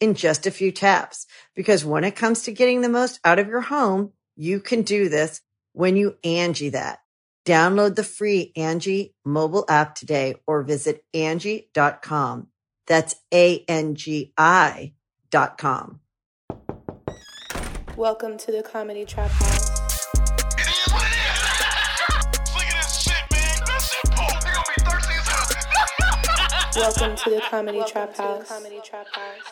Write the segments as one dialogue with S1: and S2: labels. S1: in just a few taps. Because when it comes to getting the most out of your home, you can do this when you Angie that. Download the free Angie mobile app today or visit Angie.com. That's A-N-G-I dot com.
S2: Welcome to the Comedy Trap House.
S3: It is what it is. Look at this shit, man. That shit pulled. They gonna be thirsty as hell.
S2: Welcome to the Comedy
S4: Welcome
S2: Trap
S4: to the
S2: House.
S4: Comedy Trap House.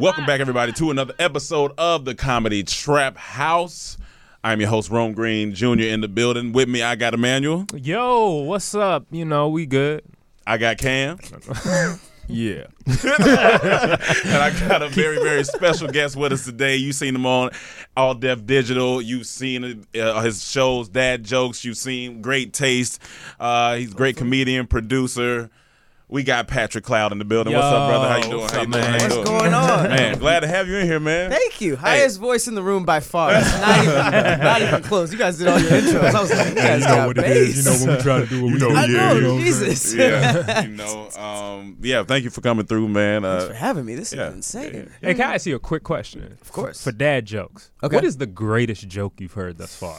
S5: Welcome back, everybody, to another episode of the Comedy Trap House. I'm your host, Rome Green Jr. in the building. With me, I got Emmanuel.
S6: Yo, what's up? You know, we good.
S5: I got Cam.
S6: Yeah.
S5: And I got a very, very special guest with us today. You've seen him on All Deaf Digital. You've seen uh, his shows, Dad Jokes. You've seen Great Taste. Uh, he's a great comedian, producer. We got Patrick Cloud in the building. what's up, brother? How you
S6: Yo,
S5: doing?
S6: what's
S5: How you
S6: up,
S5: doing?
S6: man?
S5: How you
S6: What's
S5: doing?
S7: going on?
S5: Man, glad to have you in here, man.
S7: Thank you. Highest voice in the room by far. It's not even, not even close. You guys did all your intros. I was like, you guys got bass.
S6: we try to do. What we
S5: know,
S7: I
S5: yeah,
S7: know,
S5: you know what I'm
S7: Jesus.
S5: yeah, you know, um, yeah. Thank you for coming through, man.
S7: Thanks for
S5: Uh,
S7: having me. This
S5: yeah,
S7: is insane.
S5: yeah,
S6: Hey, can I ask you a quick question?
S7: Of course.
S6: For dad jokes,
S7: Okay.
S6: what is the greatest joke you've heard thus far?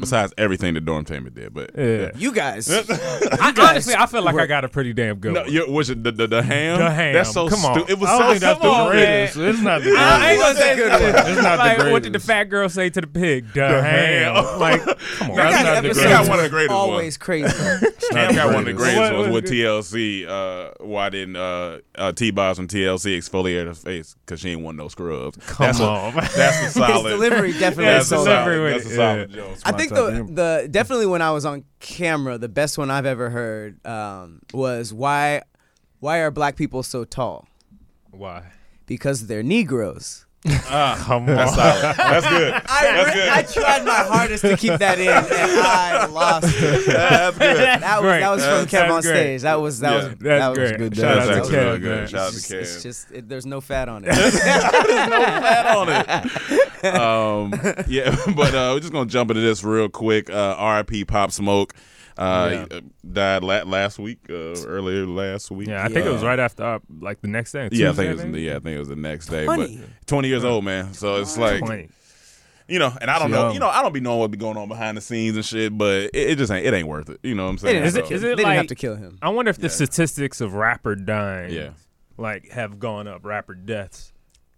S5: besides everything the dorm team did, but
S6: Yeah.
S7: You guys.
S6: I, honestly, I feel like I got a pretty damn good
S5: No,
S6: one.
S5: you was it the, the the ham?
S6: The ham.
S5: That's so
S6: come on.
S5: stupid. It was
S6: I don't
S5: so
S6: think that's
S5: come
S6: the
S5: on,
S6: greatest.
S5: man.
S6: It's not the greatest.
S7: I ain't gonna say
S6: it's
S7: good.
S6: not like, the greatest.
S5: greatest.
S6: What did the fat girl say to the pig? The,
S5: ham.
S6: ham. Like, come
S5: That guy
S6: on. That's not the
S5: episode-
S6: greatest.
S5: got one of the greatest ones.
S7: Always crazy.
S5: Cam got one of the
S6: greatest.
S5: greatest
S6: What-
S5: ones with
S6: what-
S5: TLC. Uh, why didn't uh, uh, T Boz from TLC exfoliate her face because she ain't want no scrubs?
S6: Come
S5: that's a,
S6: on.
S5: that's a solid.
S7: His delivery definitely
S5: that's a
S7: sold out.
S5: solid.
S6: delivery
S5: That's a
S6: with it.
S5: solid
S6: Yeah.
S5: joke.
S7: I think the the definitely when I was on camera, the best one I've ever heard um, was why why are black people so tall?
S6: Why?
S7: Because they're Negroes.
S6: Come on.
S5: That's solid. That's good.
S7: I,
S5: That's good.
S7: I tried my hardest to keep that in, and I lost. It.
S5: That's good.
S7: That was
S6: Great.
S7: that was from
S6: That's-
S7: Kev
S6: that's
S7: on
S6: great.
S7: stage. That was that
S5: Yeah,
S7: was
S5: that's
S7: that was
S6: great.
S7: good.
S6: Shout
S7: That
S6: out
S7: was-
S6: to
S7: that was
S6: Kev,
S7: really
S6: man.
S7: It's
S5: Shout out to
S7: just-
S5: Kev.
S7: It's just it, there's no fat on it.
S5: um, yeah, but uh, we're just gonna jump into this real quick. Uh, R.I.P. Pop Smoke uh,
S6: Yeah.
S5: died la- last week, uh, earlier last week.
S6: Yeah, I think it was
S5: Uh,
S6: right after, uh, like, the next day.
S5: Yeah, I think it
S6: Tuesday,
S5: was.
S6: maybe?
S5: Yeah, I think it was the next day.
S7: 20.
S5: But twenty years old, man. So it's like
S6: Twenty.
S5: you know, and I don't
S6: She
S5: know.
S6: young.
S5: You know, I don't be knowing what be going on behind the scenes and shit. But it, it just ain't. It ain't worth it. You know what I'm saying?
S7: It
S6: Is
S5: So-
S6: it, is
S7: They
S6: it
S7: didn't
S6: like,
S7: have to kill him.
S6: I wonder if the statistics of rapper dying,
S5: Yeah.
S6: like have gone up, rapper deaths,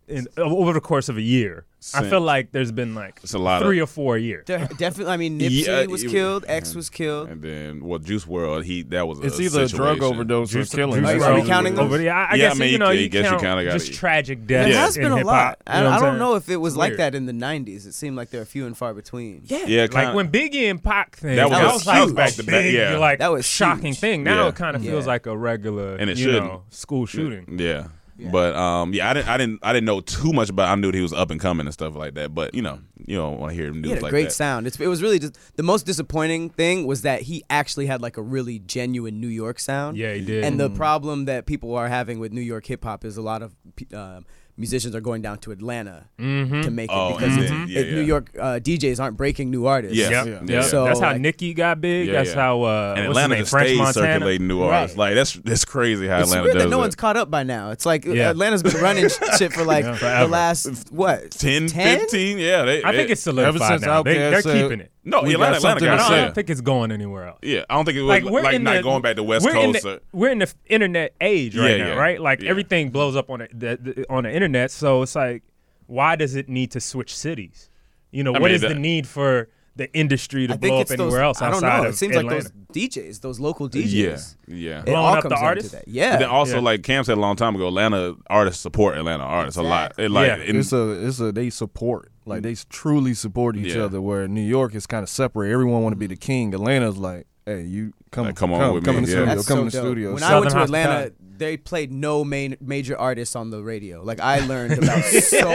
S6: in over the course of a year. I
S5: Since-
S6: feel like there's been like
S5: It's a lot of-
S6: three or four years.
S7: De- definitely. I mean, Nipsey
S5: Yeah,
S7: was
S5: uh, it-
S7: killed. X was killed.
S5: And then, well, Juice World. He that was.
S8: It's
S5: a
S8: either a drug
S5: situation.
S8: overdose or killing.
S7: Juice
S8: That's
S7: Are we
S8: all.
S7: counting those?
S6: over the, I, I
S5: Yeah, I
S6: guess
S5: mean,
S6: you know
S5: you-
S6: you,
S5: I guess you
S6: count
S5: kinda gotta-
S6: just tragic
S7: There
S6: deaths.
S7: has
S6: in
S7: been a
S6: hip-hop,
S7: lot.
S6: you
S7: I,
S6: what
S7: I
S6: I'm
S7: don't
S6: saying?
S7: know if it was like
S6: Weird.
S7: that in the '90s. It seemed like they're few and far between. Yeah,
S5: Yeah,
S6: Like
S5: kinda-
S6: when Biggie and Pac thing,
S5: That was- that
S6: like
S5: was back
S6: a
S5: to back,
S6: big,
S5: yeah.
S6: like
S7: That was
S6: shocking
S7: huge.
S6: thing. Now
S5: Yeah.
S6: it kind of feels
S7: Yeah.
S6: like a regular,
S5: And it
S6: you
S5: shouldn't.
S6: know, school shooting.
S5: Yeah. But um, yeah, I didn't, I didn't, I didn't know too much about. I knew that he was up and coming and stuff like that. But you know, you don't want to hear news
S7: he had a
S5: like
S7: great
S5: that.
S7: sound. It's, it was really just the most disappointing thing was that he actually had like a really genuine New York sound.
S6: Yeah, he did.
S7: And the problem that people are having with New York hip hop is a lot of pe- uh, musicians are going down to Atlanta
S6: Mm-hmm.
S7: to make it
S5: Oh,
S7: because
S5: and
S7: it's-
S5: then- yeah,
S7: it- New
S5: yeah.
S7: York uh, DJs aren't breaking new artists.
S5: Yeah.
S6: Yep.
S5: Yeah.
S6: Yep.
S5: Yeah.
S7: So,
S6: that's how
S7: like-
S6: Nicki got big.
S5: Yeah,
S6: that's
S5: yeah.
S6: how uh,
S5: and
S6: what's his
S5: Atlanta
S6: name? French
S5: stays
S6: Montana.
S5: circulating new artists. Like that's that's crazy how
S7: It's
S5: Atlanta
S7: weird
S5: does
S7: that no
S5: that.
S7: one's caught up by now. It's like
S6: Yeah.
S7: Atlanta's been running shit for like
S6: forever.
S7: the last what
S5: 10,
S7: 10?
S5: 15? Yeah, they,
S6: I think
S5: they-
S6: it's solidified
S8: since
S6: now. They,
S8: Outkast
S6: they're
S8: said-
S6: keeping it.
S5: no.
S8: we
S5: Atlanta,
S8: got
S5: Atlanta
S8: something
S5: got
S6: I
S8: to
S6: don't, I
S8: say.
S5: upset.
S6: don't think it's going anywhere else.
S5: Yeah, I don't think it was
S6: Like
S5: like,
S6: we're in
S5: not
S6: the,
S5: going back to West
S6: we're in
S5: Coast.
S6: the-
S5: or-
S6: we're in the internet age right
S5: Yeah,
S6: now,
S5: yeah.
S6: right? Like
S5: Yeah.
S6: everything blows up on it- the, the, on the internet, so it's like why does it need to switch cities? You know,
S5: I
S6: what is
S5: mean, the-
S6: the need for the industry to
S7: I
S6: blow
S7: think
S6: up
S7: it's
S6: anywhere
S7: those,
S6: else
S7: I don't
S6: outside
S7: know.
S6: of
S7: It seems
S6: Atlanta?
S7: like those DJs, those local DJs.
S5: Yeah, yeah.
S7: It
S6: Blowing
S7: all
S6: up the
S7: comes down to
S6: artists?
S7: that.
S5: But then
S7: Yeah.
S5: also,
S6: Yeah.
S5: like Cam said a long time ago, Atlanta artists support Atlanta artists a lot. It, like,
S6: Yeah.
S5: and-
S4: it's a it's a they support like they s- truly support each
S5: Yeah.
S4: other. Where New York is kind of separate. Everyone want to be the king. Atlanta's like, hey, you come
S5: Like, come on
S4: come,
S5: with
S4: come
S5: me,
S4: in the
S5: yeah.
S4: studio,
S7: That's
S4: come
S7: so
S4: in the
S7: dope.
S4: studio.
S7: When
S4: So-
S7: I went to
S6: Southern
S7: Atlanta,
S6: Hospitality.
S7: they played no main, major artists on the radio. Like I learned about so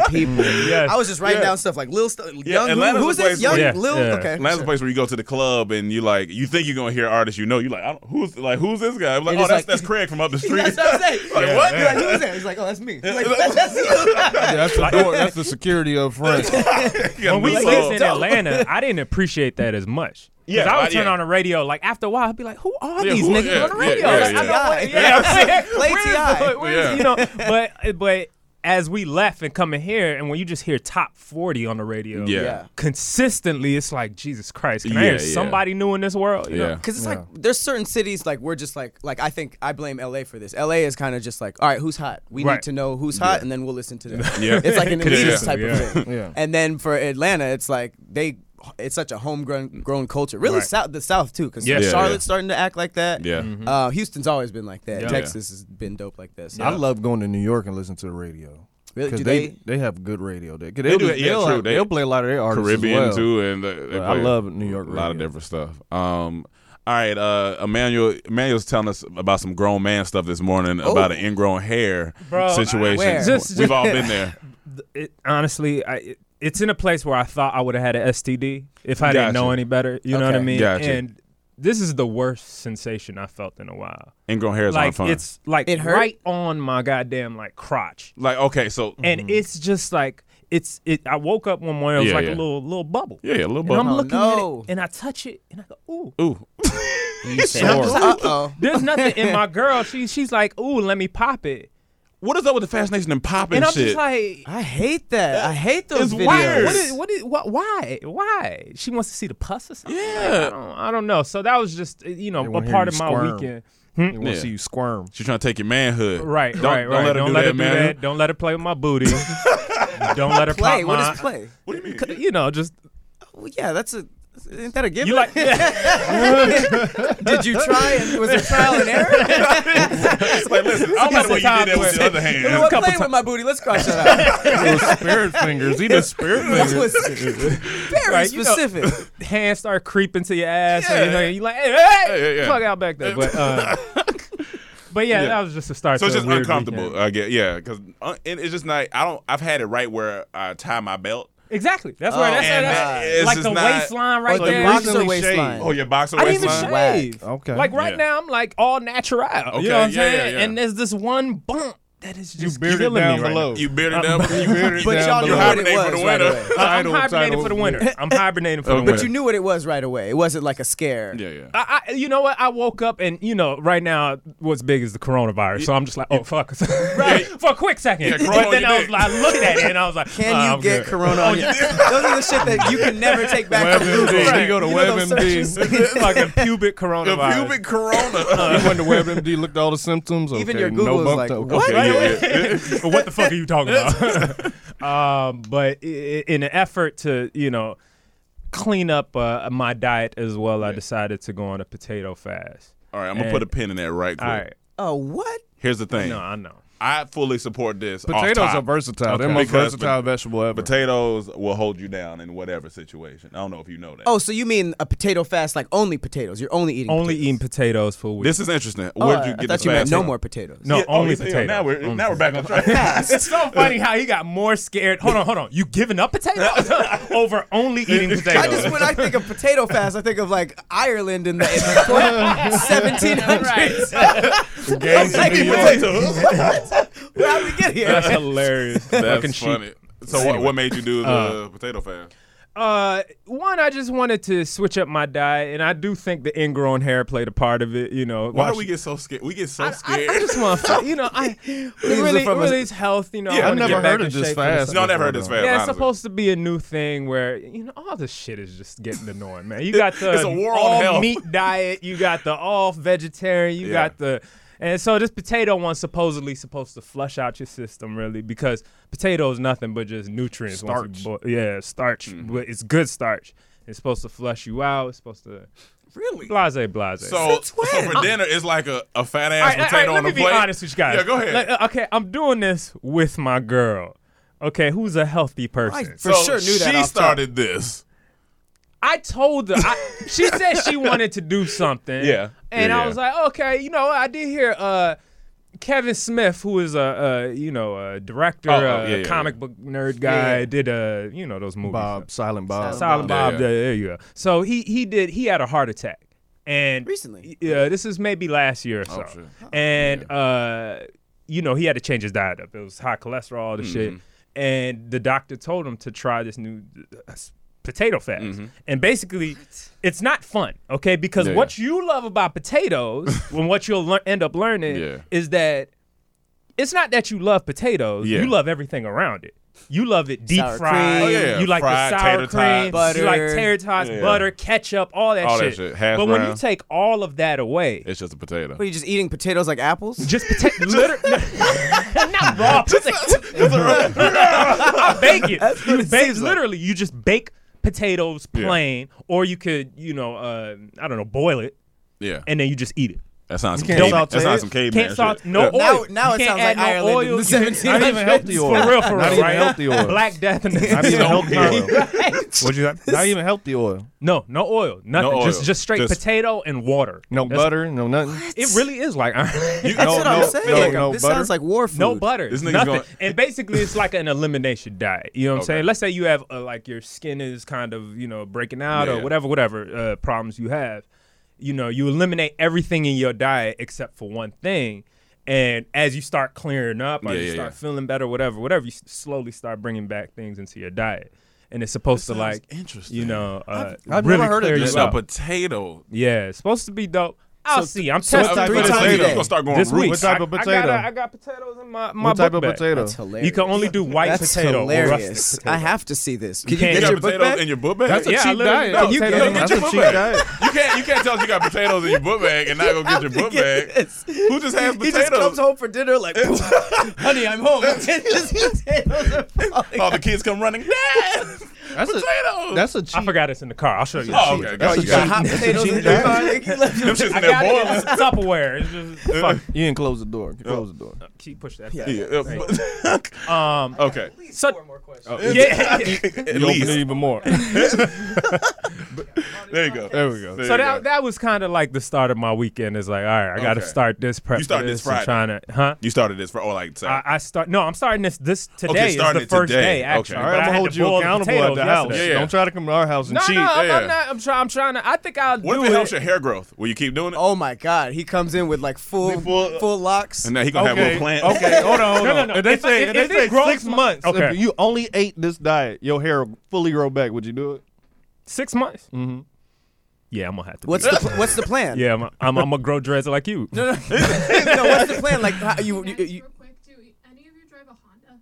S6: right.
S7: people.
S6: Yes.
S7: I was just writing
S5: Yeah.
S7: down stuff like Lil, St- Young, who,
S5: Atlanta's a
S7: who's this?
S5: place
S7: Young,
S6: where-
S7: Lil,
S6: Yeah.
S7: okay.
S5: Atlanta's a place where you go to the club and you like you think you're gonna hear artists you know. You like, I don't, who's like who's this guy? I'm like,
S7: And
S5: oh,
S7: it's
S5: that's
S7: like-
S5: that's Craig from up the street.
S7: That's what I'm saying.
S5: Like,
S7: Yeah.
S5: what?
S7: You're like, who is that? He's like, oh, that's me. I'm Like, that's, that's you.
S4: Yeah, that's the door, that's the security up front.
S5: Yeah,
S6: when we
S5: so-
S6: lived in Atlanta, I didn't appreciate that as much.
S5: Yeah,
S6: Yeah, I would
S5: I-
S6: turn
S5: yeah.
S6: on the radio. Like after a while, I'd be like, "Who are
S5: Yeah,
S6: these
S5: who-
S6: niggas
S5: yeah,
S6: on the
S5: yeah,
S6: radio?"
S5: yeah,
S6: like, I
S5: yeah.
S6: don't-
S7: Yeah.
S6: yeah, I'm saying,
S7: Play
S6: where's
S7: T.I..
S6: the- where's-
S5: Yeah.
S6: You know, but but as we left and coming here, and when you just hear top forty on the radio,
S5: Yeah.
S7: Yeah.
S6: consistently, it's like Jesus Christ. Can I
S5: Yeah,
S6: hear
S5: yeah.
S6: somebody new in this world? You know?
S5: Yeah.
S7: Because it's like there's certain cities like we're just like like I think I blame LA for this. LA is kind of just like all right, who's hot? We need
S6: Right.
S7: to know who's hot, and then we'll listen to them.
S5: Yeah.
S7: it's like an elitist
S5: Yeah.
S7: type
S6: Yeah.
S7: of thing.
S4: Yeah.
S7: And then for Atlanta, it's like they it's such a homegrown grown culture. Really,
S6: Right.
S7: South the South too, because
S6: Yeah. Yeah,
S7: Charlotte's
S5: yeah. Mm-hmm.
S7: starting to act like that.
S5: Yeah.
S7: Uh, Houston's always been like that.
S6: Yeah.
S7: Texas has been dope like this.
S4: I love going to New York and listen to the radio.
S7: Really?
S4: 'Cause
S7: Do
S4: they,
S7: they-
S4: have good radio there. 'Cause They'll,
S5: do
S4: be-
S5: it. Yeah,
S4: they'll,
S5: true.
S4: have-
S5: They-
S4: they'll play a lot of their artists. as
S5: Caribbean
S4: well.
S5: too, and they- they
S4: But I
S5: play
S4: love New York
S5: A lot of
S4: radio.
S5: different stuff. Um, all right, uh, Emmanuel. Emmanuel's telling us about some grown man stuff this morning
S4: Oh.
S5: about an ingrown hair
S6: Bro,
S5: situation.
S7: where?
S6: Just-
S5: We've all been there.
S6: It, honestly, I. It, it's in a place where I thought I would have had an STD if I
S5: Gotcha.
S6: didn't know any better. You know what I
S7: Okay.
S6: mean?
S5: Gotcha.
S6: And this is the worst sensation I felt in a while.
S5: Ingrown hair is not
S6: like
S5: fun.
S6: it's like
S7: It hurt?
S6: right on my goddamn like crotch,
S5: like okay, so
S6: and it's just like it's it. I woke up one morning, it was
S5: Mm-hmm. Yeah,
S6: like
S5: yeah.
S6: a little little bubble.
S5: yeah, a little
S6: And I'm
S5: bit.
S6: looking at
S7: no.
S6: it, and I touch it, and I go, ooh.
S5: Ooh,
S7: Uh oh.
S6: There's nothing in my girl. She she's like, ooh, let me pop it,
S5: what is up with the fascination and popping
S6: and I'm
S5: shit?
S6: just like.
S7: I hate that. I hate
S5: It's
S7: those videos.
S5: weird.
S6: What is, what is, what, why? Why? She wants to see the pus or something? Like,
S5: Yeah.
S6: I, don't, I don't know. So that was just, eh, you know,
S4: They
S6: a
S4: wanna hear
S6: part
S4: you
S6: of my
S4: squirm.
S6: weekend.
S4: They want to
S5: Yeah.
S4: see you squirm.
S5: She's trying to take your manhood.
S6: Right,
S5: Don't,
S6: right,
S5: don't
S6: right.
S5: Let her do that, man.
S6: Don't let her play with my booty. don't let her
S7: Play.
S6: pop
S7: What
S6: my,
S7: is play?
S5: What do you mean?
S6: c- you know, just
S7: Well, yeah, that's a. Isn't that a given?
S6: you like
S7: Did you try? And was it trial and error?
S5: like, listen, I don't like the way you did that with your other
S7: You know
S5: hand.
S7: what? Playing with my booty. Let's cross that out.
S4: Those spirit fingers. He does spirit
S7: That
S4: fingers.
S7: was very
S6: Right, you know-
S7: specific.
S6: hands start creeping to your ass, and you know,
S5: Yeah.
S6: you like, hey, hey,
S5: Yeah, yeah, yeah.
S6: fuck out back there. But uh, but yeah,
S5: Yeah.
S6: that was just a start.
S5: So it's
S6: to a
S5: just
S6: weird
S5: uncomfortable.
S6: weekend.
S5: I get yeah, because it's just not. I don't. I've had it right where I tie my belt.
S6: Exactly. That's where that's,
S5: And
S6: that's-
S5: it's
S6: like
S5: just
S6: the
S5: not-
S6: waistline right
S7: Or the
S6: there.
S7: boxer
S6: Usually
S7: waistline.
S6: shaved.
S5: Oh, your boxer
S6: I didn't even
S5: waistline.
S7: Whack.
S6: shave.
S4: Okay.
S6: Like right
S5: Yeah.
S6: now, I'm like all natural.
S5: Okay,
S6: You know what I'm
S5: yeah, yeah,
S6: saying?
S5: yeah.
S6: And there's this one bump that is just
S4: bearded
S6: killing
S4: down
S6: me right
S4: below.
S6: now.
S5: You bearded down. You bearded
S7: But
S4: down
S7: y'all knew
S4: below.
S7: what
S5: Hibernate
S7: it
S5: for
S7: was
S5: the
S7: right
S5: winter.
S7: away.
S6: I'm
S4: Title,
S6: hibernating
S4: title.
S6: for the winter. I'm hibernating for the
S5: Okay.
S6: winter.
S7: But you knew what it was right away. It wasn't like a scare.
S5: Yeah, yeah.
S6: I, I, you know what? I woke up and you know, right now, what's big is the coronavirus. So I'm just like, oh fuck, right for a quick second.
S5: Yeah, corona
S6: but then
S5: on your
S6: I was
S5: dick.
S6: like, I looked at it and I was like,
S7: Can
S6: oh,
S7: you
S6: I'm
S7: get
S6: good.
S7: corona on you? Those are the shit that you can never take back from Google.
S4: WebMD. You go to
S7: You know those searches?
S4: WebMD.
S6: fucking pubic
S5: The
S6: coronavirus?
S5: pubic corona.
S4: You went to WebMD, looked at all the symptoms.
S7: Even
S4: okay,
S7: your
S4: no
S7: Google's
S4: bumped
S7: like,
S4: up. okay,
S7: what?
S5: Yeah, yeah, yeah.
S6: Well, what the fuck are you talking about? um, but i- i- in an effort to you know clean up uh, my diet as well, I decided to go on a potato fast.
S5: All right, I'm gonna put a pin in that right quick.
S6: All right,
S7: Oh, what?
S5: Here's the thing.
S6: no, I know.
S5: I fully support this. off
S4: Potatoes
S5: top.
S4: are versatile. They're
S5: Okay.
S4: the most
S5: Because
S4: versatile vegetable ever.
S5: Potatoes will hold you down in whatever situation. I don't know if you know that.
S7: Oh, so you mean a potato fast, like only potatoes? You're only eating
S6: Only
S7: potatoes.
S6: eating potatoes for a week.
S5: this is interesting.
S7: Oh,
S5: Where'd you get
S7: I- I thought
S5: this
S7: you meant
S5: fast
S7: no
S5: from?
S7: more potatoes.
S6: no,
S5: Yeah, oh,
S6: only
S5: yeah,
S6: potatoes.
S5: Now we're
S6: Only
S5: now we're back on track.
S6: It's so funny how he got more scared. Hold on, hold on. You giving up potatoes over only eating
S7: I
S6: potatoes?
S7: just when I think of potato fast, I think of like Ireland in the, in the 1700s.
S5: Games
S7: Like,
S5: in New
S7: what?
S5: York.
S7: How'd we get here?
S6: That's hilarious. Fucking
S5: That's
S6: sheep.
S5: funny. So what, what made you do the potato fast?
S6: Uh, one, I just wanted to switch up my diet, and I do think the ingrown hair played a part of it. You know,
S5: Why do
S6: watch-
S5: we get so scared? We get so
S6: I,
S5: scared.
S6: I just want to, you know, I it really,
S7: from a-
S6: really is health. You know,
S5: Yeah,
S6: I
S5: I've
S6: wanna get
S4: never
S6: back
S4: heard
S6: in
S4: of this
S6: shape for the
S4: fast.
S5: no,
S6: summer.
S5: I never heard this fast.
S6: Yeah, it's
S5: honestly.
S6: supposed to be a new thing where you know all this shit is just getting annoying, man. You got the
S5: It's a war on
S6: all
S5: health.
S6: meat diet, you got the all vegetarian, you
S5: Yeah.
S6: got the And so this potato one's supposedly supposed to flush out your system, really, because potato is nothing but just nutrients. once you boi- yeah, starch.
S5: Mm-hmm.
S6: But it's good starch. It's supposed to flush you out. It's supposed to
S5: Really?
S6: blase blase.
S5: So, so for dinner, it's like a, a fat ass
S6: All right, all right,
S5: potato on
S6: let
S5: a
S6: me
S5: plate.
S6: be honest with you guys.
S5: Yeah, go ahead.
S6: Like, uh, okay, I'm doing this with my girl. Okay, who's a healthy person?
S7: for
S5: so
S7: sure knew that.
S5: she
S7: off top.
S5: started this.
S6: I told her. I, she said she wanted to do something.
S5: Yeah.
S6: And
S5: Yeah,
S6: I
S5: yeah.
S6: was like, okay, you know, I did hear uh, Kevin Smith, who is a, a you know a director,
S5: Oh, oh,
S6: a
S5: yeah, yeah,
S6: comic book nerd guy, did uh, you know those movies.
S4: Bob, Silent Bob.
S6: Silent Bob.
S5: Yeah,
S6: There, there you go. So he he did he had a heart attack and
S7: Recently?
S6: Yeah, this is maybe last year or so.
S5: Oh, shit.
S6: and uh, you know he had to change his diet up. It was high cholesterol, all the shit.
S5: Mm-hmm.
S6: And the doctor told him to try this new uh, s- potato fast. And basically, it's not fun, okay? Because
S5: Mm-hmm. Yeah,
S6: what you love about potatoes, and what you'll lear- end up learning,
S5: Yeah.
S6: is that it's not that you love potatoes.
S5: Yeah.
S6: You love everything around it. You love it deep
S7: Sour
S6: fried.
S7: cream. Oh,
S5: yeah, yeah.
S6: You like
S5: Fried
S6: the sour
S5: tater tots.
S6: cream. You like
S7: Butter.
S6: tater tots,
S5: Yeah.
S6: butter, ketchup, all that
S5: All that
S6: shit.
S5: shit. Hash
S6: but when you
S5: brown.
S6: take all of that away,
S5: It's just a potato.
S7: What, are you just eating potatoes like apples?
S6: just potato, literally, not raw potato. I bake it. you
S7: it
S6: bake
S7: seems like.
S6: literally. You just bake potatoes plain, or you could, you know, uh, I don't know, boil it
S5: Yeah,
S6: and then you just eat it.
S5: that sounds some
S4: can't
S5: cave,
S4: saute
S5: that sounds
S4: it.
S5: some caveman
S6: Can't salt,
S5: shit.
S6: no
S5: Yeah.
S6: oil.
S7: Now- now
S6: You
S7: it
S6: can't
S7: sounds
S6: add
S7: like
S6: no
S7: Ireland
S6: oil.
S7: in the
S6: You can't-
S7: 17th. Not
S4: even healthy oil.
S6: For real, for real,
S4: Not even
S6: right?
S4: healthy oil.
S6: Black death in
S4: Not
S6: the
S4: even healthy oil. What'd you? Not even healthy oil.
S6: No, no oil, nothing.
S5: oil.
S6: Just just straight
S5: Just-
S6: potato and water.
S4: No
S6: That's-
S4: butter. No nothing.
S6: It really is like
S5: You-
S7: That's
S5: no,
S7: what
S5: no,
S7: I'm saying.
S5: no,
S7: like,
S4: no
S7: this
S4: butter?
S7: sounds like war food.
S6: no butter,
S5: This nigga's
S6: nothing.
S5: going-
S6: And basically, it's like an elimination diet. You know what I'm
S5: Okay.
S6: saying? Let's say you have uh, like your skin is kind of you know breaking out
S5: Yeah.
S6: or whatever, whatever uh, problems you have. You know, you eliminate everything in your diet except for one thing. And as you start clearing up, or
S5: Yeah,
S6: you
S5: yeah,
S6: start
S5: yeah.
S6: feeling better, whatever, whatever, you s- slowly start bringing back things into your diet. And it's supposed to
S5: sounds
S6: like,
S5: interesting.
S6: you know, uh,
S4: I've
S6: really
S4: never heard of
S6: clear
S5: Just
S6: you
S5: a
S6: out.
S5: potato.
S6: Yeah, it's supposed to be dope. I'll see. I'm
S7: so
S6: testing
S7: type
S6: for
S7: of
S6: this
S7: potato?
S5: Potatoes
S6: week.
S7: Today.
S5: gonna start going
S6: This
S5: roots.
S6: week,
S4: What type
S6: I-
S4: of
S6: I got,
S4: potato?
S6: a- I got potatoes in my my
S4: What type of
S6: book bag.
S4: potato?
S7: That's hilarious.
S6: You can only do white
S7: That's
S6: potato or russet
S7: hilarious.
S6: potato.
S7: I have to see this. Can you,
S5: You
S6: can't
S7: get
S5: got
S7: your book
S5: potatoes
S7: back?
S5: in your book bag.
S4: That's a
S6: Yeah, I
S4: cheap
S6: literally-
S4: diet.
S6: no, you
S4: Potatoes
S6: can't-
S4: in-
S6: no,
S4: That's
S5: get
S4: a
S5: your
S4: cheap
S5: book
S4: diet.
S5: You can't you can't tell us you got potatoes in your book bag and not go get your book bag.
S7: Yes.
S5: Who just has
S7: He just comes
S5: potatoes?
S7: home for dinner like, honey, I'm home. Just potatoes are falling.
S5: All Oh, the kids come running. Yes,
S4: That's a
S5: potatoes.
S4: that's a cheap.
S6: I forgot it's in the car. I'll show you.
S5: Oh, okay.
S4: That's
S5: Gotcha.
S4: a
S7: You got hot
S4: cheap.
S7: potatoes in your
S4: diet.
S7: bag. You left your
S5: Them shits in
S6: I got
S5: there
S6: it in
S5: boiling.
S6: this Tupperware. It's just fuck.
S4: You didn't close the door. Close the door.
S6: Keep pushing that.
S5: Yeah,
S6: back.
S5: yeah, but-
S6: Um.
S5: okay.
S6: So Oh,
S7: more questions.
S6: yeah.
S5: At
S4: You open it
S5: least
S4: even more.
S5: there you go.
S4: There we go.
S5: There
S6: So
S5: you
S6: that
S5: go.
S6: that was kind of like the start of my weekend. Is like, all right, I got to
S5: Okay.
S6: start this prep.
S5: You started
S6: for
S5: this Friday.
S6: I'm Trying to, huh?
S5: you started this for oh like
S6: I,
S5: sorry.
S6: I start. No, I'm starting this this today. is
S5: starting
S6: the
S5: it
S6: first
S5: today.
S6: day.
S5: Okay.
S6: Actually,
S5: All
S4: All right,
S6: But
S4: I'm
S6: I
S4: gonna
S6: had
S4: hold
S6: to
S4: you
S6: boil the
S4: accountable at
S6: potatoes
S4: the house.
S6: yesterday.
S5: Yeah, yeah.
S4: Don't try to come to our house and
S6: No,
S4: cheat.
S6: no, I'm,
S5: yeah.
S6: I'm not. I'm trying. I'm trying to. I think I'll
S5: What
S6: do
S5: if it
S6: it.
S5: helps your hair growth? Will you keep doing it?
S7: Oh my God! He comes in with like full
S5: Full-
S7: full, locks.
S5: And now he gonna have
S4: okay.
S5: little plants.
S4: Okay, hold on, hold
S6: No, no,
S4: on.
S6: no.
S4: If they
S6: If I-
S4: say,
S6: if-
S4: if they
S6: if
S4: say
S6: it grows
S4: six
S6: my-
S4: months,
S6: okay.
S4: if you only ate this diet, your hair will fully grow back. Would you do it?
S6: Six months. Mm-hmm. Yeah, I'm gonna have to.
S7: What's
S6: do
S7: the
S6: it.
S7: pl- What's the plan?
S6: Yeah, I'm. I'm, I'm gonna grow dreads like you. Um,
S7: no, no, what's the plan? Like how, you, you,
S8: Can I ask
S7: you,
S8: real quick, do any of you drive a Honda?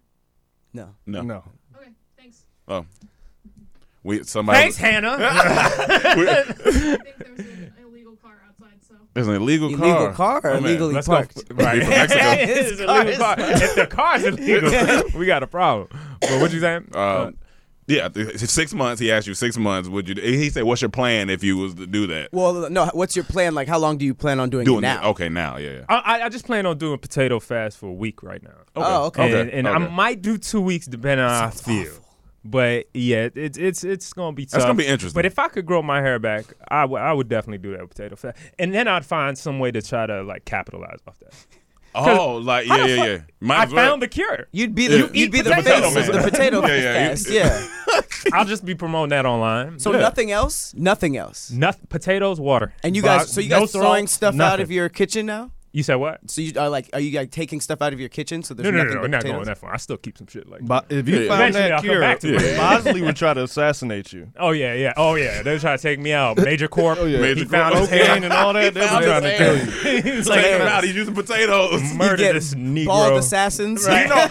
S7: no.
S5: No.
S4: No.
S8: Okay, thanks.
S5: Oh. We somebody
S6: Thanks, Hannah.
S8: I think there's an illegal car outside, so.
S5: there's an illegal car.
S7: Illegal car or
S5: Oh, man.
S7: illegally
S6: Let's go.
S7: parked?
S5: Be from Mexico.
S6: It is illegal car. If the car's illegal, we got a problem. But what you saying?
S5: Um, yeah, th- six months. He asked you six months. Would you? He said, "What's your plan if you was to do that?"
S7: Well, no. What's your plan? Like, how long do you plan on doing,
S5: Doing
S7: it now?
S5: that. Okay, now, yeah. yeah.
S6: I, I- I just plan on doing potato fast for a week right now.
S7: Oh, okay.
S6: And,
S5: Okay,
S6: and I
S5: okay.
S6: might do two weeks depending on how I feel. But yeah, it's it's it's gonna be tough.
S5: gonna be interesting.
S6: But if I could grow my hair back, I would I would definitely do that with potato fat, and then I'd find some way to try to like capitalize off that.
S5: Oh, like yeah, yeah, yeah. Might
S6: I
S5: as well.
S6: found the cure.
S7: You'd be the
S5: You
S7: you'd be
S6: eat
S7: the
S6: potato
S7: face
S5: man.
S7: of the potato
S5: Yeah, yeah, you-
S7: fest. Yeah.
S6: I'll just be promoting that online.
S7: So
S5: Yeah.
S7: nothing else. Nothing else.
S6: Nothing, potatoes, water,
S7: And you
S6: Bo-
S7: guys, so you
S6: no
S7: guys throwing
S6: salt,
S7: stuff out
S6: nothing.
S7: of your kitchen now?
S6: You said what?
S7: So you are like, are you like taking stuff out of your kitchen? So there's
S6: No, no, no,
S7: nothing
S6: no,
S7: but
S6: not
S7: potatoes?
S6: going that far. I still keep some shit like.
S4: But if you
S5: Yeah.
S4: found
S6: Eventually I'll
S4: that
S6: come back to
S4: cure,
S6: it.
S4: Bosley would try to assassinate you.
S6: Oh yeah, yeah. Oh yeah. They were trying to take me out. Major Corp. oh,
S4: yeah.
S5: Major
S6: he
S5: Corp.
S6: found his
S5: Okay.
S6: hand and all that. They were
S5: Found
S6: trying to
S5: his
S6: kill you. He was like,
S5: Take him out. He's using potatoes.
S7: You
S6: murder
S7: get
S6: this
S7: bald
S6: Negro.
S7: assassins.
S5: Do you know?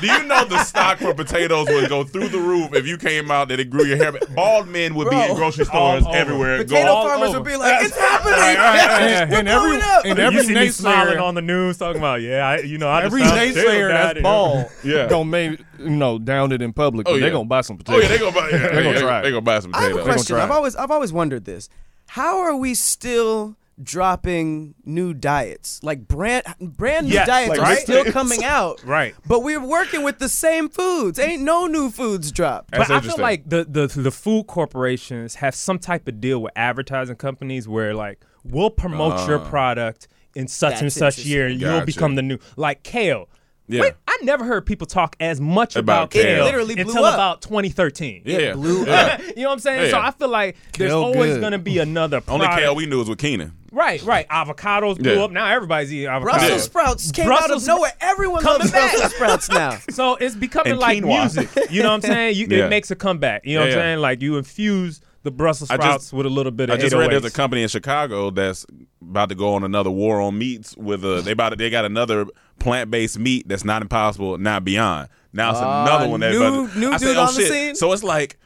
S5: do you know the stock for potatoes would go through the roof if you came out that it grew your hair? back? Bald men would be in
S7: Bro. Oh,
S5: grocery stores
S6: All over.
S5: everywhere.
S7: Potato
S5: Go,
S6: all
S7: farmers
S6: over.
S7: would be like, it's happening.
S5: all right, all right, all right.
S7: We're blowing up.
S4: and
S6: You
S4: every
S6: see me smiling
S4: naysayer-
S6: on the news talking about, yeah, I, you know, I
S4: Every
S6: just found jail
S4: naysayer
S6: guy
S4: that's
S6: that-
S4: bald,
S5: Yeah.
S4: gonna maybe you know down it in public.
S5: Oh,
S4: but
S5: yeah.
S4: They gonna buy some
S5: Oh
S4: potatoes.
S5: yeah, they gonna buy. Yeah,
S4: gonna
S5: yeah, they-
S4: try it.
S5: They gonna buy some
S7: I have
S5: potatoes.
S7: a question.
S4: try
S7: I've
S4: it.
S7: always I've always wondered this. How are we still dropping new diets? Like brand brand new
S6: Yes,
S7: diets
S6: like,
S7: are
S6: right?
S7: still coming out.
S6: Right.
S7: But we're working with the same foods. Ain't no new foods dropped.
S5: That's
S6: But I feel
S5: interesting.
S6: like the, the the food corporations have some type of deal with advertising companies where like we'll promote your product in such and
S7: That's
S6: such year and you'll
S5: Uh-huh. Gotcha.
S6: become the new like kale.
S5: Yeah.
S6: Wait, I never heard people talk as much about,
S5: About
S6: kale,
S5: kale. It
S7: literally blew
S6: until
S7: up.
S6: about 2013.
S5: Yeah, yeah.
S7: blew
S5: yeah.
S6: you know what I'm saying? So
S5: Yeah.
S6: I feel like there's
S4: Kale
S6: always
S4: good.
S6: going to be another
S5: Only
S6: product.
S5: kale we knew was with Keenan.
S6: right, right. Avocados blew
S5: Yeah.
S6: up. Now everybody's eating avocados.
S7: Brussels
S5: Yeah.
S7: sprouts came out
S6: Brussels-
S7: of nowhere. Everyone
S6: Coming
S7: loves
S6: back.
S7: Brussels sprouts now.
S6: So it's becoming
S5: And
S6: like
S5: quinoa.
S6: music. You know what I'm saying? You,
S5: Yeah.
S6: It makes a comeback. You know
S5: Yeah,
S6: what I'm
S5: yeah.
S6: saying? Like you infuse the Brussels
S5: I just-
S6: sprouts with a little bit
S5: I
S6: of
S5: just read there's a
S6: 808s.
S5: company in Chicago that's about to go on another war on meats with a they about to, they got another plant based meat that's not impossible, not beyond. Now it's
S7: Ah,
S5: another one that
S7: new-
S5: about
S7: new
S5: I said,
S7: dude
S5: "Oh,
S7: on the
S5: shit."
S7: scene?
S5: So it's like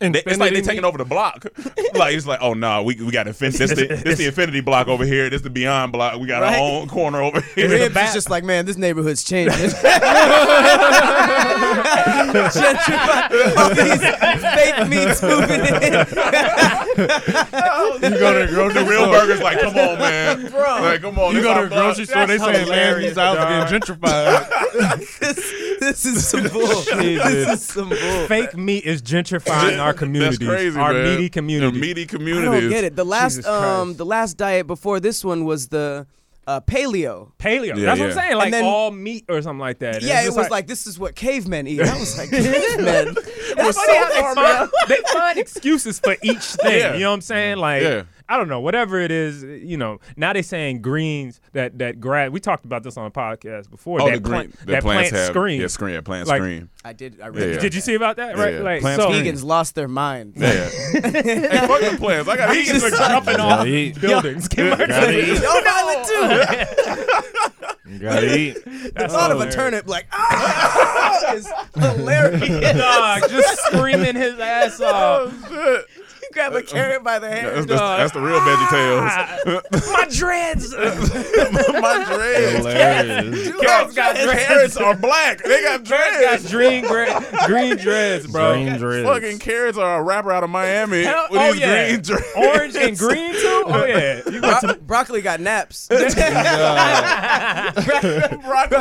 S5: they, it's like
S4: Infinity
S5: they taking
S4: meat.
S5: over the block. like it's like, oh no, we, we got infinity. This the, this the infinity block over here. This the beyond block. We got
S7: Right.
S5: our own corner over here.
S7: Ribs is just like, man, this neighborhood's changing. Gentrified. All these fake meats moving in.
S4: You go to
S5: the
S4: the grocery
S5: real
S4: store.
S5: burgers. Like, come on, man. Bro, like, come on.
S4: You
S5: this
S4: go
S5: our
S4: to the
S5: block.
S4: grocery store. They
S6: That's
S4: saying
S6: hilarious,
S4: Landy's house is getting gentrified.
S7: this, this is some bull.
S6: dude.
S7: this is some bull.
S6: Fake meat is gentrifying our communities,
S5: That's crazy,
S6: our
S5: man.
S6: meaty community.
S5: The meaty
S7: I
S5: communities.
S7: don't get it. The last
S6: Jesus
S7: um
S6: Christ.
S7: the last diet before this one was the uh, paleo.
S6: Paleo.
S5: Yeah,
S6: That's what I'm
S5: yeah.
S6: saying. Like
S7: then-
S6: all meat or something like that. It's
S7: Yeah, it
S6: just
S7: was like, this is what cavemen eat. I was like, cavemen.
S6: That's
S7: so
S6: funny how they
S7: far
S6: find-
S7: out.
S6: they find excuses for each thing.
S5: Yeah.
S6: You know what I'm saying? Like
S5: Yeah.
S6: I don't know, whatever it is, you know. Now they saying greens that that grass. We talked about this on a podcast before.
S5: Oh,
S6: that
S5: the green.
S6: plant,
S5: the
S6: that
S5: plants
S6: plant
S5: have,
S6: screen.
S5: Yeah, screen. Yeah, plant
S6: Like-
S5: screen.
S7: I did. I
S5: Yeah,
S7: read.
S5: yeah.
S7: about
S6: Did you
S7: that.
S6: see about that? Right,
S5: yeah.
S6: like
S5: Plant
S6: so.
S5: screen.
S7: Vegans lost their mind.
S5: Yeah. hey, fuck the plants. I got vegans are jumping off.
S4: Gotta eat.
S6: buildings.
S4: Gotta
S7: Y'all
S4: eat.
S7: violent too.
S4: Gotta eat.
S7: The thought of a turnip, like, ah, is hilarious.
S6: Dog, just screaming his ass off.
S7: You grab a carrot by the hair.
S5: That's, that's, that's the real Veggie Tales.
S6: My dreads.
S5: My dreads.
S4: Hilarious.
S6: Carrots got
S5: His
S6: dreads.
S5: Carrots are black. They got
S6: got
S5: dreads.
S6: green, gre- green dreads, bro.
S4: Green dreads.
S5: Fucking carrots are a rapper out of Miami
S6: Hell-
S5: with
S6: oh
S5: these
S6: yeah,
S5: green dreads.
S6: orange and green too. Oh yeah, you got
S7: Bro- broccoli got naps.
S5: broccoli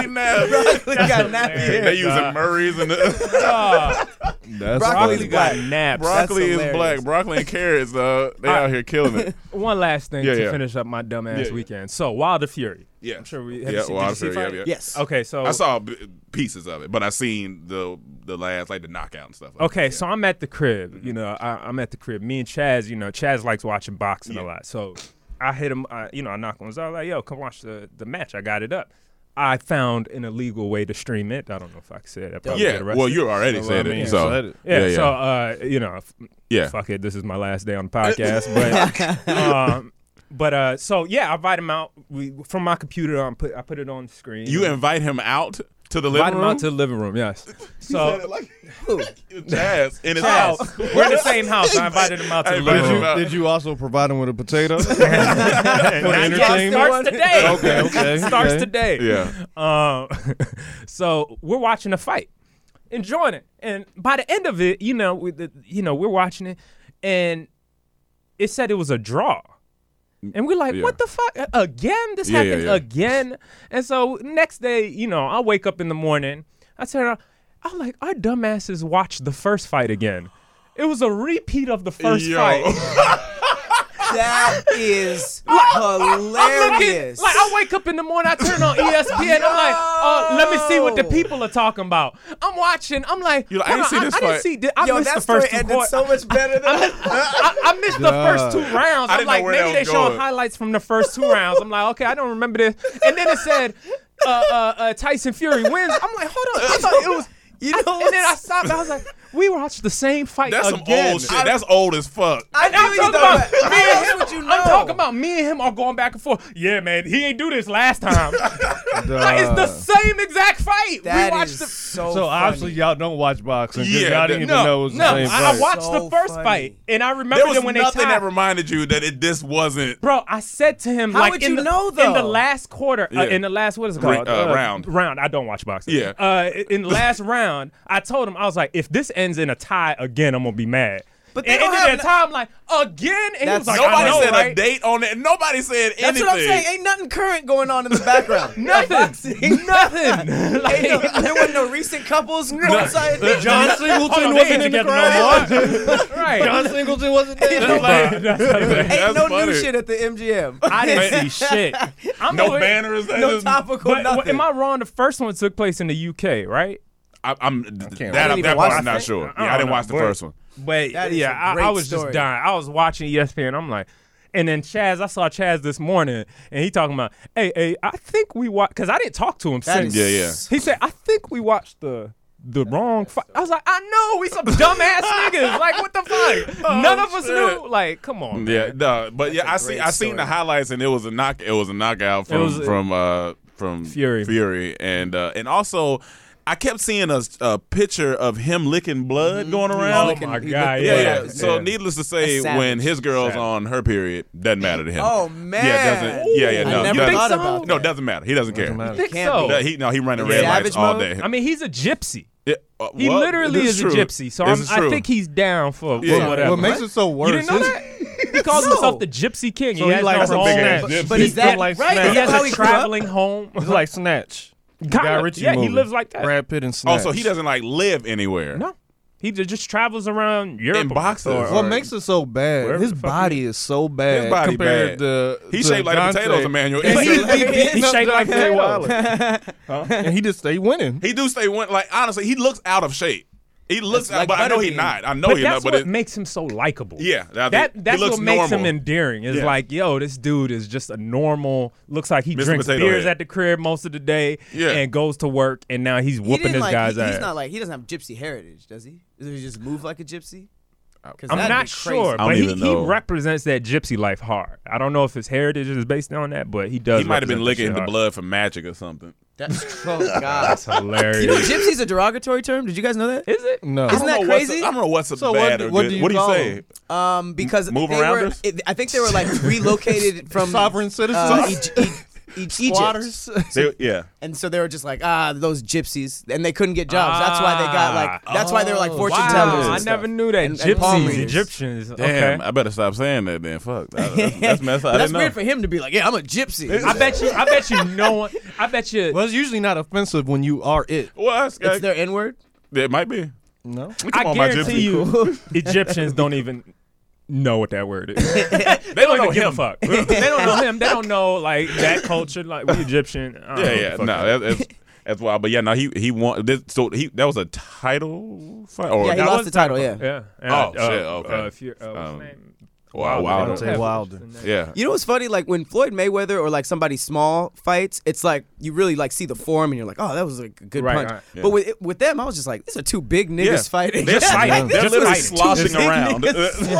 S5: now.
S7: broccoli got nappy.
S5: They using Murray's and the,
S4: That's
S7: Broccoli
S4: funny.
S7: got
S6: naps.
S5: broccoli is
S7: hilarious.
S5: black. Broccoli and carrots, though. They out here killing it.
S6: One last thing
S5: Yeah,
S6: to
S5: yeah.
S6: finish up my dumb
S5: Yeah,
S6: ass
S5: yeah.
S6: weekend. So Wilder Fury.
S5: Yeah,
S6: I'm sure we have
S5: yeah,
S6: you seen,
S5: Wild
S6: did you
S5: Fury,
S6: see
S5: yeah,
S6: fight?
S5: yeah.
S7: Yes.
S6: Okay, so
S5: I saw b- pieces of it, but I seen the the last like the knockout and stuff. Like
S6: Okay, so I'm at the crib.
S5: Mm-hmm.
S6: You know, I, I'm at the crib. Me and Chaz, you know, Chaz likes watching boxing a lot. So I hit him, I, you know, I knock him. So I was like, yo, come watch the, the match. I got it up. I found an illegal way to stream it. I don't know if I could say that.
S5: that.
S6: probably
S5: yeah.
S6: get arrested.
S5: Well, you already said
S4: mean,
S5: it. So
S4: said it.
S6: Yeah,
S5: yeah,
S6: so uh, you know, f-
S5: Yeah.
S6: fuck it. This is my last day on the podcast, but um, but uh, so yeah, I invite him out. We from my computer, I put I put it on the screen.
S5: you invite him out to the
S6: invite
S5: living
S6: him
S5: room.
S6: out to the living room. Yes. So
S5: Jazz in his
S6: house.
S5: house.
S6: we're in the same house. I invited him out to
S5: I
S6: the
S5: invited
S6: living
S4: Did
S6: room.
S4: you, did you also provide him with a potato? For the entertainment?
S6: starts today.
S4: Okay, okay,
S6: Starts
S4: okay.
S6: today.
S5: Yeah.
S6: Um, so we're watching a fight, enjoying it, and by the end of it, you know, we, the, you know, we're watching it, and it said it was a draw, and we're like,
S5: Yeah.
S6: what the fuck A- again? This
S5: Yeah, yeah,
S6: happened
S5: yeah.
S6: again, and so next day, you know, I wake up in the morning, I turn on, I'm like, our dumbasses watched the first fight again. It was a repeat of the first
S5: Yo.
S6: fight.
S7: That is
S6: I'm looking-
S7: hilarious.
S6: like I wake up in the morning, I turn on E ESPN. I'm like, oh, let me see what the
S7: Yo.
S6: people are talking about. I'm watching. I'm like,
S5: You're like,
S6: hold
S5: I didn't
S6: on,
S5: see this
S6: I,
S5: fight.
S6: didn't see. thi- I
S7: Yo,
S6: missed
S7: that
S6: the
S7: story
S6: first two
S7: ended
S6: quarters.
S7: so much better than
S6: I, I missed the first two rounds.
S5: I
S6: I'm
S5: didn't know
S6: like,
S5: where
S6: maybe
S5: that
S6: they
S5: was
S6: showing
S5: going.
S6: highlights from the first two rounds. I'm like, okay, I don't remember this. And then it said, uh, uh, uh, Tyson Fury wins. I'm like, hold on, I thought it was.
S7: You know
S6: and then I
S7: what's-
S6: stopped. I was like, We watched the same fight
S5: That's some
S6: again.
S5: old shit. That's old as fuck.
S7: I know
S6: I'm
S7: he's
S6: talking
S7: done
S6: about
S7: that.
S6: me and
S7: That's
S6: him.
S7: what you know.
S6: I'm talking about me and him are going back and forth. Yeah, man, he ain't do this last time. Like, it's
S5: Uh.
S6: the same exact fight.
S7: That
S6: we watched
S7: is
S6: the
S7: so.
S9: So
S7: funny.
S9: obviously y'all don't watch boxing because
S5: Yeah,
S9: y'all didn't
S5: that-
S9: even
S5: no,
S9: know it was
S6: no.
S9: the same
S6: I, I
S9: fight.
S6: watched
S7: So
S6: the first
S7: funny.
S6: fight, and I
S5: There
S6: remember
S5: was
S6: that when they
S5: nothing
S6: tied.
S5: that reminded you that it, this wasn't.
S6: Bro, I said to him
S7: How
S6: like
S7: would
S6: in
S7: you
S6: the,
S7: know,
S6: in the
S7: though?
S6: last quarter, uh,
S5: Yeah.
S6: in the last what is it
S5: Re-
S6: called?
S5: uh, round.
S6: Round. I don't watch boxing.
S5: Yeah.
S6: Uh, in the last round, I told him I was like, if this ends in a tie again, I'm gonna be mad.
S7: But they
S6: it
S7: don't
S6: ended in
S7: have
S6: a
S7: no-
S6: tie. I'm like again, and he was
S7: That's-
S6: like,
S5: Nobody
S6: I know,
S5: said a
S6: right?
S5: date on it. Nobody said
S7: That's
S5: anything.
S7: what I'm saying. Ain't nothing current going on in the background.
S6: Nothing. Nothing. Like-
S7: Ain't no- there wasn't no recent couples courtside.
S9: John
S6: Hold
S9: Singleton
S6: on,
S9: wasn't
S6: they
S9: in the
S6: ain't together
S9: crowd.
S6: no more. right.
S9: John Singleton wasn't there.
S5: That's like-
S7: Ain't
S5: that's
S7: no
S5: funny.
S7: new shit at the MGM.
S6: I didn't see shit. I'm
S5: No
S6: over-
S5: banners. that
S7: No
S5: is-
S7: topical
S6: But
S7: nothing.
S6: am I wrong? The first one took place in the UK, right?
S5: I, I'm
S4: even
S5: that, I'm, that
S7: watch
S5: part I'm
S7: that.
S5: not sure.
S6: I
S5: Yeah, I
S6: don't
S5: didn't
S6: know,
S5: watch the
S6: but-
S5: first one.
S6: But
S7: That is
S6: yeah,
S7: a
S6: I- I
S7: great
S6: was just
S7: story.
S6: dying. I was watching E ESPN. I'm like, and then Chaz, I saw Chaz this morning, and he talking about, hey, hey, I think we watched because I didn't talk to him
S7: That
S6: since.
S5: Yeah, yeah.
S6: He said, I think we watched the. The wrong fight. I was like, I know we some dumbass niggas. Like, what the fuck? None of us knew. Like, come on. man.
S5: Yeah, no, but yeah, I see. I seen the highlights, and it was a knock. It was a knockout from
S6: was a-
S5: from uh from
S6: Fury.
S5: Fury, and uh, and also. I kept seeing a, a picture of him licking blood going around.
S6: Oh my god.
S5: Yeah,
S6: Yeah.
S5: yeah. So needless to say,
S7: That's savage.
S5: when his girl's on her period, doesn't matter to him.
S7: Oh,
S5: Yeah,
S7: man.
S5: doesn't. Yeah, yeah.
S7: I
S5: No,
S7: never
S5: doesn't-
S7: thought
S6: so.
S7: about
S5: no,
S7: that.
S5: doesn't matter. He doesn't care.
S6: I think
S7: Can't
S6: so.
S5: No, He no, he running red
S7: Savage
S5: lights all
S7: mode?
S5: day.
S6: I mean, he's a gypsy.
S5: Yeah, uh,
S6: He
S5: well,
S6: literally
S5: this
S6: is a
S5: true.
S6: gypsy. So
S5: This
S6: I'm,
S5: is
S6: I
S5: true.
S6: think he's down for for
S5: Yeah.
S6: whatever.
S9: What makes it so worse?
S6: You didn't know
S9: is-
S6: that? He calls himself the Gypsy King. he has
S9: like
S6: no
S9: some
S6: home.
S9: big-ass
S6: But-
S9: gypsy.
S6: But
S9: He
S6: is that
S9: feel like
S6: right? He
S9: Snatch.
S6: has
S7: How
S6: a
S7: he grew up?
S6: traveling home.
S9: It's like Snatch. The Guy
S6: Kinda.
S9: Ritchie
S6: Yeah, he
S9: movie.
S6: lives like that.
S9: Brad Pitt and Snatch.
S5: Oh, so he doesn't like live anywhere.
S6: No, he ju- just travels around Europe
S5: In
S6: or-
S5: boxes.
S6: or-
S5: Well,
S6: or-
S9: What makes it so bad?
S6: Wherever
S9: His
S6: the fuck
S9: body is so bad
S5: His body
S9: compared
S5: bad.
S9: to
S5: He
S9: to
S5: shaped like
S9: Deontay.
S5: potatoes, Emmanuel.
S9: And
S5: It's
S9: he,
S5: like-
S9: he, he,
S6: He shaped like potatoes.
S9: and he just stayed winning.
S5: He do stay one. Like honestly, he looks out of shape. He looks out,
S7: like
S5: but I know he's
S7: Butterbean.
S5: not. I know
S6: But
S5: he's not.
S6: that's
S5: But
S6: what
S5: it,
S6: makes him so likable.
S5: Yeah, I think
S6: that
S5: he
S6: that's
S5: looks
S6: what makes him
S5: normal.
S6: endearing. Is
S5: Yeah.
S6: like, yo, this dude is just a normal. Looks like he
S5: Mr.
S6: drinks
S5: Potato
S6: beers
S5: Head.
S6: at the crib most of the day,
S5: Yeah.
S6: and goes to work, and now he's
S7: He
S6: whooping
S7: didn't
S6: this
S7: like.
S6: guy's
S7: he-
S6: ass.
S7: he's not like. He doesn't have gypsy heritage, does he? Does he just move like a gypsy? 'Cause
S6: I'm
S7: that'd be
S6: not
S7: crazy.
S6: sure,
S5: don't
S6: but he,
S5: even
S6: he
S5: know.
S6: represents that gypsy life hard. I don't know if his heritage is based on that, but he does.
S5: he might have been licking
S6: represent
S5: the
S6: shit
S5: blood for magic or something.
S7: That's, oh God.
S6: hard. Hilarious.
S7: You know, gypsy's a derogatory term. Did you guys know that?
S6: is it?
S9: No.
S5: I don't
S7: Isn't that
S5: know what's
S7: crazy?
S5: A, I don't know what's a
S9: So what
S5: bad
S9: do-
S5: or
S9: what
S5: good.
S9: do you
S5: what do you
S9: call
S5: say?
S9: him?
S7: Um, because
S5: Move
S7: they
S5: arounders?
S7: were- it- I think they were like relocated from
S9: Sovereign citizens?
S7: uh, E- E- E- Egypt,
S9: Squatters?
S5: They- yeah.
S7: and so they were just like, ah, those gypsies, and they couldn't get jobs. that's why they got like.
S6: Ah.
S7: That's why they were like fortune
S6: wow,
S7: tellers. and
S6: I
S7: stuff.
S6: never knew that.
S7: And- and palm
S6: Gypsies,
S7: readers.
S6: Egyptians.
S5: Damn,
S6: okay.
S5: I better stop saying that then. Fuck. That- That's, that's messed up.
S7: But
S5: I
S7: that's
S5: didn't know.
S7: weird for him to be like, yeah, I'm a gypsy.
S6: I bet you. I bet you no one. I bet you.
S9: Well, it's usually not offensive when you are it.
S5: Well, that's,
S7: It's
S5: that,
S7: their N word.
S5: it might be.
S9: No.
S5: Come
S6: I
S5: on, my
S6: guarantee
S5: gypsy.
S6: you, Egyptians don't even know what that word is. they
S5: They don't
S6: don't
S5: know
S6: even give a
S5: him.
S6: fuck. they don't know him. They don't know like that culture. Like we Egyptian. I don't know
S5: Yeah,
S6: what
S5: yeah.
S6: the Oh, fuck that
S5: No, that, that's that's wild. But yeah, no, he he won. This, so he that was a title fight. Or
S7: Yeah, he
S5: that
S7: lost
S5: was-
S7: the title. Yeah.
S6: Yeah. and,
S5: Oh,
S6: uh,
S5: shit, okay.
S6: Uh, if you- uh, what's his
S5: Um,
S6: name?
S5: Wow,
S6: Wilder.
S5: Wilder.
S6: They don't have
S9: Wilder.
S6: Wilder.
S5: Yeah.
S7: You know what's funny? Like when Floyd Mayweather or like somebody small fights, it's like you really like see the form and you're like, oh, that was like, a good
S6: Right,
S7: punch.
S6: right.
S5: Yeah.
S7: But with with them, I was just like, these are two big niggas
S5: Yeah.
S7: fighting.
S5: They're fighting. They're
S6: Just
S5: literally
S6: fighting.
S5: sloshing
S7: Just
S5: around.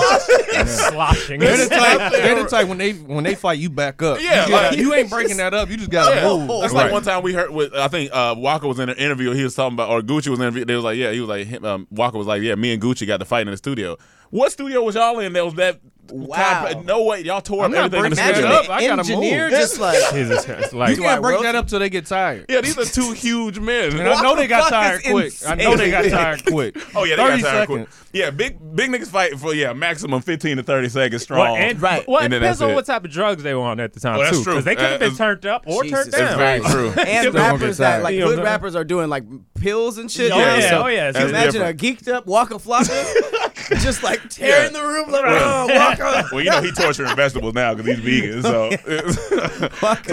S6: Sloshing.
S9: They're the type, they're the type when they when they fight you back up.
S5: Yeah,
S9: you, gotta-
S5: like-
S9: you ain't breaking that up. You just gotta
S5: Yeah. Oh,
S9: move.
S5: That's like
S9: Right.
S5: one time we heard with I think uh, Walker was in an interview. He was talking about or Gucci was in an interview. They was like, yeah, he was like him, um, Walker was like, yeah, me and Gucci got to fight in the studio. What studio was y'all in? That was that.
S7: Wow.
S5: Kind of- no way, y'all tore
S9: I'm
S5: up
S9: not
S5: everything in the
S9: breaking
S5: studio.
S9: up.
S7: Imagine an
S9: I gotta
S7: engineer
S9: move.
S7: just like.
S6: Jesus Christ.
S9: You
S6: Like,
S9: can't break
S7: Wilson?
S9: that up till they get tired.
S5: Yeah, these are two huge men.
S9: And I know they got
S7: fuck
S9: tired
S7: is
S9: quick. I know they got
S7: insane?
S9: tired quick.
S5: Oh yeah, they got
S9: 30
S5: tired quick.
S9: seconds.
S5: Yeah, big big niggas fight for yeah maximum fifteen to thirty seconds strong.
S6: well, and,
S7: Right.
S6: Well, it
S5: And then
S6: depends
S5: that's
S6: on
S5: it.
S6: what type of drugs they were on at the time
S5: Well, that's
S6: too,
S5: true.
S6: because they could
S5: Uh,
S6: have been
S5: it's-
S6: turned up or
S7: Jesus.
S6: turned
S7: It's
S5: It's
S6: down.
S5: very true.
S7: And
S9: Still gonna
S7: rappers
S9: get tired.
S7: that like
S6: Yeah,
S7: good
S6: man.
S7: rappers are doing like pills and shit.
S6: Oh,
S7: now,
S6: yeah,
S7: so
S6: oh, yeah, it's
S7: Can you
S5: different.
S7: imagine a geeked up Waka Flocka just like tearing the room like, oh, Waka.
S5: well, you know he torturing vegetables now because he's vegan, so, so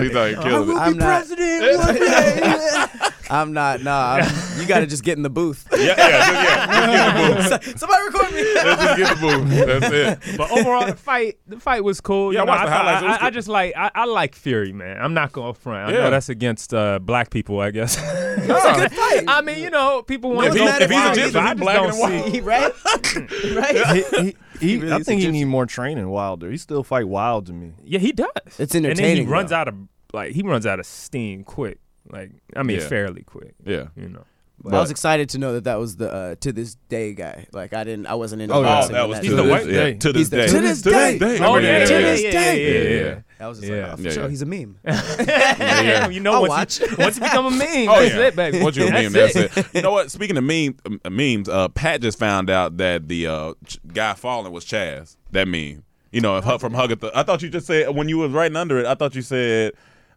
S5: he's like,
S7: I
S5: killing
S7: will
S5: it.
S7: be I'm not-
S6: president
S7: I'm not. Nah, I'm- you got to just get in the booth.
S5: Yeah, yeah, just, yeah. Just get in the booth.
S7: Somebody record me.
S5: Let's just get in the booth. That's it.
S6: But overall, the fight the fight was cool.
S5: Yeah, I
S6: You know,
S5: watched the
S6: thought-
S5: highlights. It was
S6: I, I
S5: good.
S6: just like I, I like Fury, man. I'm not going to front. I
S5: Yeah.
S6: know that's against uh, black people, I guess.
S7: good fight.
S6: I mean, you know, people want
S5: If
S6: to
S5: he-
S6: go
S5: if he's a
S6: wild,
S5: Egyptian,
S6: but I
S5: he's
S6: just
S5: black
S6: don't
S5: and white.
S6: see-
S7: right? right?
S4: He- he- he- I
S7: is
S4: think he
S7: Egyptian.
S4: need more training. Wilder, he still fight wild to me.
S6: Yeah, he does.
S7: It's
S6: And then he
S7: entertaining,
S6: runs
S7: though.
S6: out of like he runs out of steam quick. Like I mean,
S5: Yeah.
S6: fairly quick.
S5: Yeah.
S6: You know.
S7: I was excited to know that that was the uh, to this day guy. Like I didn't. I wasn't in.
S4: Oh, yeah.
S5: Oh,
S4: He's
S5: that was
S6: He's
S5: to
S6: the
S5: this-
S6: white
S5: yeah,
S4: day.
S5: To this
S7: He's the-
S5: day.
S7: to this day.
S5: Oh, yeah,
S7: To
S5: yeah,
S7: this
S5: yeah,
S7: day.
S5: yeah, yeah.
S7: That was just
S6: Yeah.
S7: like, oh, for
S5: Yeah,
S7: sure,
S5: yeah.
S7: he's a meme.
S6: Yeah, you know,
S7: I'll
S6: once you, once you become a meme,
S5: Oh,
S6: that's
S5: yeah.
S6: it, baby.
S5: Once you a meme,
S6: That's
S5: that's it. You know what? Speaking of meme, um, memes, uh, Pat just found out that the uh, ch- guy falling was Chaz. That meme. You know, if Hug- from Hugatha. I thought you just said, when you was writing under it, I thought you said,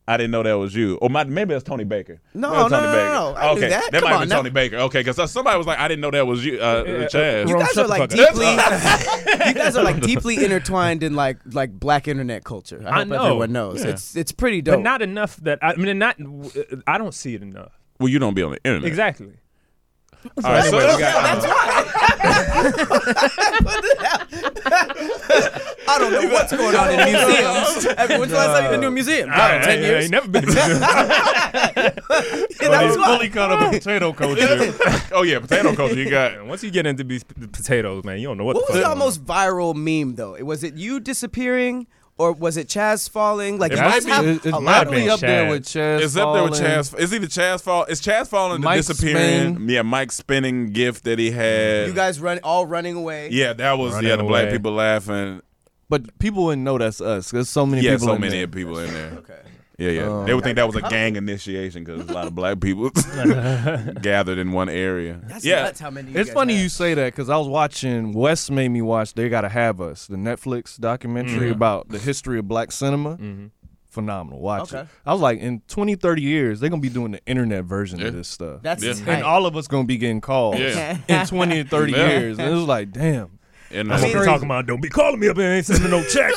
S5: I didn't know that was you. Or my, maybe that's Tony Baker.
S7: No,
S5: That was
S7: no,
S5: Tony
S7: no,
S5: Baker.
S7: no, no. I knew
S5: okay.
S7: that. Come
S5: might have
S7: on,
S5: been
S7: now.
S5: Tony Baker. Okay, because somebody was like, I didn't know that was you, uh, Chaz.
S7: You
S6: Rome,
S7: guys
S6: shut
S7: are
S6: the
S7: like
S6: fuck up.
S7: deeply. you guys are like deeply intertwined in like like black internet culture. I,
S6: I
S7: hope
S6: know.
S7: everyone knows. It's it's pretty dope.
S6: But not enough that I, I mean, not I don't see it enough.
S5: Well, you don't be on the internet.
S6: Exactly.
S5: All right, so we got, uh,
S7: I don't know what's going on in museums. Everyone's last time you been to a museum? I don't know, Ten
S6: I, I
S7: years.
S6: ain't never been. To
S7: Yeah, that was why.
S5: caught up potato culture. oh, yeah, potato culture. You got.
S6: Once you get into these p- potatoes, man, you don't know what.
S7: What
S6: the
S7: was
S6: fuck
S7: the most viral meme though? It was it you disappearing or was it Chaz falling? Like
S5: It
S7: you
S5: might
S7: must
S5: be-
S7: have
S4: It,
S7: a
S4: it
S7: lot
S4: might
S7: of
S4: be
S6: them.
S4: up there with Chaz.
S5: It's up there with
S4: Fallon.
S5: Chaz. It's either Chaz fall. It's Chaz falling the
S4: Mike
S5: disappearing.
S4: Spain.
S5: Yeah, Mike spinning gift that he had.
S7: You guys run all running away.
S5: Yeah, that was
S6: Running
S5: yeah the black
S6: away.
S5: people laughing.
S4: But people wouldn't know that's us. There's so many
S5: Yeah,
S4: people.
S5: so
S4: in
S5: many
S4: there.
S5: people in there. Okay. Yeah, yeah. they would think that was a gang initiation because a lot of black people gathered in one area.
S7: That's
S5: yeah.
S7: nuts how many you
S4: It's
S7: guys
S4: funny
S7: have.
S4: you say that because I was watching. Wes made me watch. They gotta have us. The Netflix documentary about the history of black cinema. Phenomenal. Watch
S7: Okay.
S4: it. I was like, in 20, 30 years, they're gonna be doing the internet version of this stuff.
S7: That's
S5: Yeah.
S4: and
S7: tight.
S4: all of us gonna be getting calls
S5: Yeah.
S4: in twenty to thirty
S5: Yeah.
S4: years. And it was like, damn.
S5: And
S6: I'm
S5: uh,
S6: up here talking about. Don't be calling me up and ain't sending no check.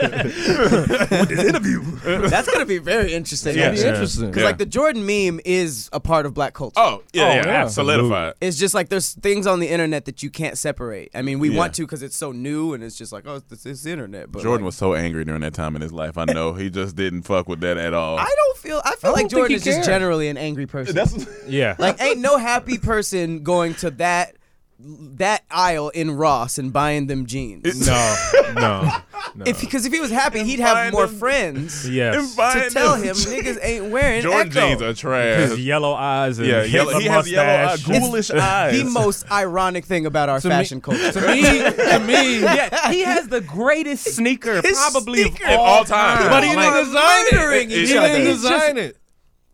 S6: With this interview.
S7: That's gonna be very interesting.
S5: Yeah.
S4: That'd be
S5: Yeah.
S4: interesting.
S7: Because like the Jordan meme is a part of black culture.
S5: oh yeah,
S6: Oh,
S5: yeah,
S6: yeah.
S5: solidified.
S7: It's just like there's things on the internet that you can't separate. I mean, we
S5: Yeah.
S7: want to because it's so new and it's just like, oh, it's, it's the internet. But
S5: Jordan
S7: like,
S5: was so angry during that time in his life. I know he just didn't fuck with that at all.
S7: I don't feel. I feel
S4: don't
S7: like
S4: think
S7: Jordan
S4: he
S7: is just
S4: cared.
S7: generally an angry person.
S6: Yeah.
S7: like, ain't no happy person going to that that aisle in Ross and buying them jeans.
S6: no. No. No.
S7: If because if he was happy, he'd
S5: buying
S7: have more
S5: them-
S7: friends
S6: yes.
S5: And buying
S7: to tell
S5: them-
S7: him niggas ain't wearing
S5: Jordan
S7: Echo.
S5: jeans are trash.
S6: His yellow eyes and
S5: Yeah, yellow,
S6: Hitler
S5: he has yellow eyes,
S6: mustache.
S5: ghoulish eyes.
S7: the most ironic thing about our fashion culture.
S6: to me, to me, yeah, he has the greatest sneaker
S7: His
S6: probably
S7: sneaker-
S6: of all,
S5: All time.
S6: time.
S5: But
S7: he
S6: Like,
S7: didn't design it.
S6: murdering
S5: He
S6: each
S5: didn't
S6: other.
S5: design
S6: Just-
S4: it.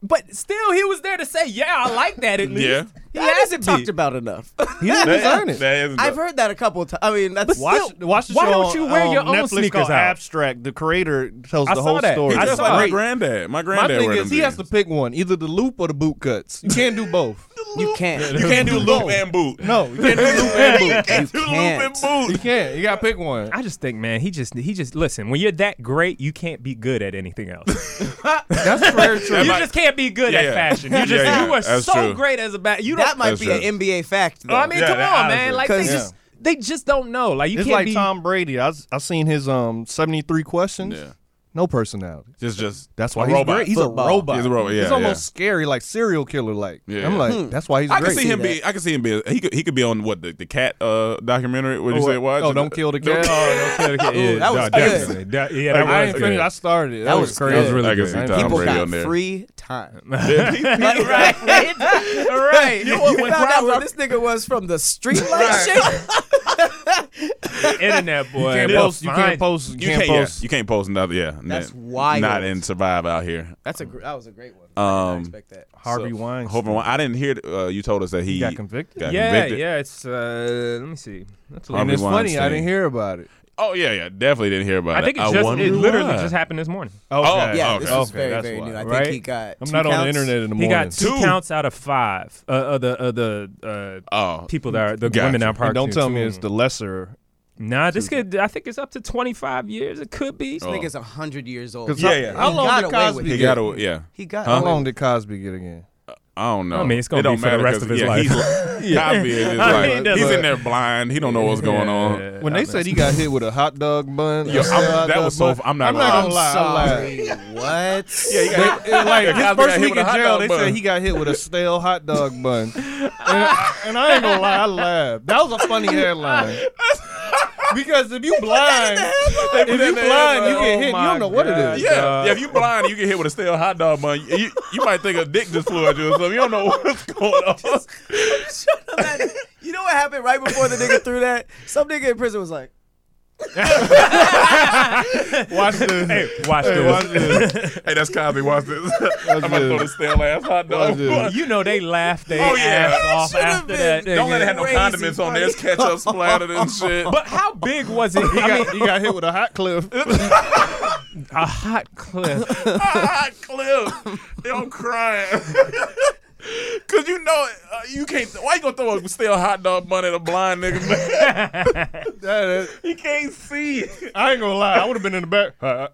S6: But still, he was there to say, "Yeah, I like that." At least,
S5: Yeah.
S6: he
S7: That
S6: has to
S7: isn't
S6: be.
S7: talked about enough.
S4: He didn't
S5: That-
S4: design it.
S5: that is-
S7: I've heard that a couple times. I mean, that's
S4: Watch,
S7: still-
S4: watch the
S6: why
S4: show
S6: don't you wear
S4: on
S6: your own
S4: Netflix
S6: sneakers
S4: called
S6: out?
S4: Abstract. The creator tells
S6: I
S4: the
S6: saw
S4: whole
S6: that.
S4: story.
S5: He
S6: I
S5: dressed
S6: saw
S5: like
S6: it.
S5: my granddad. My
S4: My
S5: granddad
S4: thing
S5: wear
S4: is,
S5: them
S4: he has to
S5: jeans.
S4: pick one, either the loop or the boot cuts. You can't do both.
S7: you can't.
S5: You can't do loop and boot.
S4: No, you can't do loop and boot.
S5: can't
S7: You
S5: do
S7: can't.
S5: loop and boot.
S4: You can't. You gotta pick one.
S6: I just think, man, he just he just listen. When you're that great, you can't be good at anything else.
S4: That's very true.
S6: you
S5: might-
S6: just can't be good
S5: Yeah,
S6: at
S5: yeah.
S6: fashion. You
S5: Yeah,
S6: just
S5: yeah,
S6: you are
S5: that's
S6: so
S5: true.
S6: great as a bat. You
S7: That
S6: don't.
S7: might
S5: That's
S7: be
S5: true.
S7: an NBA fact. Though.
S6: I mean,
S5: Yeah,
S6: come
S5: that-
S6: on, man.
S5: honestly.
S6: Like they
S7: Because-
S6: just they just don't know. Like you
S4: It's
S6: can't
S4: like
S6: be.
S4: Tom Brady. I s- I seen his um seventy three questions.
S5: Yeah.
S4: No personality.
S5: Just, just.
S4: That's why
S5: a
S4: he's
S5: robot.
S4: great. He's
S7: Football.
S4: a robot.
S5: He's a robot, yeah,
S4: He's
S5: yeah.
S4: almost scary, like serial killer. Like
S5: Yeah,
S4: I'm
S5: yeah.
S4: like, that's why he's
S5: I
S4: great.
S5: can see him be. I can see him be. He could. He could be on what the, the cat uh, documentary. What you
S4: Oh,
S5: say? Watch.
S4: oh, don't kill the cat.
S6: Oh, no, okay, okay,
S7: Ooh,
S6: yeah,
S7: that was
S6: no,
S7: good.
S6: definitely. That- yeah, that
S4: Like, I
S6: was
S4: ain't
S6: good.
S4: finished. I started. That,
S7: was
S4: was
S7: good.
S4: crazy.
S7: That was really
S5: I can see
S4: I ain't
S5: Tom
S4: finished.
S7: People
S5: Brady
S7: got
S5: on there.
S7: free time.
S5: Yeah.
S7: right, right, right. You,
S5: what,
S7: you
S5: when
S7: found out
S5: crowds
S7: where
S5: are-
S7: this nigga was from the streetlight shit.
S6: internet boy.
S4: You can't
S6: they'll
S4: post. You can't
S6: find
S4: post.
S5: You can't, post. You can't post another. Yeah,
S7: That's
S5: Nah.
S7: wild.
S5: Not in survive out here.
S7: That's a gr- that was a great one. I
S5: Um,
S7: didn't expect that.
S4: Harvey Weinstein.
S5: Hope I'm- I didn't hear. Uh, you told us that he,
S4: got convicted?
S5: got
S6: yeah,
S5: convicted.
S6: yeah. It's uh, let me see. That's a
S5: Harvey
S4: And it's funny. I
S5: Weinstein.
S4: didn't hear about it.
S5: Oh yeah, yeah. Definitely didn't hear about
S6: I think
S5: it.
S6: it just
S5: wonder
S6: it literally
S5: why.
S6: just happened this morning.
S5: Okay.
S7: Yeah,
S5: Oh,
S7: this
S5: okay.
S7: was
S4: Okay,
S7: very
S4: that's
S7: very
S4: why,
S7: new. I
S6: right?
S7: think he got.
S4: I'm
S7: two
S4: not on the
S7: counts.
S4: internet in the
S6: He
S4: morning.
S6: got two,
S5: Two.
S6: counts out of five. Uh, uh the uh, the uh,
S5: Oh,
S6: people that are the
S5: Gotcha.
S6: women that are
S4: And
S6: parked.
S4: don't
S6: in
S4: tell me
S6: too.
S4: it's the lesser.
S6: Nah, this could. I think it's up to twenty five years. It could be.
S7: This nigga's a hundred years old.
S5: Yeah, yeah.
S4: How
S7: He
S4: long
S7: got
S4: did
S7: away
S4: Cosby
S7: with
S5: Oh. he
S7: it.
S4: get?
S5: got. A, yeah.
S7: He got.
S4: How
S7: away
S4: long
S7: with
S4: did Cosby get again?
S5: I don't know.
S6: I mean, it's gonna
S5: It don't
S6: be for the
S5: matter
S6: rest
S5: 'cause,
S6: of his
S5: yeah,
S6: life.
S5: He's, Cosby is his
S6: I mean,
S5: life.
S6: it doesn't-
S5: he's in there blind. He don't know what's going on.
S9: When they said he got hit with a hot dog bun,
S5: Yo,
S9: a
S5: I'm-
S9: hot
S5: that
S9: dog
S5: was so.
S9: bun-
S5: I'm not
S9: I'm not gonna
S5: lie.
S9: lie. I lied.
S7: what?
S5: Yeah, he got, like
S9: His first week in jail, they said he got hit with a stale hot dog bun. and, I, and I ain't gonna lie, I laughed. That was a funny headline. Because if you blind,
S5: They put
S9: if
S5: that
S9: you
S5: in
S9: blind,
S5: the
S9: you
S5: headline. Oh
S9: get hit. You
S6: my
S9: don't know what it
S6: God.
S9: is.
S5: Yeah, yeah. If you blind, and you get hit with a stale hot dog bun. You, you, you might think a dick just flew at you or something. You don't know what's going on.
S7: You know what happened right before the nigga threw that? Some nigga in prison was like,
S6: Watch this. Hey, watch this.
S5: hey, that's Cosby. Watch this. I'm about to throw the stale ass hot dog. bun.
S6: You know they laughed they
S5: Oh, yeah.
S6: ass off
S7: Should've
S6: after that.
S7: been.
S5: Don't let it have no
S7: Crazy
S5: condiments on there. It's ketchup splattered and shit.
S6: But how big was it?
S9: He
S6: I mean,
S9: got, he got hit with a hot cliff.
S6: a hot clip.
S5: ah, Cliff, I'm crying. Cause you know uh, you can't. Why you gonna throw a stale hot dog bun at a blind nigga? Man? he can't see.
S9: I ain't gonna lie, I would have been in the back. you ain't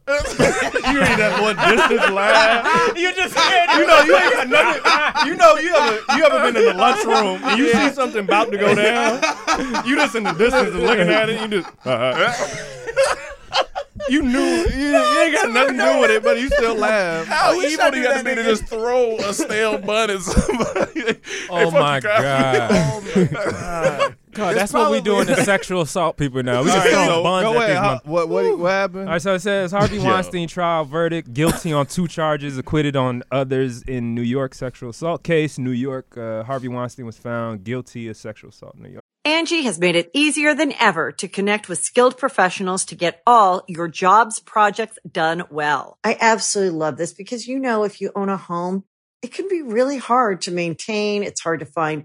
S9: that one distance laugh.
S6: you just said
S9: You know, you ain't got nothing. You know, you ever you ever been in the lunchroom and you see something about to go down. You just in the distance and looking at it. You just. uh-huh. you knew you, you ain't got nothing to do with it, but you still laugh.
S5: How
S7: wish I
S5: evil do
S7: knew
S5: you have to
S7: that
S5: be to
S7: nigga.
S5: just throw a stale bun at somebody? Hey,
S6: Oh
S5: fuck
S6: my
S5: you, Cosby.
S6: god. Oh my god. That's what we doing to sexual assault people now. We just
S9: All right,
S6: throwing
S9: so
S6: buns
S9: go
S6: at
S9: ahead.
S6: these
S9: How,
S6: mother-
S9: what what what
S6: All right,
S9: happened?
S6: so it says Harvey Weinstein trial verdict guilty on two charges, acquitted on others in New York sexual assault case. New York, uh, Harvey Weinstein was found guilty of sexual assault in New York.
S1: Angie has made it easier than ever to connect with skilled professionals to get all your jobs projects done well. I absolutely love this because, you know, if you own a home, it can be really hard to maintain. It's hard to find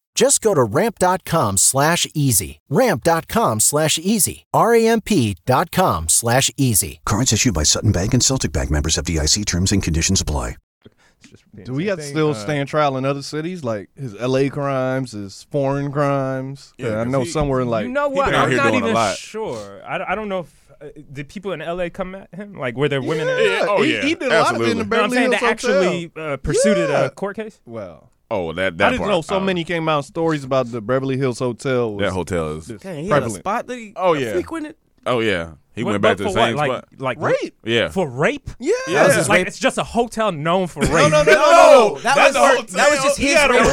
S10: Just go to ramp.com slash easy. Ramp.com slash easy. R-A-M-P dot com slash easy.
S11: Cards issued by Sutton Bank and Celtic Bank members of DIC terms and conditions apply.
S6: It's just the
S9: Do we
S6: same
S9: have to
S6: thing.
S9: still
S6: Uh,
S9: stand trial in other cities, like his L.A. crimes, his foreign crimes?
S5: Yeah,
S9: Yeah, I
S5: 'cause
S9: know
S5: he-
S9: somewhere in like
S6: you know
S5: he
S6: what?
S5: been out
S6: I'm
S5: here
S6: not
S5: doing a
S6: even
S5: lot.
S6: sure. I, don't- I don't know if uh, did people in LA come at him. Like were there women? in
S5: Yeah, oh,
S9: he,
S5: yeah,
S9: he did a lot of it in the
S5: absolutely. No,
S6: No, I'm
S9: Beverly
S6: saying that
S9: Hills Hotel.
S6: actually uh, pursued
S9: Yeah.
S6: a court case.
S9: Well,
S5: Oh, that that
S9: I didn't
S5: part.
S9: know so
S5: um,
S9: many came out stories about the Beverly Hills Hotel. Was
S5: That hotel is.
S7: Dang, he had a
S9: prevalent.
S7: spot that he
S5: Oh, yeah.
S7: frequented.
S5: Oh yeah, he
S6: What-
S5: went back
S6: but
S5: to the
S6: for what?
S5: same
S6: like,
S5: spot.
S6: Like
S9: Rape.
S5: Yeah.
S6: For rape?
S9: Yeah.
S5: Yeah. That was his
S6: like
S7: rape-
S6: it's just a hotel known for rape.
S9: No, no, no, no, no,
S7: No, that
S5: that's
S7: was
S5: a
S7: that was
S5: hotel.
S7: just
S5: He
S7: his
S5: had a
S7: rape.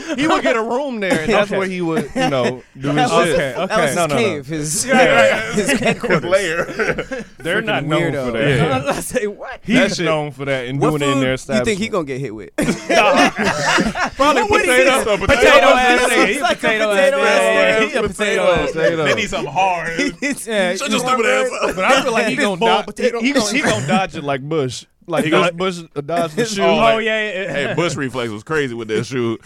S5: hotel.
S4: he would get a room there, and that's
S6: Okay.
S4: where he would, you know, do his
S6: That was-
S4: shit.
S6: okay, that okay. was his cave, his- his headquarters.
S5: lair.
S4: They're not known
S6: weirdo.
S4: for that.
S6: Yeah. I was about to say, what?
S4: He's
S6: That shit-
S4: known for that and
S7: What
S4: doing it in their
S7: food you
S4: establishment.
S7: think he gonna get hit with?
S4: Probably
S7: What is
S4: potato.
S7: this?
S4: Potato,
S7: Potato ass
S4: ass nigga.
S7: nigga.
S4: He
S7: It's like a
S4: potato ass
S7: potato
S4: nigga.
S7: ass nigga.
S4: Yeah,
S7: He a potato ass
S4: potato.
S5: They need something hard.
S7: yeah,
S5: Shut your
S7: you
S5: stupid ass up.
S4: But I feel like he
S7: This
S4: gonna
S7: bald
S4: dodge.
S7: potato.
S4: He gonna he gonna dodge it like Bush. Like
S5: He
S4: he
S5: gonna-
S4: goes Bush uh, dodge the shoe.
S5: Oh, like-
S6: yeah, yeah, yeah.
S5: Hey, Bush reflex was crazy with that shoot.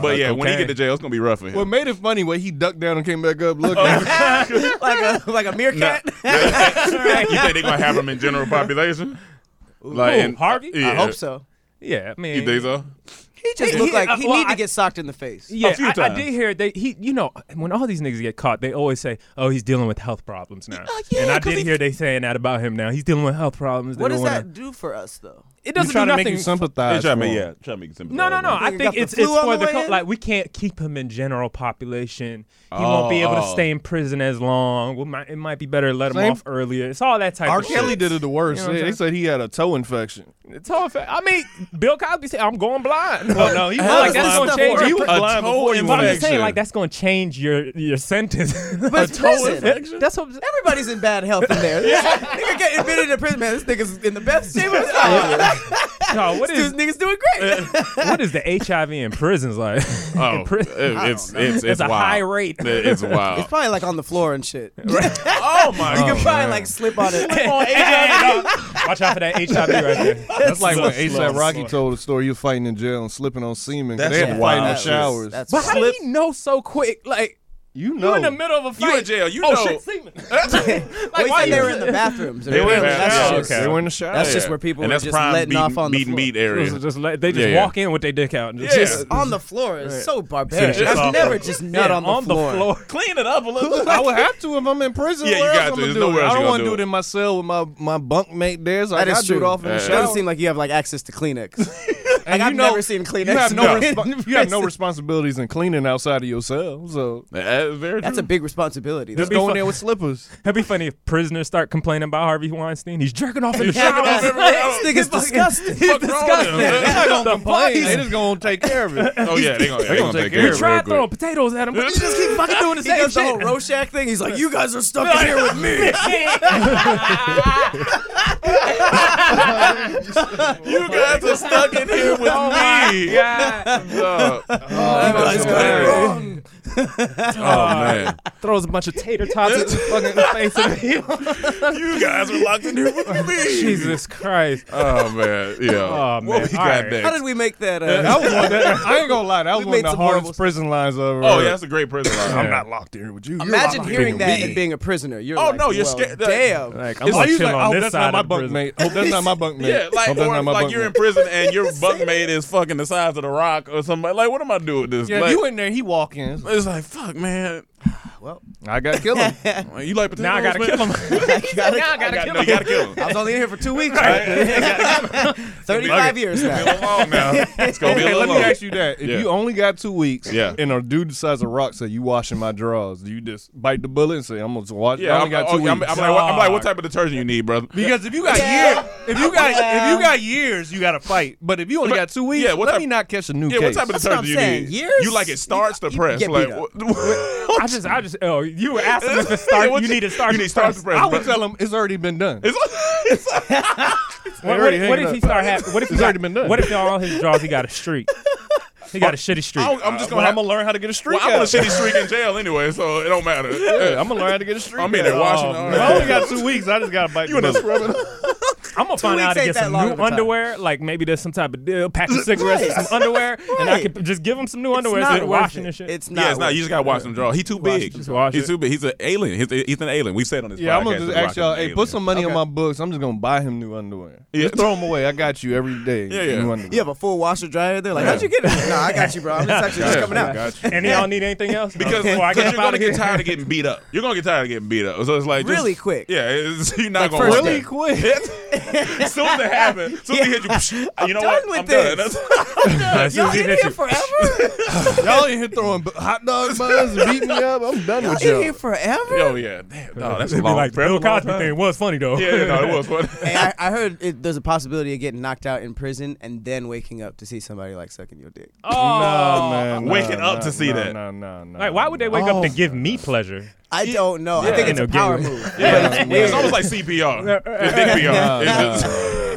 S5: But yeah, when he
S6: okay.
S5: get to jail, it's gonna be rough for him.
S4: Oh, What made it funny was he ducked down and came back up looking.
S7: Oh. like a like a meerkat.
S5: you think they're gonna have him in general population? Like
S6: Who,
S5: in- uh,
S6: Harvey? I
S5: Yeah.
S7: I hope so.
S6: Yeah, I mean,
S5: You think so?
S7: He just
S6: He-
S7: looked
S6: he-
S7: like
S6: uh,
S7: he
S6: well,
S7: need
S6: I-
S7: to get socked in the face.
S6: Yeah,
S5: few
S6: I- I,
S5: times.
S6: did hear they he you know when all these niggas get caught, they always say, "Oh, he's dealing with health problems now."
S7: yeah,
S6: and I
S7: 'cause
S6: did
S7: he-
S6: hear they saying that about him now. He's dealing with health problems. They
S7: What does
S6: don't wanna-
S7: that do for us though?
S6: It
S4: He's
S6: doesn't do
S4: trying to
S6: nothing.
S4: make you sympathize.
S5: They try to make
S4: for him.
S5: yeah, try to make him
S6: no, no, no. I
S7: Nigga got
S6: think
S7: the
S6: it's
S7: flu
S6: it's
S7: on
S6: for
S7: the
S6: the
S7: way
S6: co-
S7: in?
S6: like we can't keep him in general population. He
S5: Oh,
S6: won't be able to
S5: oh.
S6: stay in prison as long. We might, it might be better to let him
S4: Same-
S6: off earlier. It's all that type
S4: R.
S6: of
S4: Kelly
S6: shit.
S4: did it the worst.
S6: You know what I'm
S4: they
S6: saying?
S4: said he had a toe infection.
S6: It's all fact. I mean, Bill Cosby said, "I'm going blind."
S4: Well, no, he
S6: like
S4: was
S6: that's
S4: blind
S6: gonna change.
S4: before. He
S6: your-
S4: was
S6: But
S4: blind
S5: toe
S4: before he
S6: I'm
S4: went
S6: just saying,
S5: infection.
S6: like that's gonna change your your sentence.
S7: But it's prison.
S6: That's what I'm saying.
S7: Everybody's in bad health in there. Nigga get admitted to prison, man. This nigga's in the best shape. of his life.
S6: No, what
S7: This
S6: is
S7: nigga's doing great.
S6: what is the HIV in prisons like?
S5: Oh,
S6: In pri-
S5: it- it's, it's it's
S6: It's a
S5: wild.
S6: high rate.
S5: It- It's wild.
S7: It's probably like on the floor and shit.
S5: oh my
S7: You
S5: god.
S7: can probably like slip on it.
S6: Watch out for that HIV right there.
S4: That's like when
S6: slow,
S4: ASAP Rocky told the story. He was fighting in jail and slipping on semen. 'cause They had to
S7: yeah,
S4: fight in the
S7: that's-
S4: showers.
S7: that's-
S6: But how do you know so quick? Like
S4: You
S6: you
S4: know,
S6: in the middle of a fight.
S5: You in jail, you
S6: oh,
S5: know.
S6: Shit, semen.
S7: Well, he
S6: why
S7: said
S6: you-
S7: they were in the bathrooms.
S5: They were in
S7: Apparently,
S5: the
S7: that's
S5: bathroom.
S7: just-
S6: Okay.
S4: They were in the shower.
S7: That's just where people
S5: and
S7: were
S5: that's
S7: just
S5: prime
S7: letting
S5: beat,
S7: off on the
S5: beat and
S7: floor.
S5: beat area.
S6: Just- just let- they just
S5: Yeah, yeah.
S6: walk in with their dick out. and just-
S5: Yeah.
S6: just-
S7: on the floor is so barbaric.
S6: Just
S7: I've
S6: off
S7: never
S6: the-
S7: just
S6: yeah,
S7: nut on, the, floor.
S5: Clean it up a little.
S4: I would have to if I'm in prison.
S5: Yeah, you
S4: where else
S5: got
S4: I'm
S5: to.
S4: gonna
S5: There's
S4: do
S5: nowhere
S4: it?
S5: else
S4: I
S5: you gonna
S4: don't want to
S5: do
S4: do
S5: it.
S4: it in my cell with my my bunk mate there. So I
S7: That
S4: got
S7: is
S4: to do it
S7: true.
S4: off in
S5: Yeah.
S4: the
S7: It doesn't
S4: shower.
S7: seem like you have like access to Kleenex. like
S4: And
S7: I've
S4: you know-
S7: never seen Kleenex.
S4: You have no,
S7: in
S4: respo- you have no
S7: prison.
S4: responsibilities in cleaning outside of yourself. So
S5: That's very
S7: That's a
S5: true.
S7: big responsibility.
S4: just
S7: though.
S4: go
S6: fu-
S4: in there with slippers.
S6: That'd be funny if prisoners start complaining about Harvey Weinstein. He's jerking off in the
S5: jerking off
S6: shower.
S5: everywhere else.
S7: This nigga's disgusting.
S6: He's
S5: Wrong with him.
S6: disgusting.
S4: They just gonna take care of it.
S5: Oh yeah, they gonna, they gonna take
S4: care
S5: care of
S4: of it.
S5: it.
S6: Try
S5: real quick.
S6: throwing potatoes at him, but he just keep fucking doing the
S7: He does the whole
S6: same shit.
S7: Rorschach thing. He's like, "You guys are stuck in here with me."
S5: You guys are stuck in here with
S6: Oh,
S5: me.
S7: Oh,
S5: Dog.
S7: you guys got it
S5: hilarious.
S7: wrong.
S5: Oh man,
S6: Throws a bunch of tater tots at the fucking face of him.
S5: you guys are locked in here with me.
S6: Jesus Christ.
S5: Oh man, yeah.
S6: Oh,
S5: What
S6: man.
S5: we
S6: All
S5: got
S6: right.
S7: How
S5: next?
S7: did we make that? Uh,
S4: That was one that, I ain't gonna lie. That was one
S7: made
S4: of the
S7: some horrible
S4: hardest
S7: stuff.
S4: prison lines I've ever.
S5: Oh
S4: heard.
S5: yeah, that's a great prison line.
S4: I'm not locked in here with you. You're
S7: imagine
S4: locked in
S7: hearing
S4: with
S7: that
S4: me.
S7: and being a prisoner. You're
S5: Oh,
S7: like,
S5: no, you're
S7: well,
S5: scared- that-
S7: Damn.
S6: Like,
S4: It's
S6: I'm gonna
S4: always
S6: chill
S4: like,
S6: on
S4: oh,
S6: this
S4: that's
S6: side
S4: not my
S6: of
S4: bunk
S6: prison.
S4: mate. Hope that's not my bunk mate.
S5: Yeah, like
S4: Hope that's
S5: or
S4: not my
S5: like
S4: bunk
S5: you're in
S4: mate.
S5: prison and your bunkmate is fucking the size of the rock or somebody. Like, what am I doing with this?
S4: Yeah,
S5: like,
S4: you in there? He walk in.
S5: it's like fuck, man.
S4: I got killed him.
S5: You like potatoes?
S6: Now I gotta
S5: man?
S6: kill him. He said, Now I
S5: I
S6: gotta
S5: got-
S6: kill
S5: no,
S6: him.
S5: you gotta kill him.
S7: I was only in here for two weeks.
S5: Fuck
S7: Thirty-five
S5: it.
S7: years
S5: It's
S7: now.
S5: been long now. It's gonna be a
S4: Okay,
S5: little
S4: let me
S5: long.
S4: ask you that. If
S5: Yeah.
S4: you only got two weeks
S5: Yeah.
S4: and a dude the size of rock said you washing my drawers, do you just bite the bullet and say, I'm gonna just wash I
S5: Yeah,
S4: only
S5: I'm,
S4: got
S5: oh,
S4: 2
S5: yeah, I'm,
S4: weeks.
S5: I'm like, what, I'm like, what type of detergent you need, brother?
S4: because if you got year, if you got if you got years, you got to fight. But if you only
S5: But-
S4: got two weeks,
S5: yeah, what
S4: let
S5: type-
S4: me not catch a new
S5: Yeah,
S4: case.
S5: what type of
S7: what
S5: detergent
S7: I'm
S5: you
S7: saying.
S5: need?
S7: Years?
S5: You like it starts to press.
S7: get
S5: like,
S7: beat
S5: what,
S7: up.
S6: I just, I just, oh, you were asking if it start.
S5: Yeah, what
S6: you
S5: you-
S6: need to start.
S5: you need to start the press.
S4: I would tell him it's already been done.
S5: it's,
S6: What,
S4: already
S6: what- what if
S4: hanging
S6: he
S4: up.
S6: start having? What if he
S4: It's
S6: got,
S4: already been done.
S6: What if on all his draws he got a streak? He got a shitty streak.
S5: I don't- I'm just gonna. have,
S4: uh, I'm gonna learn how to get a streak.
S5: well, I'm on a
S4: out.
S5: shitty streak in jail anyway, so it don't matter.
S4: Yeah, I'm gonna learn how to get a streak.
S5: I'm in
S4: out.
S5: there washing.
S4: Oh,
S5: all
S4: man. I only
S5: right.
S4: got two weeks. I just gotta bite.
S5: You
S4: the
S5: in there
S4: bullet.
S5: scrubbing?
S6: I'm gonna find out how
S7: weeks
S6: to
S7: ain't
S6: get
S7: that
S6: some
S7: long
S6: new
S7: of a time.
S6: underwear. Like maybe there's some type of deal, pack of cigarettes, and some underwear, and I
S7: Right.
S6: could just give him some new
S7: It's
S6: underwear
S7: not
S6: instead of
S7: worth
S6: washing
S7: it.
S6: and shit.
S7: It's not.
S5: Yeah, it's not.
S7: worth
S5: You
S7: it.
S5: just gotta watch him draw. He too
S6: Watch
S5: big.
S6: it, just watch
S5: He's
S6: it.
S5: too big. He's an alien. He's, he's an alien. We said on this.
S4: Yeah, I'm
S5: podcast
S4: gonna just
S5: that
S4: ask
S5: Rock is
S4: y'all.
S5: an
S4: Hey,
S5: alien.
S4: put some money on
S7: Okay.
S4: my books. I'm just gonna buy him new underwear.
S5: Yeah.
S4: Just throw them away. I got you every day.
S5: Yeah, yeah.
S4: New underwear.
S7: You have a full washer dryer. They're like, how'd you get it? nah, I got you, bro. I'm just actually just
S5: Yeah,
S7: coming out.
S4: Got you.
S6: And y'all need anything else?
S5: Because
S6: Before I
S5: because
S6: get
S5: you're
S6: up out
S5: gonna
S6: of
S5: get
S6: here.
S5: tired of getting beat up. You're gonna get tired of getting beat up. So it's like just-
S7: Really quick.
S5: Yeah, it's, you're not
S7: Like
S5: gonna
S7: first
S5: want
S7: day.
S5: that.
S4: Really quick.
S5: as soon as it happened, as soon as he hit you, psh, you know what?
S7: done with
S5: I'm done.
S7: this.
S5: As soon as he hit you.
S4: Y'all in here throwing b- hot dog buns, and beating me up. I'm done with y'all.
S7: forever.
S5: Yo, yeah, damn, no, that's a
S6: It'd be
S5: long.
S6: like the
S5: forever
S6: Bill
S5: long
S6: Cosby
S5: time.
S6: thing was funny though.
S5: Yeah, yeah, no, it was funny.
S7: Hey, I, I heard it, there's a possibility of getting knocked out in prison and then waking up to see somebody like sucking your dick.
S6: Oh,
S4: Nah, man, nah,
S5: Waking up
S4: nah,
S5: to see
S4: nah,
S5: that.
S4: Nah, nah, nah.
S6: like why would they wake
S4: Oh,
S6: up to give me pleasure?
S7: I don't know. I think
S6: Yeah.
S7: it's a
S6: No,
S7: power
S6: gateway.
S7: move.
S5: Yeah, it's, it's almost like CPR. It's dick PR. It's just,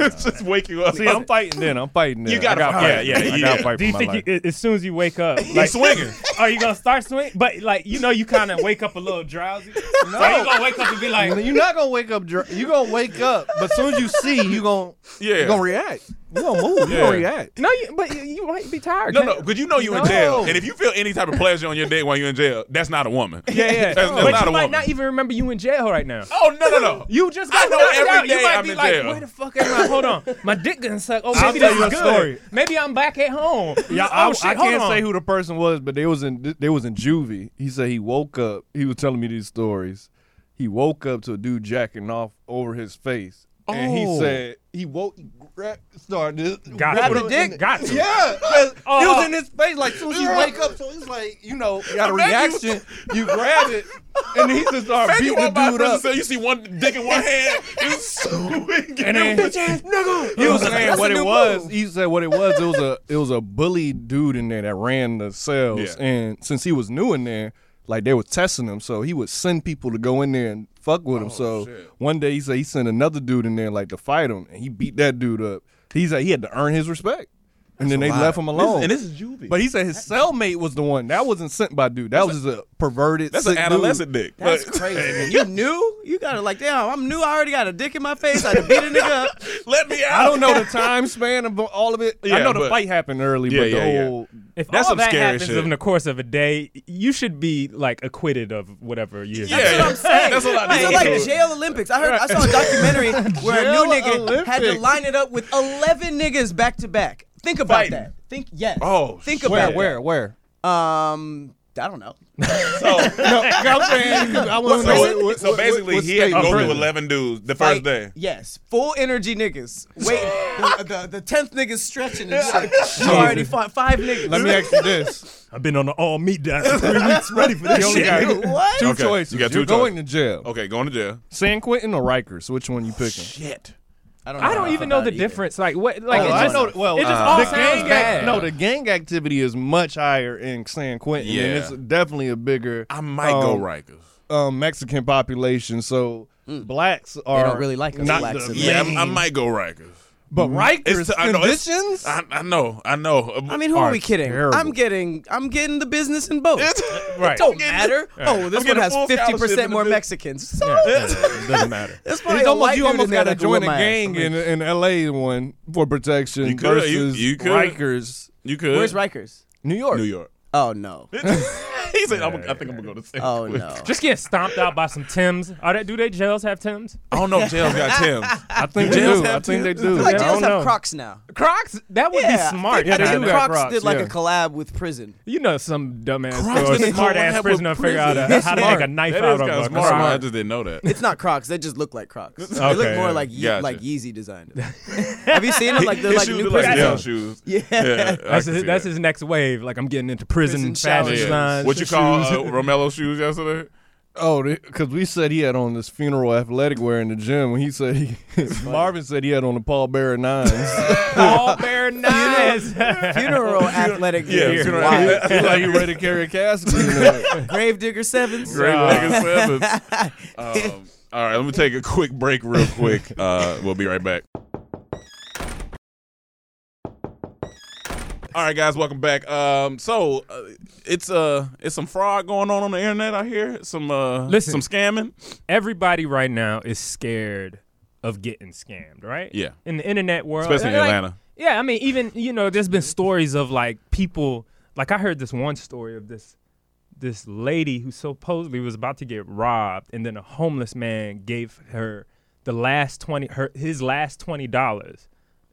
S5: it's just wake you up.
S4: See, I'm fighting then. I'm fighting then.
S5: You gotta
S4: I gotta
S5: fight.
S4: fight.
S5: Yeah, yeah,
S4: I
S5: yeah.
S4: gotta fight
S6: Do you
S4: for my
S6: think
S4: life.
S6: you, as soon as you wake up,
S5: you
S6: like
S5: swinging.
S6: Are you gonna start swinging? But like you know, you kind of wake up a little drowsy. No, so you gonna wake up and be like,
S4: you're not gonna wake up. Dr- you're gonna wake up, but as soon as you see, you're gonna
S5: Yeah.
S4: you gonna react. You're gonna move. You're
S5: Yeah.
S4: gonna react.
S6: no, you, but you, you might be tired.
S5: No,
S6: Can't-
S5: no, because you know you in
S4: No.
S5: jail, and if you feel any type of pleasure on your dick while you're in jail, that's not a woman.
S6: Yeah, yeah.
S5: That's- that's
S6: Oh. but
S5: not
S6: you
S5: a
S6: might
S5: woman.
S6: not even remember you in jail right now.
S5: Oh no, no, no.
S6: You just
S5: I
S6: got
S5: know
S6: knocked
S5: every
S6: out.
S5: day
S6: You might
S5: I'm
S6: be
S5: in
S6: like,
S5: jail.
S6: where the fuck am I? Hold on, my dick getting sucked. Oh, maybe
S4: tell
S6: this
S4: you
S6: is
S4: a
S6: good.
S4: story.
S6: Maybe I'm back at home.
S4: Yeah,
S6: oh,
S4: I,
S6: shit,
S4: I
S6: hold
S4: can't
S6: on.
S4: say who the person was, but they was in they was in juvie. He said he woke up. He was telling me these stories. He woke up to a dude jacking off over his face, and he
S6: Oh.
S4: said he woke, gra- started to
S6: Got
S4: grab
S6: to.
S4: the dick.
S6: Got to.
S4: Yeah, 'cause it
S6: Oh.
S4: was in his face. Like soon as you wake up, so it's like you know, you got a
S5: Imagine
S4: reaction. You grab it, and he just started
S5: You
S4: beating the
S5: walk by a
S4: dude
S5: prison
S4: up.
S5: cell, you see one dick in one hand, you swing.
S6: And then-
S4: He was
S5: That's
S4: saying what
S5: a
S4: it
S5: new
S4: was.
S5: move.
S4: He said what it was. It was a it was a bully dude in there that ran the cells,
S5: Yeah.
S4: and since he was new in there, like they were testing him, so he would send people to go in there and fuck with him.
S5: Oh,
S4: so one day he said he sent another dude in there like to fight him, and he beat that dude up. He said he had to earn his respect, and then they left him alone.
S5: and this is juvie.
S4: But he said his cellmate was the one that wasn't sent by dude. That was just a perverted.
S5: That's
S4: sick
S5: an
S4: dude.
S5: adolescent dick.
S7: That's
S5: But-
S7: crazy. man. You knew? You got to like, damn, I'm new. I already got a dick in my face. I done beat a nigga up.
S5: Let me out.
S4: I don't know the time span of all of it.
S5: Yeah,
S4: I know the
S5: but-
S4: fight happened early,
S5: Yeah,
S4: but the
S5: yeah, yeah.
S4: whole
S6: If
S5: That's
S6: all
S5: some
S6: that
S5: scary
S6: happens
S5: shit.
S6: in the course of a day, you should be like acquitted of whatever years.
S5: Yeah,
S7: That's what I'm saying.
S5: That's what I
S7: These are
S5: need.
S7: like jail Olympics. I heard I saw a documentary where a
S4: Jail
S7: new nigga had to
S4: Olympics.
S7: line it up with eleven niggas back to back. Think about
S5: Fighting.
S7: that. Think yes.
S5: Oh,
S7: think
S5: shit.
S7: about that.
S4: where, where, where?
S7: Um, I don't know.
S4: I
S5: So,
S4: want
S5: so basically, he had to go through 11 dudes the first
S7: Like,
S5: day.
S7: Yes, full energy niggas. Wait, the, the, the tenth niggas stretching and shit. You already fought five niggas.
S4: Let me ask you this:
S6: I've been on the all meat diet for three weeks, ready for
S4: You
S6: this
S4: only
S6: shit.
S4: got
S7: What?
S4: two
S5: Okay,
S4: choices.
S5: you got
S4: You're
S5: two
S4: going
S5: choices.
S4: to jail.
S5: Okay, going to jail.
S4: San Quentin or Rikers? Which one you picking?
S7: Shit. I don't. Know
S6: I don't
S7: how
S6: even know
S7: about
S6: the
S7: it either.
S6: difference. Like what? Like
S7: Oh,
S6: it's
S7: I
S6: just,
S7: know-
S4: well, uh,
S6: it just all
S4: the
S6: sounds
S4: gang
S6: bad.
S4: act- no, the gang activity is much higher in San Quentin.
S5: Yeah.
S4: and it's definitely a bigger.
S5: I might go
S4: um,
S5: Rikers.
S4: Um, Mexican population, so blacks are
S7: Mm. don't really like mm. us
S4: not
S7: blacks
S4: the
S7: in
S5: Yeah,
S4: main-
S5: I, I might go Rikers.
S4: but Rikers
S5: It's t- I know, it's-
S4: conditions.
S5: I, I know, I know.
S7: I mean, who are we kidding?
S4: terrible.
S7: I'm getting, I'm getting the business in both.
S6: Right.
S7: It don't matter. Oh, this
S5: I'm
S7: one
S5: getting a
S7: has
S5: full
S7: fifty
S5: scholarship in
S7: percent
S5: the
S7: more
S5: business.
S7: Mexicans. So
S6: it doesn't matter.
S7: it's probably
S4: It's
S7: a
S4: almost
S7: white
S4: you
S7: dude
S4: almost
S7: in there
S4: got to
S7: that can
S4: join
S7: whip
S4: a
S7: my ass.
S4: gang in an LA one for protection
S5: You could, you-
S4: versus
S5: you could.
S4: Rikers,
S5: You could.
S7: Where's Rikers?
S4: New York.
S5: New York.
S7: Oh no.
S5: he said, I'm, I think I'm gonna go to San
S7: Oh
S5: Quentin.
S7: no.
S6: Just getting stomped out by some Tims. Are that do they jails have Tims?
S5: I don't know if jails got Tim.
S4: I think they
S5: Jails
S4: do. I
S5: have
S4: think they do.
S7: I feel like
S6: I
S7: jails
S6: don't
S7: have
S6: know.
S7: Crocs now.
S6: Crocs? That would
S7: Yeah,
S6: be smart.
S7: I think, I
S4: they
S7: think
S4: do got
S7: Crocs,
S4: Crocs,
S7: did like
S4: yeah.
S7: a collab with prison.
S6: You know, some dumbass
S5: Crocs
S6: or
S5: is
S6: a
S5: the
S6: smart
S5: one
S6: ass
S5: with
S6: prisoner figure out
S5: prison.
S6: a, how to
S7: smart.
S6: make a knife
S5: That is
S6: out of
S5: kind of
S6: a
S5: smart. I
S6: Croc.
S5: just didn't know that.
S7: It's not Crocs. They just look like Crocs. They
S6: Okay.
S7: look more like Ye-
S5: Gotcha.
S7: like Yeezy designed. them. Have you seen them? Like they're
S5: His
S7: like
S5: shoes
S7: new
S5: look like
S7: prison.
S5: jail shoes.
S7: shoes. Yeah.
S6: That's, his, that's his next wave. Like I'm getting into prison,
S7: Prison
S6: fashion
S7: showers. Yeah.
S6: design.
S5: What you call uh, Romello shoes yesterday?
S4: Oh, because we said he had on this funeral athletic wear in the gym. When he said he, Marvin said he had on the Paul Bearer nines.
S6: All bare knives.
S7: Funeral athletic
S5: Yeah,
S7: gear is
S5: funeral
S7: wild.
S5: athletic-
S4: he like he ready to carry a casket. in there.
S7: Gravedigger sevens.
S5: Great
S6: Uh,
S5: Lakers sevens. Um, all right, let me take a quick break, real quick. Uh, we'll be right back. All right, guys, welcome back. Um, so uh, it's uh it's some fraud going on on the internet. I hear some uh
S6: Listen.
S5: some scamming.
S6: Everybody right now is scared of getting scammed, right?
S5: Yeah.
S6: In the internet world,
S5: Especially in
S6: like-
S5: Atlanta.
S6: Yeah, I mean, even you know, there's been stories of like people. Like I heard this one story of this this lady who supposedly was about to get robbed, and then a homeless man gave her the last twenty, her his last twenty dollars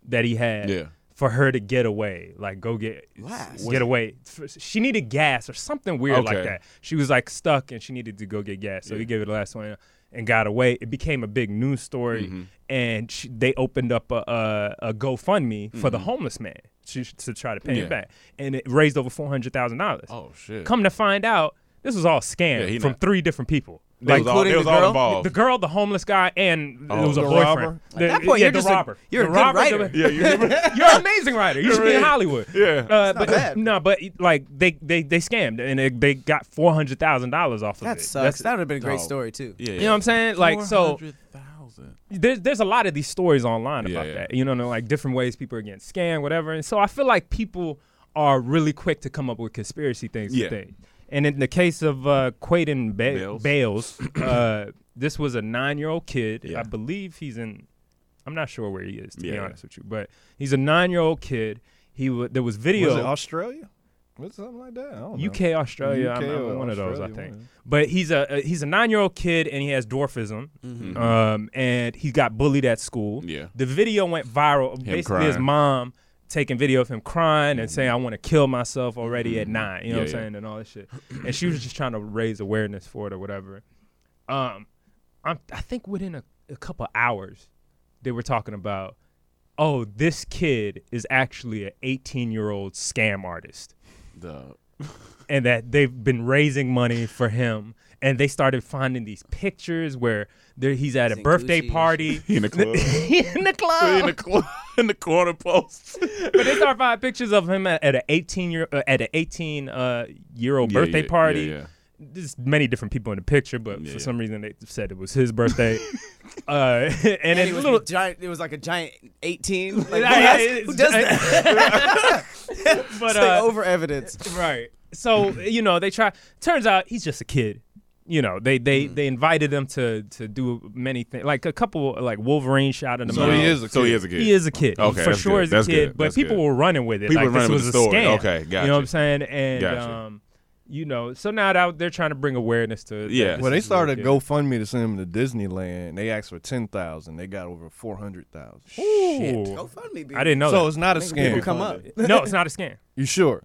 S6: that he had.
S5: Yeah.
S6: For her to get away, like go get
S7: Last?
S6: get away. She needed gas or something weird like
S5: Okay.
S6: that. She was like stuck and she needed to go get gas, so he gave her the last twenty. and got away. It became a big news story,
S5: Mm-hmm.
S6: and she, they opened up a a, a GoFundMe for the homeless man to, to try to pay
S5: Mm-hmm. Yeah.
S6: him back, and it raised over four hundred thousand dollars.
S5: Oh, shit.
S6: Come to find out, this was all scammed
S5: Yeah, he
S6: from
S5: not-
S6: three different people.
S5: They was all- they Including was the all girl? involved.
S6: The girl, the homeless guy, and
S5: Oh.
S6: it was a
S5: The
S6: boyfriend.
S5: robber?
S6: The-
S7: At that point,
S6: yeah,
S7: you're
S6: the
S7: just a-
S6: robber.
S7: you're a
S6: the
S7: good
S6: robber, the-
S7: writer.
S5: Yeah, you're-
S6: you're an amazing writer. You should be in
S5: Right.
S6: Hollywood.
S5: Yeah.
S6: uh, but
S7: bad.
S6: no, but like they they they scammed and they, they got four hundred thousand dollars off of it.
S7: That sucks. That would have been a great
S5: dog.
S7: story too.
S5: Yeah.
S6: you know what I'm saying? Like so,
S5: 400,000.
S6: there's there's a lot of these stories online about
S5: Yeah.
S6: that. You know, and like different ways people are getting scammed, whatever. And so I feel like people are really quick to come up with conspiracy things.
S5: Yeah.
S6: Yeah. And in the case of uh, Quaden ba-
S5: Bales.
S6: Bales, uh, this was a nine-year-old kid.
S5: Yeah.
S6: I believe he's in. I'm not sure where he is to be
S5: Yeah.
S6: honest with you, but he's a nine-year-old kid. He w- there was video.
S4: Was it Australia? Was it something like that? I don't know.
S6: UK, Australia, I'm,
S4: UK
S6: I'm
S4: or
S6: one of those, I
S4: Australia,
S6: think.
S4: one of them.
S6: But he's a uh, he's a nine year old kid and he has dwarfism,
S4: Mm-hmm.
S6: um, and he got bullied at school.
S5: Mm-hmm. Yeah.
S6: the video went viral. Basically, his
S5: crying. Mm-hmm.
S6: mom taking video of him crying and saying, "I want to kill myself already at nine. You know
S5: Yeah,
S6: what I'm
S5: yeah.
S6: saying, and all that shit. and she was just trying to raise awareness for it or whatever. Um, I'm, I think within a, a couple hours, they were talking about, oh, this kid is actually an 18 year old scam artist
S5: The
S6: and that they've been raising money for him. And they started finding these pictures where there, he's at a
S7: in
S6: birthday
S7: Gucci and
S6: party.
S5: in the club.
S6: He in the club.
S5: in the cl- in the corner post.
S6: but they started finding pictures of him at, at an 18 year uh, at an 18 uh, year old
S5: Yeah,
S6: birthday
S5: yeah,
S6: party.
S5: yeah, yeah.
S6: There's many different people in the picture, but
S5: Yeah,
S6: for
S5: yeah.
S6: some reason they said it was his birthday. uh, and,
S7: And,
S6: then
S7: it was
S6: little,
S7: giant. It was like a giant eighteen. Like, who,
S6: Yeah,
S7: does,
S6: it's-
S7: who does that?
S6: but
S7: It's
S6: uh,
S7: like over evidence.
S6: right. So you know they try. Turns out he's just a kid. You know they they
S5: Mm.
S6: they invited him to to do many things like a couple like Wolverine shot in the
S4: So he is a
S5: so he
S4: kid.
S5: is a kid.
S6: He is a kid.
S5: Okay,
S6: for
S5: that's
S6: sure
S5: good.
S6: is a
S5: That's
S6: kid.
S5: good.
S6: But
S5: That's
S6: people
S5: good.
S6: were running with it.
S5: People
S6: like
S5: were running with
S6: this was
S5: the
S6: a
S5: story.
S6: scam.
S5: Okay,
S6: You know
S5: gotcha.
S6: what I'm saying? And
S5: Gotcha.
S6: um, you know, so now that they're trying to bring awareness to. that
S5: Yeah.
S6: this
S4: Well, they
S6: is a real
S4: started
S6: kid.
S4: GoFundMe to send him to Disneyland. They asked for ten thousand. They got over four hundred thousand.
S6: Ooh.
S7: GoFundMe. Be-
S6: I didn't know.
S4: So it's not a
S7: people
S4: scam.
S7: come up.
S6: that. no, it's not a scam.
S4: You sure?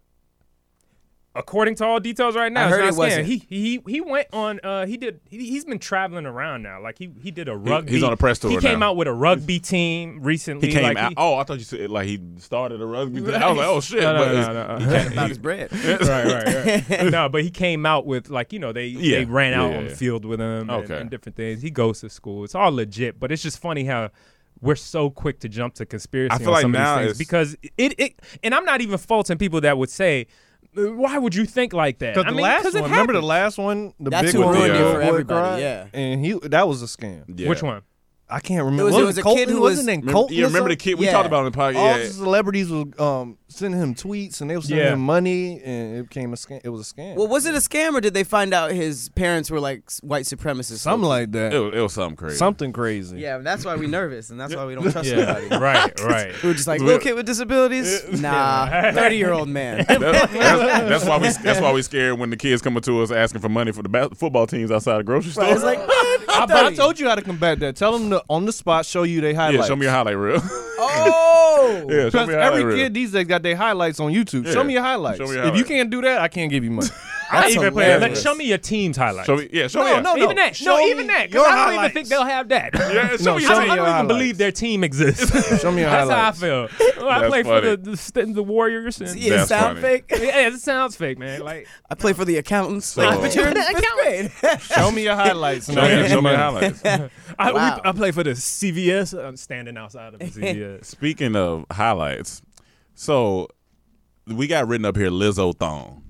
S6: According to all details right now,
S7: I
S6: it's
S7: heard
S6: not
S7: it
S6: a scam.
S7: wasn't.
S6: He he he went on. Uh, he did. He, he's been traveling around now. Like he he did a rugby.
S5: he's on a press
S6: He
S5: tour
S6: came
S5: now.
S6: out with a rugby team recently.
S5: He came
S6: like,
S5: out.
S6: he-
S5: oh, I thought you said like he started a rugby. team. I was like, oh shit.
S6: No, no,
S5: but
S6: no,
S5: it's-
S6: no,
S5: he
S6: no.
S5: can't-
S7: about
S5: he-
S7: his bread.
S6: right, right, right. no, but he came out with like you know they
S5: Yeah.
S6: they ran out
S5: Yeah,
S6: on the
S5: yeah.
S6: field with him and-
S5: Okay.
S6: and, different things. He goes to school. It's all legit, but it's just funny how we're so quick to jump to conspiracy
S5: I feel
S6: on
S5: like
S6: some
S5: now
S6: of these
S5: it's-
S6: things because it, it and I'm not even faulting people that would say. Why would you think like that?
S4: Because
S6: I
S4: the
S6: mean,
S4: last
S6: 'cause
S4: one,
S6: it
S4: remember the
S6: happens.
S4: last one, the
S7: That's
S4: big
S7: who
S4: one,
S5: ruined
S4: the
S5: it for
S4: boy
S7: everybody,
S4: cried?
S7: yeah.
S4: and he that was a scam.
S5: Yeah.
S6: Which one?
S4: I can't remember.
S7: It was- it was a
S4: Colton?
S7: kid who was-
S4: wasn't in
S5: Remember,
S4: Colton.
S5: you
S4: or
S5: remember the
S4: something?
S5: kid we
S7: Yeah.
S5: talked about in the
S4: All the
S5: podcast? Yeah.
S4: celebrities was um, sending him tweets, and they were sending
S6: Yeah.
S4: him money, and it became a scam. It was a scam.
S7: Well, was it a scam or did they find out his parents were like s- white supremacists?
S4: something like that.
S5: It was, it was something crazy.
S4: Something crazy.
S7: Yeah, and that's why we're nervous and that's why we don't trust anybody.
S6: Yeah, right, right.
S7: We were just like little kid with disabilities. Nah, thirty year old man.
S5: That- that's, that's why we. That's why we scared when the kids coming to us asking for money for the ba- football teams outside the grocery store.
S7: It's like
S4: I,
S7: man,
S4: but I
S7: 30.
S4: told you how to combat that. Tell them to, on the spot, show you they highlights.
S5: yeah, show me your highlight reel. yeah, show
S7: Oh,
S4: Because
S5: me your highlight
S4: every
S5: reel.
S4: kid these days got their highlights on YouTube.
S5: Yeah.
S4: Show me your highlights.
S5: Show me your
S4: If you
S5: highlights.
S4: can't do that, I can't give you money.
S6: I even play. Like,
S5: hilarious.
S6: show me your team's highlights.
S5: Show me, yeah, show me.
S4: No,
S5: that.
S4: no, no.
S6: even that. no,
S4: Show me
S6: even that. 'cause I
S4: your
S6: don't even
S4: highlights.
S6: think they'll have that.
S5: Yeah, show
S4: No,
S5: me your
S6: I
S4: show me
S5: highlight.
S6: don't, I
S4: your
S6: don't even
S4: highlights.
S6: believe their team exists.
S4: Show me your
S6: That's how I
S4: highlights.
S6: feel. Well, I
S5: That's
S6: play
S5: funny.
S6: for the, the, st- the Warriors. And, yeah.
S7: yeah,
S5: That's
S7: sound
S5: funny.
S7: fake.
S6: it sounds fake, man. Like
S7: I play for the accountants.
S5: So-
S7: Like, but you're in
S6: The
S7: fifth grade.
S4: Show me your highlights. and
S5: Show
S4: I'll
S5: me,
S4: give you
S5: show me your
S4: money.
S5: highlights.
S6: I, we-
S7: Wow.
S6: I play for the CVS. I'm standing outside of the CVS.
S5: Speaking of highlights, so we got written up here Lizzo Thong.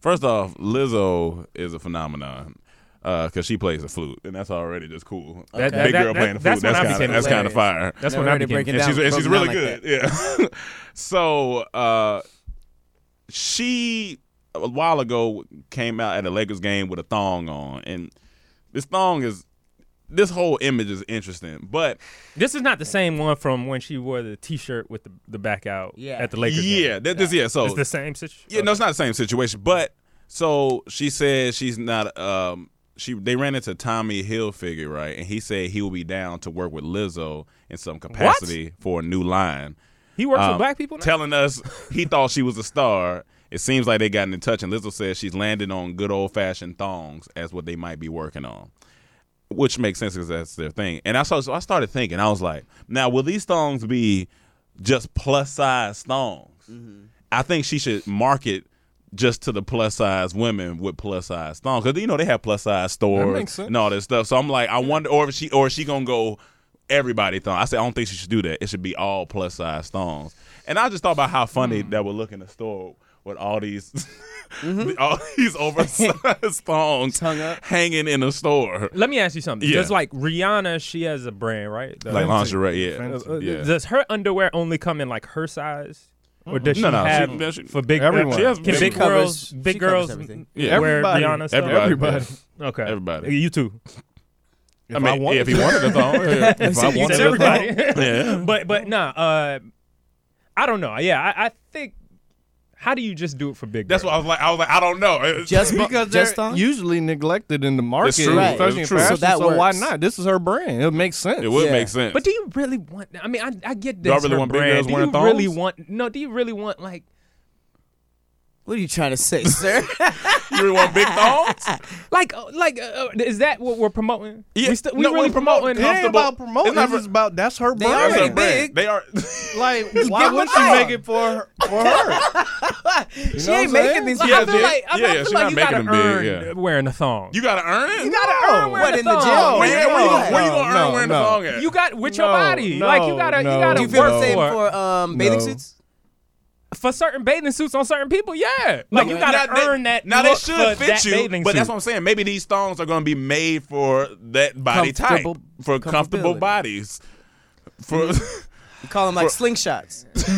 S5: First off, Lizzo is a phenomenon because she plays the flute, and that's already just cool.
S6: That-
S5: Big
S6: that-
S5: girl
S6: that-
S5: playing the flute,
S6: that's when
S5: that's
S6: I
S5: kind of
S6: became
S5: that's kind of fire.
S6: That's
S7: Never
S6: when I
S7: heard it
S6: became.
S7: breaking
S5: and
S7: down.
S5: she's, and she's really
S7: broken down like
S5: good. yeah. so uh, she a while ago came out at a Lakers game with a thong on, and this thong is this whole image is interesting, but
S6: This is not the same one from when she wore the T-shirt with the, the back out
S7: Yeah.
S6: at the Lakers. game.
S5: yeah, that, this yeah. So
S6: it's the same uh, situation.
S5: Yeah, no, it's not the same situation. But so she said she's not. Um, she they ran into Tommy Hilfiger, right? And he said he will be down to work with Lizzo in some capacity for a new line.
S6: he works
S5: Um,
S6: with black people. Now?
S5: telling us he thought she was a star. It seems like they gotten in touch, and Lizzo says she's landed on good old fashioned thongs as what they might be working on. which makes sense because that's their thing. And I saw, so I started thinking, I was like, now will these thongs be just plus size thongs? I think she should market just to the plus size women with plus size thongs because you know they have plus size stores
S9: makes sense.
S5: and all this stuff. So I'm like, I wonder, or if she, or is she gonna go everybody thong? I said, I don't think she should do that. It should be all plus size thongs. And I just thought about how funny that would look in the store with all these. All these oversized thongs hanging in a store.
S6: Let me ask you something.
S5: Yeah.
S6: Does like Rihanna, she has a brand, right? The-
S5: like lingerie, yeah.
S6: Uh, uh,
S5: yeah.
S6: Does her underwear only come in like her size, or does she
S5: No, no, she-
S6: have
S5: no, she-
S6: for big
S5: everyone. She has
S6: Can
S5: big-
S6: big
S5: She covers-
S6: girls,
S7: she
S6: big
S7: covers
S6: girls,
S7: everything.
S5: Yeah.
S6: wear
S4: Everybody.
S6: Rihanna stuff?
S5: Everybody.
S4: Everybody.
S6: Okay,
S5: Everybody.
S6: You too.
S5: I mean, if he wanted a thong, yeah. if I
S6: You
S5: wanted
S6: said
S5: a thong,
S6: everybody.
S5: yeah.
S6: but but nah, uh, I don't know. Yeah, I, I think. How do you just do it for big?
S5: That's what
S6: girls?
S5: I was like. I was like, I don't know.
S7: Just bu-
S4: because
S7: just
S4: they're
S7: thong?
S4: usually neglected in the market,
S5: true. Right.
S4: especially
S5: It's
S4: in
S5: true.
S4: fashion.
S7: So that
S4: why
S7: works.
S4: not? This is her brand. It makes sense.
S5: it would
S7: Yeah.
S5: make sense.
S6: But do you really want? I mean, I, I get
S5: Do I
S6: this.
S5: really
S6: her
S5: want big
S6: brand.
S5: girls
S6: Do
S5: wearing
S6: you really
S5: thongs?
S6: want? No. Do you really want like?
S7: What are you trying to say, sir?
S5: you really want big thongs?
S6: Like, uh, like, uh, uh, is that what we're promoting?
S5: Yeah,
S6: we st- we
S5: no,
S6: really
S5: we're promoting
S6: promoting
S4: It ain't
S5: comfortable-
S4: about promoting.
S5: It's not
S4: It's,
S5: for-
S4: about that's her brand.
S5: That's
S7: already
S5: her brand.
S7: big.
S5: They are.
S4: Like, why
S7: give them
S4: would she
S7: up.
S4: make it for her? For her?
S7: she ain't making these.
S6: Like,
S5: Yeah,
S6: I feel
S5: yeah,
S6: like, I,
S5: yeah,
S6: I
S5: yeah,
S6: feel
S5: she's
S6: like
S5: not
S6: you
S5: making
S6: gotta
S5: them big,
S6: earn
S5: yeah.
S6: wearing a thong.
S5: you gotta earn it.
S6: You gotta earn wearing
S7: what,
S6: a
S7: in the
S6: thong.
S5: Where,
S7: gym?
S5: where you gonna,
S7: No,
S5: where you gonna earn
S4: no,
S5: wearing
S4: no.
S5: a thong at?
S6: You got with your
S4: No,
S6: body.
S4: no,
S6: like you gotta,
S4: no.
S6: you gotta
S4: Do
S7: Do you feel
S6: work
S7: the same
S6: for,
S7: for um, bathing
S4: No.
S7: suits?
S6: for certain bathing suits on certain people. Yeah, like you gotta
S5: Now they-
S6: earn that.
S5: Now they
S6: look
S5: should
S6: for
S5: fit
S6: that
S5: you,
S6: bathing
S5: but that's
S6: suit.
S5: what I'm saying. Maybe these thongs are gonna be made for that body type,
S7: Comfortable-
S5: for comfortable
S7: comfortability.
S5: bodies. For
S7: You call them like slingshots. you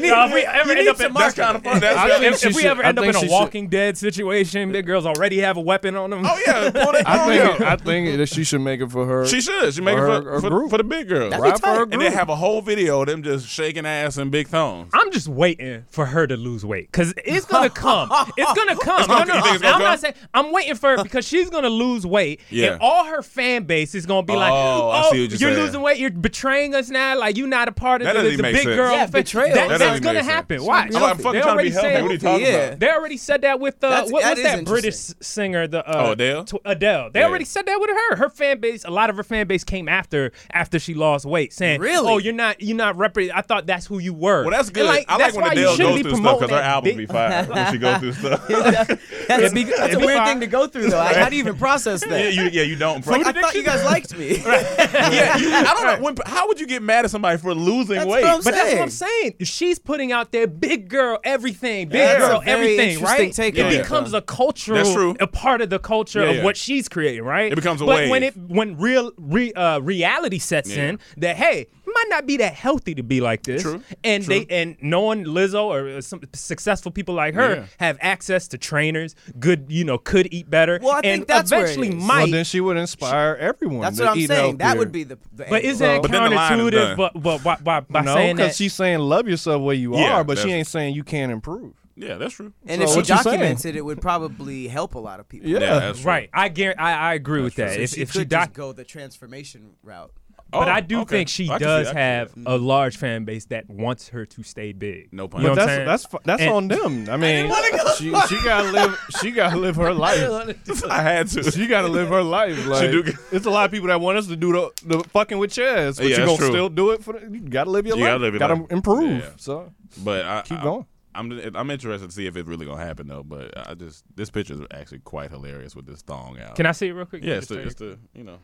S7: need,
S6: Nah, if we ever
S7: you
S6: end
S7: need
S6: up
S7: some
S5: that's
S6: in
S7: market.
S5: kind of fun. That's
S4: I
S5: that's-
S4: think
S6: if,
S4: she
S6: if we
S4: should-
S6: ever
S4: I
S6: end up
S4: think
S6: in
S4: she
S6: a
S4: should-
S6: Walking Dead situation, big girls already have a weapon on them.
S5: Oh yeah, pull that
S4: I
S5: thong
S4: think.
S5: out.
S4: I think it, she should make it for her.
S5: She should. She make it
S4: Or
S5: for,
S4: her- her
S5: for,
S4: group.
S5: for the big girls.
S7: That'd be
S4: Ride for her
S7: tight.
S4: group.
S5: And then have a whole video of them just shaking ass and big thongs.
S6: I'm just waiting for her to lose weight because it's gonna come. It's gonna come.
S5: gonna-
S6: no, no,
S5: you think it's gonna
S6: I'm
S5: come?
S6: not saying. I'm waiting for her because she's gonna lose weight,
S5: Yeah.
S6: and all her fan base is gonna be like,
S5: Oh, I
S6: "Oh,
S5: see what you're
S6: you're
S5: saying."
S6: losing weight. You're betraying us now. Like you're not a part of
S5: That
S6: the,
S5: doesn't
S6: the
S5: even
S6: big
S5: make sense.
S6: girl."
S7: Yeah,
S6: fa- That,
S7: betrayal.
S5: doesn't
S7: That
S6: that's
S5: even
S6: gonna
S5: make sense.
S6: happen. Watch.
S5: I'm like, I'm fucking
S6: they
S5: trying to be
S6: already
S5: healthy.
S6: said.
S5: What are you talking
S7: Yeah.
S5: about?
S6: They already said that with uh,
S7: That's-
S6: what,
S7: that
S6: what's
S7: is
S6: that
S7: interesting.
S6: British singer? The uh,
S5: Oh, Adele?
S6: Tw- Adele. They
S5: Yeah.
S6: already said that with her. Her fan base, a lot of her fan base came after after she lost weight, saying,
S7: Really?
S6: "Oh, you're not, you're not repre- I thought that's who you were."
S5: Well, that's
S6: And,
S5: good. I like
S6: that's
S5: when
S6: why you
S5: Adele
S6: shouldn't
S5: goes
S6: be
S5: through stuff because her
S6: promoting
S5: album
S6: that
S5: be
S6: big-
S5: fire when she goes through stuff.
S7: that's
S6: be-
S7: that's
S6: it'd
S7: a
S6: be
S7: weird
S6: fire.
S7: thing to go through, though. Like, how do you even process that?
S5: yeah, you, yeah, you don't.
S7: Like,
S5: Like,
S7: I thought you guys liked me.
S5: yeah, you, I don't know. When, how would you get mad at somebody for losing
S7: That's
S5: weight?
S7: what I'm
S6: But that's what I'm
S7: Dang.
S6: saying. She's putting out there big girl everything, big
S7: That's
S6: girl
S7: a very
S6: everything,
S7: interesting
S6: right?
S7: take
S6: it
S5: on it,
S6: becomes
S7: though.
S6: a cultural,
S5: Uh-huh. That's true.
S6: a part of the culture
S5: Yeah,
S6: of
S5: yeah.
S6: what she's creating, right?
S5: It becomes a
S6: but
S5: wave.
S6: when it when real re, uh, reality sets
S5: Yeah.
S6: in, that hey, you might not be that healthy to be like this.
S5: True,
S6: And
S5: true.
S6: they and knowing Lizzo or uh, some successful people like her
S5: Yeah.
S6: have access to trainers, good, you know, could eat better.
S7: Well, I
S6: and
S7: think that's where it
S6: eventually
S7: is. Well,
S6: might.
S4: Well, then she would inspire everyone.
S7: That's
S4: to
S7: what I'm
S4: eat
S7: saying. That
S4: healthier.
S7: would be the. the
S6: but
S7: angle.
S6: isn't that
S5: But then the line is done.
S6: counterintuitive? But, but by, by, by
S4: no,
S6: saying that,
S4: because she's saying love yourself where you
S5: Yeah,
S4: are, but she
S5: that's-
S4: ain't saying you can't improve.
S5: yeah, that's true.
S7: And
S4: So
S7: if she
S4: what you saying?
S7: documents it, it would probably help a lot of people.
S4: Yeah.
S5: Yeah, that's true.
S6: Right. I guarantee, I, I agree with that.
S7: So
S6: if
S7: she
S6: if
S7: could
S6: she doc-
S7: just go the transformation route.
S6: but
S5: Oh,
S6: I do
S5: okay.
S6: think she
S5: I can see
S6: does
S5: that. I can see
S6: have
S5: that.
S6: a large fan base that wants her to stay big.
S5: No pun.
S6: pun. You know
S4: But
S6: what I'm
S4: that's
S6: saying?
S4: that's fi- that's
S6: And-
S4: on them. I mean, she, she gotta live. She gotta live her life.
S5: I had to.
S4: She gotta live her life. Like
S5: do get-
S4: it's a lot of people that want us to do the, the fucking with chairs, but
S5: Yeah,
S4: you
S5: that's
S4: gonna
S5: true.
S4: still do it for. The, you gotta live your
S5: You
S4: life.
S5: gotta live your
S4: gotta
S5: life.
S4: improve.
S5: Yeah.
S4: So
S5: But I,
S4: Keep
S5: I-
S4: going.
S5: I'm I'm interested to see if it's really gonna happen though. But I just this picture is actually quite hilarious with this thong out.
S6: Can I see it real quick?
S5: Yeah, it's the,
S6: Just
S5: it's the you know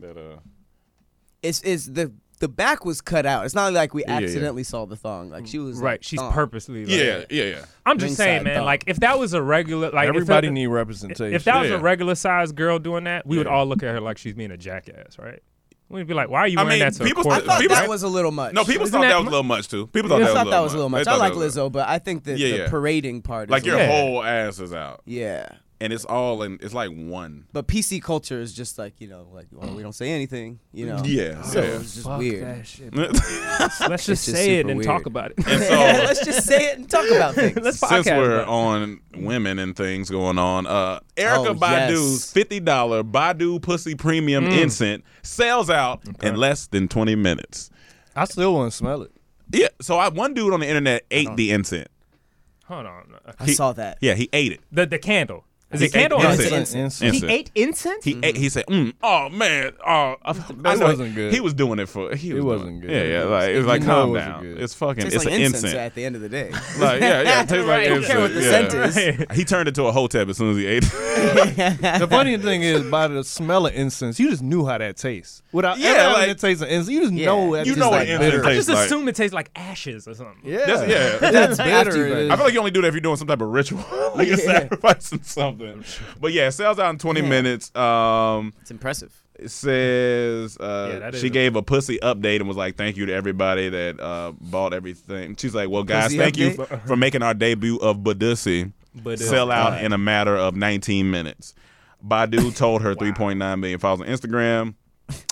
S5: that uh.
S7: It's is the the back was cut out. It's not like we
S5: yeah, yeah.
S7: accidentally saw the thong. Like she was
S6: to-
S7: like,
S6: right. She's
S4: Uh,
S7: thong.
S6: purposely. Like,
S5: Yeah, yeah, yeah.
S6: I'm just
S7: Inside
S6: saying, man.
S7: thumb.
S6: Like if that was a regular, like if
S4: everybody
S6: that-
S4: need representation.
S6: If that was
S5: Yeah.
S6: a regular sized girl doing that, we would
S5: Yeah.
S6: all look at her like she's being a jackass, right? We'd be like, "Why are you
S5: I
S6: wearing
S5: mean,
S6: that to
S5: people- I
S6: a
S7: I
S6: court?"
S7: thought
S5: People-
S7: that was a little much.
S5: No, people
S6: Isn't
S5: thought
S6: that
S5: that was a
S6: mu-
S5: little much too. People
S7: I
S5: thought that was
S7: thought
S5: a
S7: that
S5: little
S7: was a little
S5: much.
S7: much.
S5: They
S7: I
S5: thought
S7: like
S5: that was a
S7: Lizzo,
S5: little-
S7: but I think that
S5: Yeah,
S7: the
S5: yeah.
S7: parading part. Is
S5: Like
S7: a
S5: your
S7: little-
S5: whole ass is out,
S7: Yeah.
S5: and it's all in. It's like one.
S7: But PC culture is just like you know, like well, we don't say anything, you know.
S5: Yeah,
S7: So
S5: yeah.
S7: it's just weird.
S6: Let's just
S7: just
S6: say it
S7: super
S6: and talk
S7: weird.
S6: about it.
S5: and so
S7: Let's just say it and talk about things.
S6: Let's
S5: since
S6: podcast
S5: we're
S6: about it.
S5: on women and things going on, uh, Erica
S7: Oh,
S5: Badu's
S7: yes. Mm.
S5: fifty dollar Badu Pussy Premium Incense sells out in less than twenty minutes.
S4: I still want to smell it.
S5: Yeah, so I one dude on the internet ate the incense.
S6: Hold on.
S7: I saw that.
S5: Yeah, he ate it.
S6: The the candle. Is it candle or
S5: incense?
S6: incense?
S5: Incense.
S6: He ate incense.
S5: He ate, he said, mm, "Oh man, oh, I- I
S4: Mm-hmm. That
S5: know
S4: wasn't
S5: he-
S4: good.
S5: He was doing it for. He was
S4: wasn't
S5: doing-
S4: good.
S5: Yeah, yeah.
S4: It
S5: Like
S4: was-
S5: it's like
S4: you know it
S5: calm
S4: wasn't
S5: down.
S4: good.
S5: It's fucking.
S7: Tastes
S5: it's
S7: like
S5: an
S7: incense
S5: incense.
S7: at the end of the day.
S5: Like yeah, yeah. It tastes like
S7: Right. I don't
S5: incense.
S7: care what the
S5: yeah.
S7: scent is.
S5: He turned into a hotep as soon as he ate.
S4: The funny thing is, by the smell of incense, you just knew how that tastes. Without
S5: Yeah,
S4: ever having
S5: like-
S4: it taste of incense, you just know that
S5: You
S4: tastes
S5: know what
S4: like
S5: incense
S4: bitter.
S6: I just
S5: tastes like-
S6: assume it tastes like ashes or something.
S4: Yeah,
S5: That's- yeah.
S4: that's
S7: After you
S4: bitter.
S5: I feel like you only do that if you're doing some type of ritual, like you're sacrificing something. But yeah, it sells out in 20 minutes. Um,
S7: It's impressive.
S5: it says
S6: Yeah,
S5: uh,
S6: that
S5: she
S6: is-
S5: gave a pussy update and was like, "Thank you to everybody that uh, bought everything." She's like, "Well, guys,
S7: Pussy
S5: thank you
S7: update?
S5: for, for making our debut of Badussi sell out in a matter of 19 minutes." Badu told her 3.9 million followers on Instagram.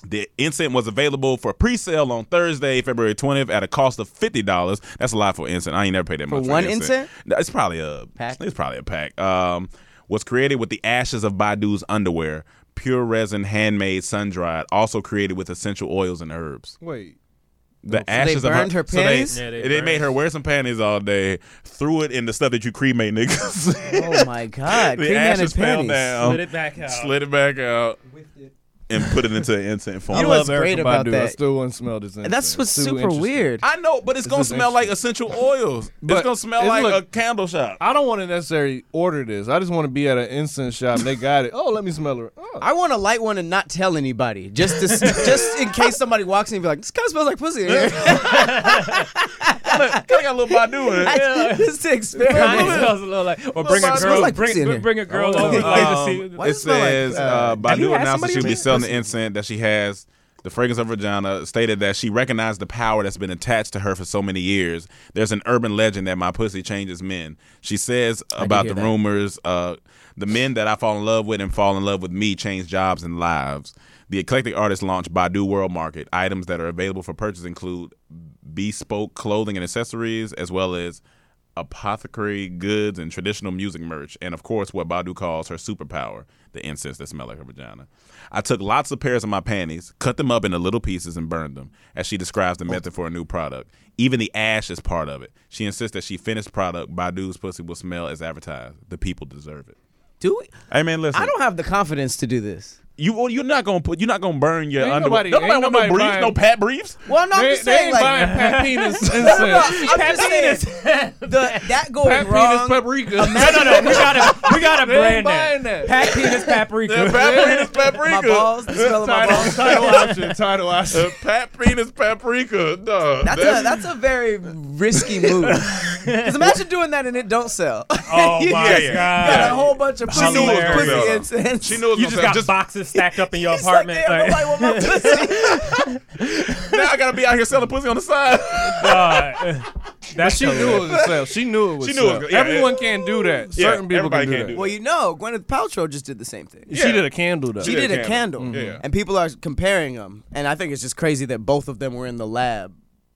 S5: The incense was available for pre-sale on Thursday, February 20th, at a cost of fifty dollars. That's a lot for incense. I ain't never paid that much
S7: one
S5: incense.
S7: incense?
S5: No, It's probably a
S7: Pack?
S5: It's probably a pack. Um, was created with the ashes of Badu's underwear, pure resin, handmade, sun dried, also created with essential oils and herbs.
S4: Wait,
S5: The ashes
S7: Oh,
S5: of
S7: burned her
S5: so they-
S7: panties?
S6: Yeah, they
S5: they,
S6: burned.
S5: made her wear some panties all day, threw it in the stuff that you cremate niggas.
S7: Oh my God!
S5: the
S7: Cream man in
S5: ashes fell
S7: panties.
S5: down,
S6: Slid it back out.
S5: Um, slid it back out, and put it into an incense form.
S7: You know
S4: I
S7: what's
S4: love Erykah
S7: great about
S4: Badu. I
S7: that?
S4: still wouldn't smell this incense.
S7: And that's what's
S4: Too
S7: super
S4: interesting.
S7: weird.
S5: I know, but it's gonna
S4: is
S5: smell like essential oils. it's
S4: But
S5: gonna smell
S4: it's
S5: like
S4: look-
S5: a candle shop.
S4: I don't want to necessarily order this. I just want to be at an incense shop. and They got it. Oh, let me smell it. Oh.
S7: I want to light one and not tell anybody, just to, s- just in case somebody walks in and be like, "This kind of smells like pussy." in here."
S5: Kinda got a little Badu in it.
S7: just to experiment.
S6: Kinda smells a little like, oh or bring a
S7: smells
S6: girl,
S7: like pussy in
S6: bring,
S7: here.
S6: bring a girl
S7: Oh,
S6: over.
S7: no.
S6: like, to
S5: Um,
S6: see-
S7: Why
S5: it
S7: does it smell like,
S5: says
S7: uh,
S5: uh,
S7: Have
S6: you
S5: Badu
S6: had
S5: announced that
S6: somebody
S5: she would be
S6: drink
S5: selling the incense that she has. The fragrance of her vagina stated that she recognized the power that's been attached to her for so many years. There's an urban legend that my pussy changes men. She says about
S7: hear
S5: the
S7: that.
S5: rumors, uh, the men that I fall in love with and fall in love with me change jobs and lives. The eclectic artist launched Badu World Market. Items that are available for purchase include bespoke clothing and accessories, as well as apothecary goods and traditional music merch, and of course, what Badu calls her superpower the incense that smell like her vagina. I took lots of pairs of my panties, cut them up into little pieces, and burned them, as she describes the method for a new product. Even the ash is part of it. She insists that she finished product, Badu's pussy will smell as advertised. The people deserve it.
S7: Do we?
S5: Hey man, listen.
S7: I don't have the confidence to do this.
S5: You well, you're not gonna put. You're not gonna burn your
S4: Ain't
S5: underwear.
S4: nobody-
S5: Nobody,
S4: ain't
S5: want no
S4: nobody
S5: briefs,
S4: buying-
S5: no Pat briefs.
S7: Well, no, I'm
S4: They,
S7: just
S4: they
S7: saying,
S4: ain't
S7: like,
S4: buying Pat Penis incense.
S7: I'm just saying, the, that going
S4: Pat Penis
S7: wrong.
S4: paprika.
S6: no, no, no. We gotta, we gotta
S4: They
S6: brand
S4: ain't buying
S6: that.
S4: that.
S6: Pat penis paprika.
S5: Pat penis
S7: my
S5: paprika.
S7: balls, the smell of my
S4: Title,
S7: balls.
S4: title option. Title option.
S5: Uh, Pat penis paprika. Duh.
S7: That's a that's a very risky move. Because imagine doing that and it don't sell.
S6: Oh
S7: You
S6: my
S5: Yeah, yeah.
S7: got a
S5: Yeah.
S6: god.
S7: whole bunch of pussy,
S5: knew it was gonna
S7: pussy
S5: sell.
S7: incense.
S5: She knew it was
S6: You
S5: gonna say,
S6: just got boxes stacked up in your
S7: It's like,
S6: apartment.
S7: damn,
S6: like,
S7: nobody want my pussy.
S5: now I gotta be out here selling pussy on the side.
S6: God. That's
S4: She knew it was a sell. She knew it was.
S5: She knew it was
S4: sell.
S5: good. Yeah,
S4: Everyone
S5: yeah.
S4: can't do that.
S5: Yeah,
S4: Certain people
S5: everybody
S4: can do
S5: can't
S4: that.
S5: do
S7: well, you know, Gwyneth Paltrow just did the same thing.
S4: She
S5: Yeah.
S4: did a candle though.
S7: She
S5: did
S7: did
S5: a
S7: a
S5: candle. Mm-hmm.
S7: candle,
S5: Yeah.
S7: and people are comparing them. And I think it's just crazy that both of them were in the lab,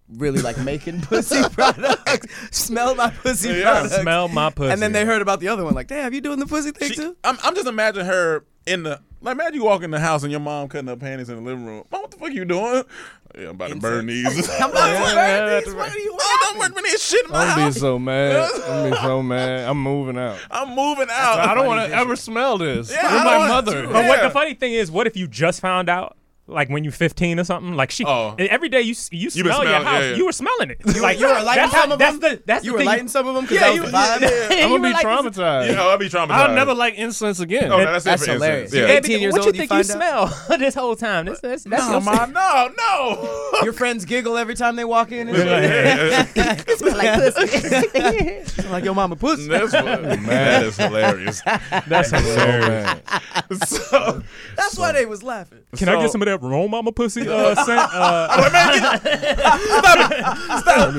S7: really like making pussy products. Smell my pussy
S5: Yeah.
S7: products.
S6: Smell my pussy.
S7: And then they heard about the other one. Like, damn, you doing the pussy thing
S5: She-
S7: too?
S5: I'm, I'm just imagining her in the like. Imagine you walk in the house and your mom cutting up panties in the living room. Mom, what the fuck you doing? Yeah, I'm about to burn these.
S7: I'm about
S5: Yeah,
S7: to
S5: yeah,
S7: burn
S5: that's
S7: these.
S5: right.
S7: What are you? What
S5: Oh, don't
S7: happened?
S5: work with this shit in my
S4: I'm gonna be
S5: house.
S4: so mad. I'm gonna be so mad. I'm moving out.
S5: I'm moving out.
S4: I don't want to ever smell this.
S5: Yeah, I
S4: You're
S5: don't
S4: my
S5: wanna
S4: mother.
S5: do
S6: But what
S5: Yeah.
S6: the funny thing is, what if you just found out? Like when you're 15 or something, like she.
S5: Oh.
S6: and Every day you s- you
S5: been
S6: smell your
S5: smelling- yeah,
S6: house.
S5: yeah.
S6: You were smelling it. You like
S7: you were lighting
S6: that's how-
S7: some of
S6: that's
S7: them?
S6: The, that's the
S7: You were
S6: thing.
S7: lighting some of them because
S5: Yeah,
S7: that was
S5: you-
S7: the vibe.
S5: yeah, yeah.
S6: you
S4: I'm
S6: were
S4: gonna be
S6: like, this is-
S4: traumatized.
S5: Yeah, I'll be traumatized.
S4: I'll never like incense again.
S5: Oh, no, that's, it
S7: That's
S5: for instance.
S7: hilarious.
S5: Yeah.
S6: Baby,
S7: 18 years
S6: what
S7: old,
S6: you
S7: you
S6: think you,
S7: find
S6: smell this whole time? That's, that's, that's
S5: No,
S6: your-
S5: ma, no, no.
S7: Your friends giggle every time they walk in. And
S5: Yeah,
S7: like your mama pussy.
S5: that's what, that is hilarious.
S6: that's hilarious.
S5: So,
S7: That's why they was laughing.
S6: Can I
S5: So-
S6: get some of that Rome Mama pussy uh, scent? Uh,
S5: I'm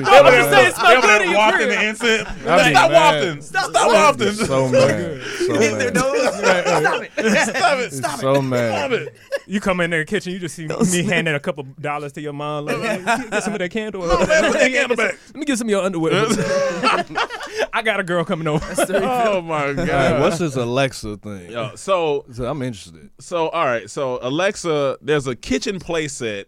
S6: uh,
S4: just saying,
S7: it's my good in your
S5: wafting the
S7: crib.
S5: incense.
S4: I'll be
S5: Stop
S4: mad.
S5: wafting. Stop wafting.
S4: So mad. So mad.
S7: Stop it.
S5: Stop it.
S4: It's so
S5: Stop
S4: mad.
S5: it.
S6: you come in their kitchen, you just see me handing a couple dollars to your mom. Like, "Hey, get some of that candle.
S5: man, put that candle back.
S6: Let me get some of your underwear. I got a girl coming over.
S5: Oh my
S4: All right,
S5: god.
S4: what's this Alexa thing?
S5: Yo, so
S4: So I'm interested.
S5: so all right. So Alexa, there's a kitchen playset,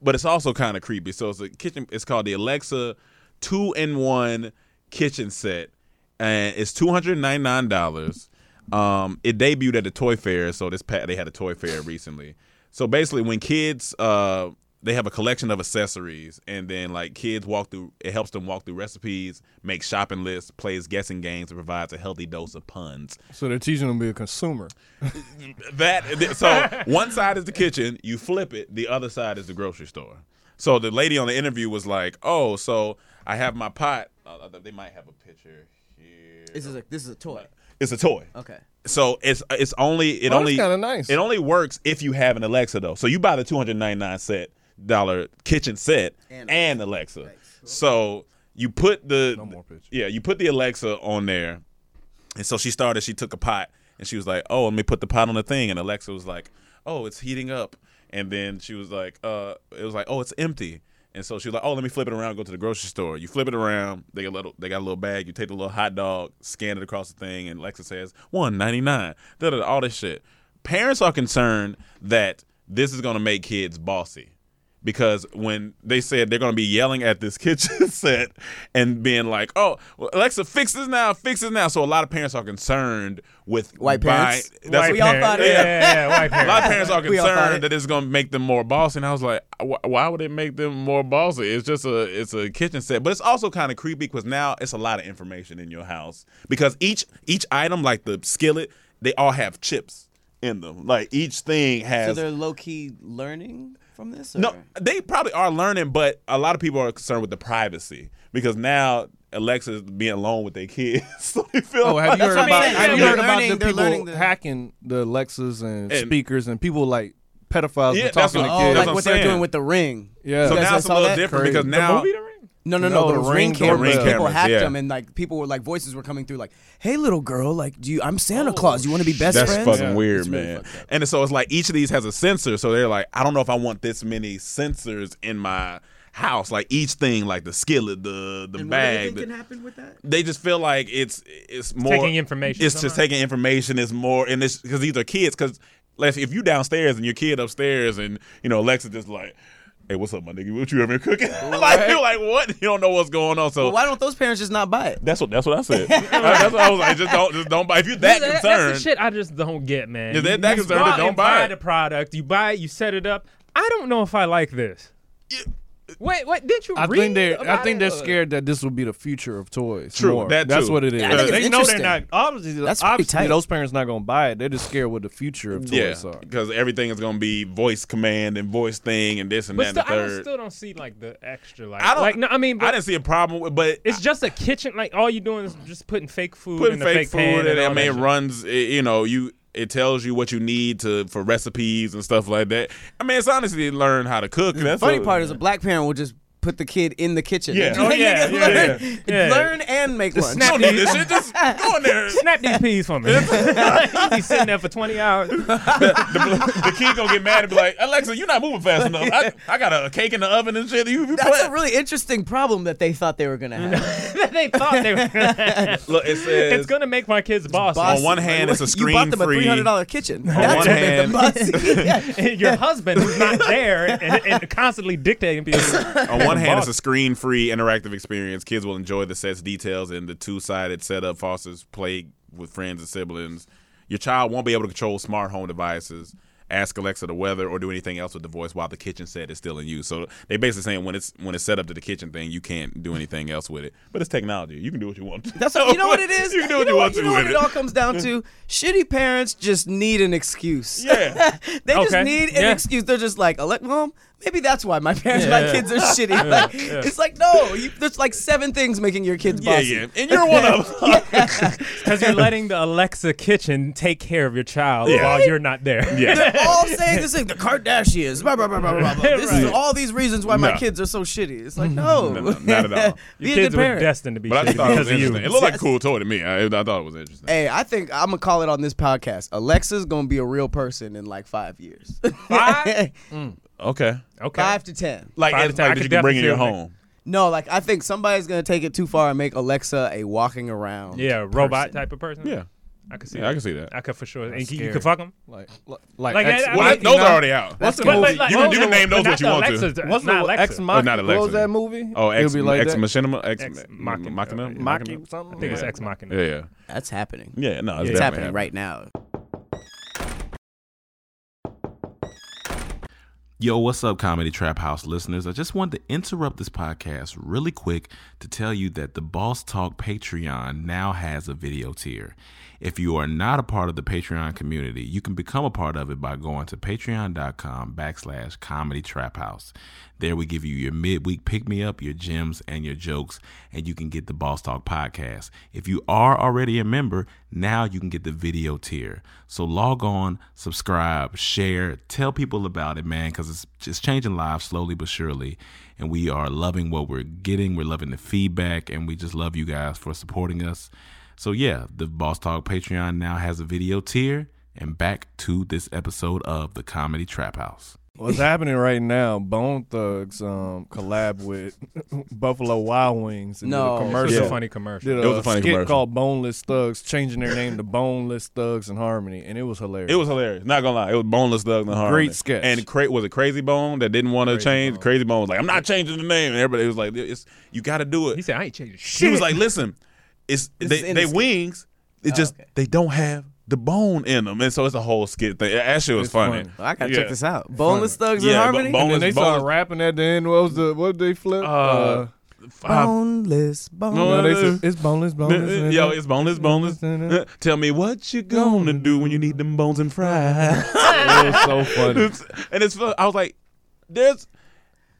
S5: but it's also kind of creepy. So it's a kitchen. It's called the Alexa two in one kitchen set, and it's two hundred ninety nine dollars. Um, it debuted at the toy fair, so this pat they had a toy fair recently. So basically, when kids uh they have a collection of accessories, and then like kids walk through, it helps them walk through recipes, make shopping lists, plays guessing games, and provides a healthy dose of puns.
S4: So they're teaching them to be a consumer.
S5: That th- so one side is the kitchen, you flip it, the other side is the grocery store. So the lady on the interview was like, "Oh, so I have my pot. Uh, they might have a picture here.
S7: This is a this is a toy.
S5: It's a toy.
S7: Okay.
S5: So it's it's only it
S4: Oh, that's
S5: only
S4: kinda nice.
S5: It only works if you have an Alexa though. So you buy the two hundred ninety nine set dollar kitchen set and, Alexa. So you put the no more yeah you put the Alexa on there, and so she started. She took a pot and she was like, "Oh, let me put the pot on the thing." And Alexa was like, "Oh, it's heating up." And then she was like, "Uh, it was like, oh, it's empty." And so she was like, "Oh, let me flip it around. Go to the grocery store. You flip it around. They got a little. They got a little bag. You take the little hot dog, scan it across the thing, and Alexa says one ninety nine. Da da. da, All this shit. Parents are concerned that this is gonna make kids bossy because when they said they're going to be yelling at this kitchen set and being like, "Oh, well, Alexa, fix this now, fix this now," so a lot of parents are concerned with
S7: White parents?
S5: buying- that's
S6: White
S5: what-
S7: We all thought it.
S5: Yeah.
S6: Yeah, yeah, white
S5: A lot of
S6: parents.
S5: parents are
S7: We all thought
S5: concerned
S7: it.
S5: that it's going to make them more bossy, and I was like, "Wh- "Why would it make them more bossy? It's just a it's a kitchen set, but it's also kind of creepy because now it's a lot of information in your house because each each item, like the skillet, they all have chips in them. Like each thing has
S7: So they're low key learning from this. Or?
S5: no, they probably are learning, but a lot of people are concerned with the privacy because now Alexa's being alone with their kids. so they feel
S4: Oh,
S5: like
S4: have you heard
S7: what I'm
S4: about?
S7: saying.
S4: Have you
S7: They're
S4: heard about
S7: learning-
S4: the
S7: they're learning
S4: people
S7: the-
S4: hacking the Alexas and,
S5: And-
S4: speakers and people like pedophiles
S5: Yeah,
S4: were
S5: that's
S4: talking to
S5: what-
S7: Oh,
S4: kids?
S5: That's what
S7: like what,
S5: I'm
S7: they're
S5: saying.
S7: doing with the ring.
S4: Yeah.
S5: so
S7: You guys
S5: now it's
S7: guys
S5: a
S7: saw
S5: little
S7: that?
S5: different
S4: Crazy.
S5: because
S4: The
S5: now
S6: movie The Ring?
S7: No, no, no.
S4: No, the
S7: those
S4: ring
S7: ring cameras.
S5: ring
S7: people
S5: cameras,
S7: hacked
S5: yeah.
S7: them, and like people were like voices were coming through, like, "Hey, little girl, like, do you? I'm Santa Claus. You want to be best
S5: that's
S7: friends?"
S5: fucking weird,
S7: It's really
S5: man.
S7: fucked up.
S5: and so it's like each of these has a sensor, so they're like, I don't know if I want this many sensors in my house. Like each thing, like the skillet, the the bag. the-
S7: happen with that?
S5: they just feel like it's it's more
S6: taking information
S5: It's just
S6: somewhere.
S5: taking information. It's more and it's because these are kids. Because like if you downstairs and your kid upstairs and you know Alexa just like, hey, what's up, my nigga? What you ever cooking? like you're like what? You don't know what's going on. So.
S7: Well, why don't those parents just not buy it?
S5: that's what that's what I said. that's what I was like. Just don't just don't buy. If you're that, concerned,
S6: That's the shit I just don't get, man.
S5: Yeah, that- that
S6: you
S5: concerned,
S6: go out
S5: don't
S6: and
S5: buy it.
S6: the product. You buy it, you set it up. I don't know if I like this. Wait, wait, did you
S4: I
S6: read
S4: think they're I
S6: about
S4: think
S6: it?
S4: they're scared that this will be the future of toys.
S5: True,
S4: more.
S5: that
S4: that's
S5: too.
S4: what it is.
S5: I think
S7: it's
S4: they know they're
S7: interesting.
S4: not. Obviously,
S7: That's pretty
S4: obviously
S7: tight.
S4: those parents not gonna buy it. They're just scared what the future of toys
S5: yeah,
S4: are.
S5: because everything is gonna be voice command and voice thing and this and
S6: But
S5: that and
S6: still, I
S5: the
S6: don't,
S5: third.
S6: still don't see like the extra like.
S5: I don't
S6: like, no, I mean,
S5: I
S6: but
S5: didn't see a problem with, but
S6: it's just a kitchen. Like all you're doing is just putting fake food
S5: putting
S6: in the
S5: fake,
S6: fake,
S5: food
S6: pan
S5: and, I
S6: all
S5: mean,
S6: that
S5: it
S6: shit.
S5: runs. It, you know, you it tells you what you need to for recipes and stuff like that. I mean, it's honestly learn how to cook.
S7: The
S5: That's
S7: funny
S5: a-
S7: part is a black parent will just put the kid in the kitchen.
S5: Yeah.
S7: Just
S5: Oh,
S7: like,
S6: yeah,
S7: nigga,
S6: yeah,
S7: learn,
S6: yeah.
S7: learn and make lunch.
S5: You don't need this shit. Just go in there.
S6: Snap these peas for me. He's sitting there for 20 hours.
S5: the, the kid gonna get mad and be like, Alexa, you're not moving fast enough. I, I got a cake in the oven and shit. You, you
S7: That's
S5: playing-
S7: a really interesting problem that they thought they were gonna have.
S6: they thought they were.
S5: Look, it says
S6: it's gonna make my kids boss.
S5: on one hand, it's a
S7: you bought them a
S5: screen-free-
S7: three hundred dollar kitchen. On
S5: one
S7: That's what made them
S5: hand-
S7: bossy. Yeah.
S6: Your husband who's not there and, and constantly dictating people.
S5: On one hand, it's a screen free interactive experience. Kids will enjoy the set's details and the two sided setup fosters play with friends and siblings. Your child won't be able to control smart home devices, ask Alexa the weather, or do anything else with the voice while the kitchen set is still in use. So they basically saying when it's when it's set up to the kitchen thing, you can't do anything else with it. But it's technology. You can do what you want to.
S7: That's what, you know what it is.
S5: you can do what you,
S7: know
S5: want
S7: You
S5: to
S7: know
S5: with
S7: what it all comes down to? Shitty parents just need an excuse.
S5: Yeah.
S7: they
S6: Okay.
S7: just need an
S6: Yeah.
S7: excuse. They're just like, "Elec- well, maybe that's why my parents, my kids are shitty. Like, It's like, no, you, there's like seven things making your kids
S5: Yeah,
S7: bossy.
S5: yeah. And you're one of them.
S6: because you're letting the Alexa kitchen take care of your child
S5: Yeah.
S6: while you're not there.
S5: Yeah.
S7: all saying this thing. The Kardashians. Blah blah blah blah blah. blah. This is
S6: Right.
S7: all these reasons why
S5: No. Mm-hmm.
S7: my kids are so shitty. It's like no,
S5: no, not at all.
S7: Be
S6: Your
S7: a
S6: kids
S7: good
S6: were
S7: parent.
S6: destined to be
S5: But I
S6: shitty
S5: thought it was
S6: because of you.
S5: interesting. It looked like a cool toy to me. I, I thought it was interesting.
S7: Hey, I think I'm gonna call it on this podcast. Alexa's gonna be a real person in like five years,
S6: Five?
S5: Okay.
S6: Okay.
S7: five to ten.
S5: Like
S6: Five
S5: at a
S6: to ten. I
S5: time that
S6: could
S5: you can bring in your
S6: definitely
S5: home.
S7: No, like I think somebody's gonna take it too far and make Alexa a walking around.
S6: Yeah, robot
S7: person.
S6: type of person.
S5: Yeah.
S6: I could see.
S5: Yeah,
S6: that.
S5: I can see that.
S6: I could for sure.
S5: That's
S6: And you, you could
S5: scary.
S6: fuck them.
S4: Like,
S5: like Ex- well, that- those are already out. What's the movie? You can- you can name those what you want to.
S4: What's the Ex
S5: Oh, not
S4: Machina? What was
S5: Alexa.
S4: that movie?
S5: Oh,
S4: It
S5: Ex,
S4: would be like
S5: Ex
S4: that.
S5: Machinima? Ex,
S6: Ex
S5: Machina? Machina?
S4: Machina something?
S6: I think it's
S5: Yeah.
S6: Ex Machina.
S5: Yeah, yeah.
S7: That's happening.
S5: Yeah, no,
S7: it's,
S5: it's
S7: happening,
S5: definitely
S7: right now.
S5: Yo, what's up, Comedy Trap House listeners? I just wanted to interrupt this podcast really quick to tell you that the Boss Talk Patreon now has a video tier. If you are not a part of the Patreon community, you can become a part of it by going to patreon.com backslash comedy trap house. There we give you your midweek pick me up, your gems, and your jokes, and you can get the Boss Talk podcast. If you are already a member, now you can get the video tier. So log on, subscribe, share, tell people about it, man, because it's just changing lives slowly but surely. And we are loving what we're getting. We're loving the feedback, and we just love you guys for supporting us. So yeah, the Boss Talk Patreon now has a video tier. And back to this episode of the Comedy Trap House.
S4: What's happening right now? Bone Thugs um collab with Buffalo Wild Wings. And
S7: No.
S4: did a
S6: It
S4: commercial.
S6: was a funny commercial.
S4: Did a
S5: It was a funny
S4: skit
S5: commercial.
S4: called Boneless Thugs, changing their name to Boneless Thugs and Harmony, and it was hilarious.
S5: It was hilarious. Not gonna lie, it was boneless Doug and Harmon.
S4: Great sketch.
S5: And cra- was it Crazy Bone that didn't want to change? Crazy Bone was like, "I'm not changing the name." And everybody was like, "It's you got to do it."
S6: He said, "I ain't changing
S5: she
S6: shit."
S5: was like, "Listen, it's
S7: is
S5: they,
S7: in
S5: they
S7: the skit.
S5: wings.
S4: Oh,
S5: It's just they don't have the bone in them, and so it's a whole skit thing. That shit was
S4: It's
S5: funny.
S4: funny.
S7: Well, I gotta
S5: Yeah.
S7: check this out. Boneless Thugs
S5: Yeah,
S7: and
S5: but
S7: Harmony.
S5: bone-
S4: and then they
S5: boneless-
S4: started rapping at the end. What was the what did they flip?
S5: Uh,
S7: boneless,
S5: No,
S4: no,
S7: boneless.
S4: they said, it's boneless, boneless.
S5: Yo, it's boneless, boneless. Tell me what you gonna do when you need them bones and fries.
S4: it was so funny.
S5: It's- and it's fun. I was like, "There's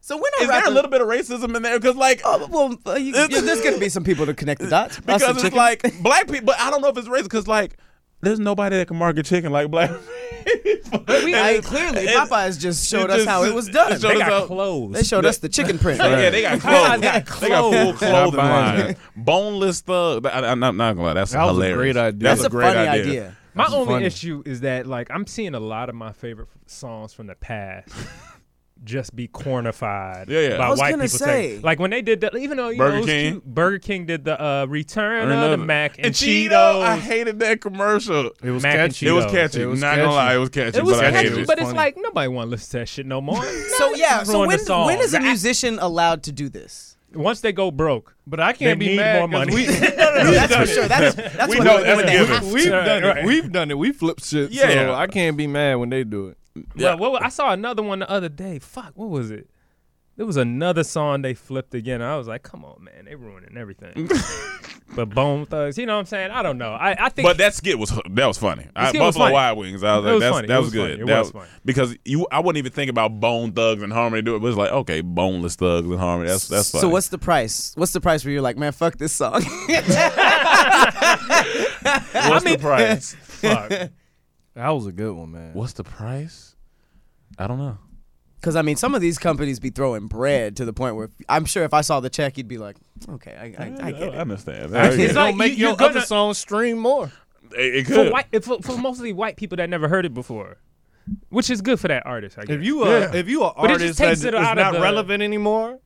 S7: So when I
S5: is there a little bit of racism in there? Because like,
S7: Oh, well, uh, you,
S5: It's-
S7: yeah, there's gonna be some people to connect the dots. Us
S5: because
S7: and
S5: it's
S7: chicken.
S5: like black people. But I don't know if it's racist because like there's nobody that can market chicken like black. people.
S7: we,
S5: And
S7: I,
S5: it's-
S7: clearly
S5: it's-
S7: Popeyes just showed
S5: it
S7: us how it was done.
S5: it showed
S7: They
S5: us
S7: got-
S5: how-
S6: "Clothes."
S7: They showed us the chicken print.
S5: Yeah, they got clothes.
S7: They
S5: they,
S7: got
S5: got full
S7: clothes.
S5: clothing
S4: Shop
S5: line. Boneless thug. I, am not, not gonna lie. That's
S4: That was a
S5: hilarious.
S4: great idea.
S5: That's,
S7: That's
S5: a great
S7: funny
S5: idea.
S6: My only
S4: funny.
S6: issue is that like I'm seeing a lot of my favorite f- songs from the past just be cornified
S5: Yeah, yeah. I
S6: by
S7: was
S6: white
S7: gonna
S6: people.
S7: say.
S6: saying- like when they did that, even though you
S5: Burger
S6: know, it was
S5: King.
S6: cute, Burger King did the uh, Return
S5: Or
S6: of the
S5: another-
S6: Mac and,
S5: Cheeto,
S6: Cheetos.
S5: I hated that commercial. It
S4: was
S6: Mac and
S4: catchy.
S6: Cheetos.
S5: was catchy.
S4: It was
S5: not gonna
S4: catchy.
S5: lie, it was catchy.
S6: It was
S5: but I hated
S6: catchy,
S5: it.
S6: but it's
S4: funny.
S6: like nobody want to listen to that shit no more.
S7: So yeah, so
S6: Ruined
S7: when,
S6: the song.
S7: when is a
S6: The-
S7: musician allowed to do this?
S6: Once they go broke,
S4: But I can't
S6: They
S4: be
S6: need
S4: mad
S6: more
S4: 'cause
S6: money.
S4: We,
S7: That's for sure. That's that's
S5: We
S7: when,
S5: know
S7: when
S5: that's
S7: they
S5: a given.
S7: have to.
S4: We've done it.
S6: Right.
S4: We've done it. We flip shit.
S5: Yeah,
S4: so
S5: yeah.
S4: I can't be mad when they do it.
S5: Yeah.
S6: Well, what, I saw another one the other day. Fuck, what was it? There was another song they flipped again. I was like, come on, man, they ruining everything. but Bone Thugs, you know what I'm saying? I don't know. I, I think
S5: But that skit was that was funny. I,
S6: skit
S5: Buffalo
S6: was funny.
S5: Wild Wings. I was
S6: It
S5: like,
S6: was
S5: that's,
S6: funny.
S5: that
S6: It
S5: was,
S6: was
S5: good.
S6: funny. It
S5: That
S6: was funny.
S5: Because you, I wouldn't even think about Bone Thugs and Harmony do it. But it's like, okay, Boneless Thugs and Harmony. That's that's funny.
S7: So what's the price? What's the price where you're like, man, fuck this song?
S5: what's the price?
S6: fuck.
S4: That was a good one, man.
S5: what's the price? I don't know.
S7: Because I mean, some of these companies be throwing bread to the point where I'm sure if I saw the check, you'd be like, okay, I, I, I get
S5: Oh, I
S7: it.
S5: understand.
S4: It's
S6: It's
S4: gonna
S6: like
S4: make
S6: you-
S4: your
S6: you're gonna-
S4: other songs stream more.
S5: It, it
S6: for
S5: could.
S6: white for, for mostly white people that never heard it before, which is good for that artist. I guess.
S4: If you a,
S5: Yeah.
S4: if you are
S6: But it
S4: artist
S6: just
S4: that
S6: takes
S4: is
S6: it out of
S4: not
S6: the-
S4: relevant anymore,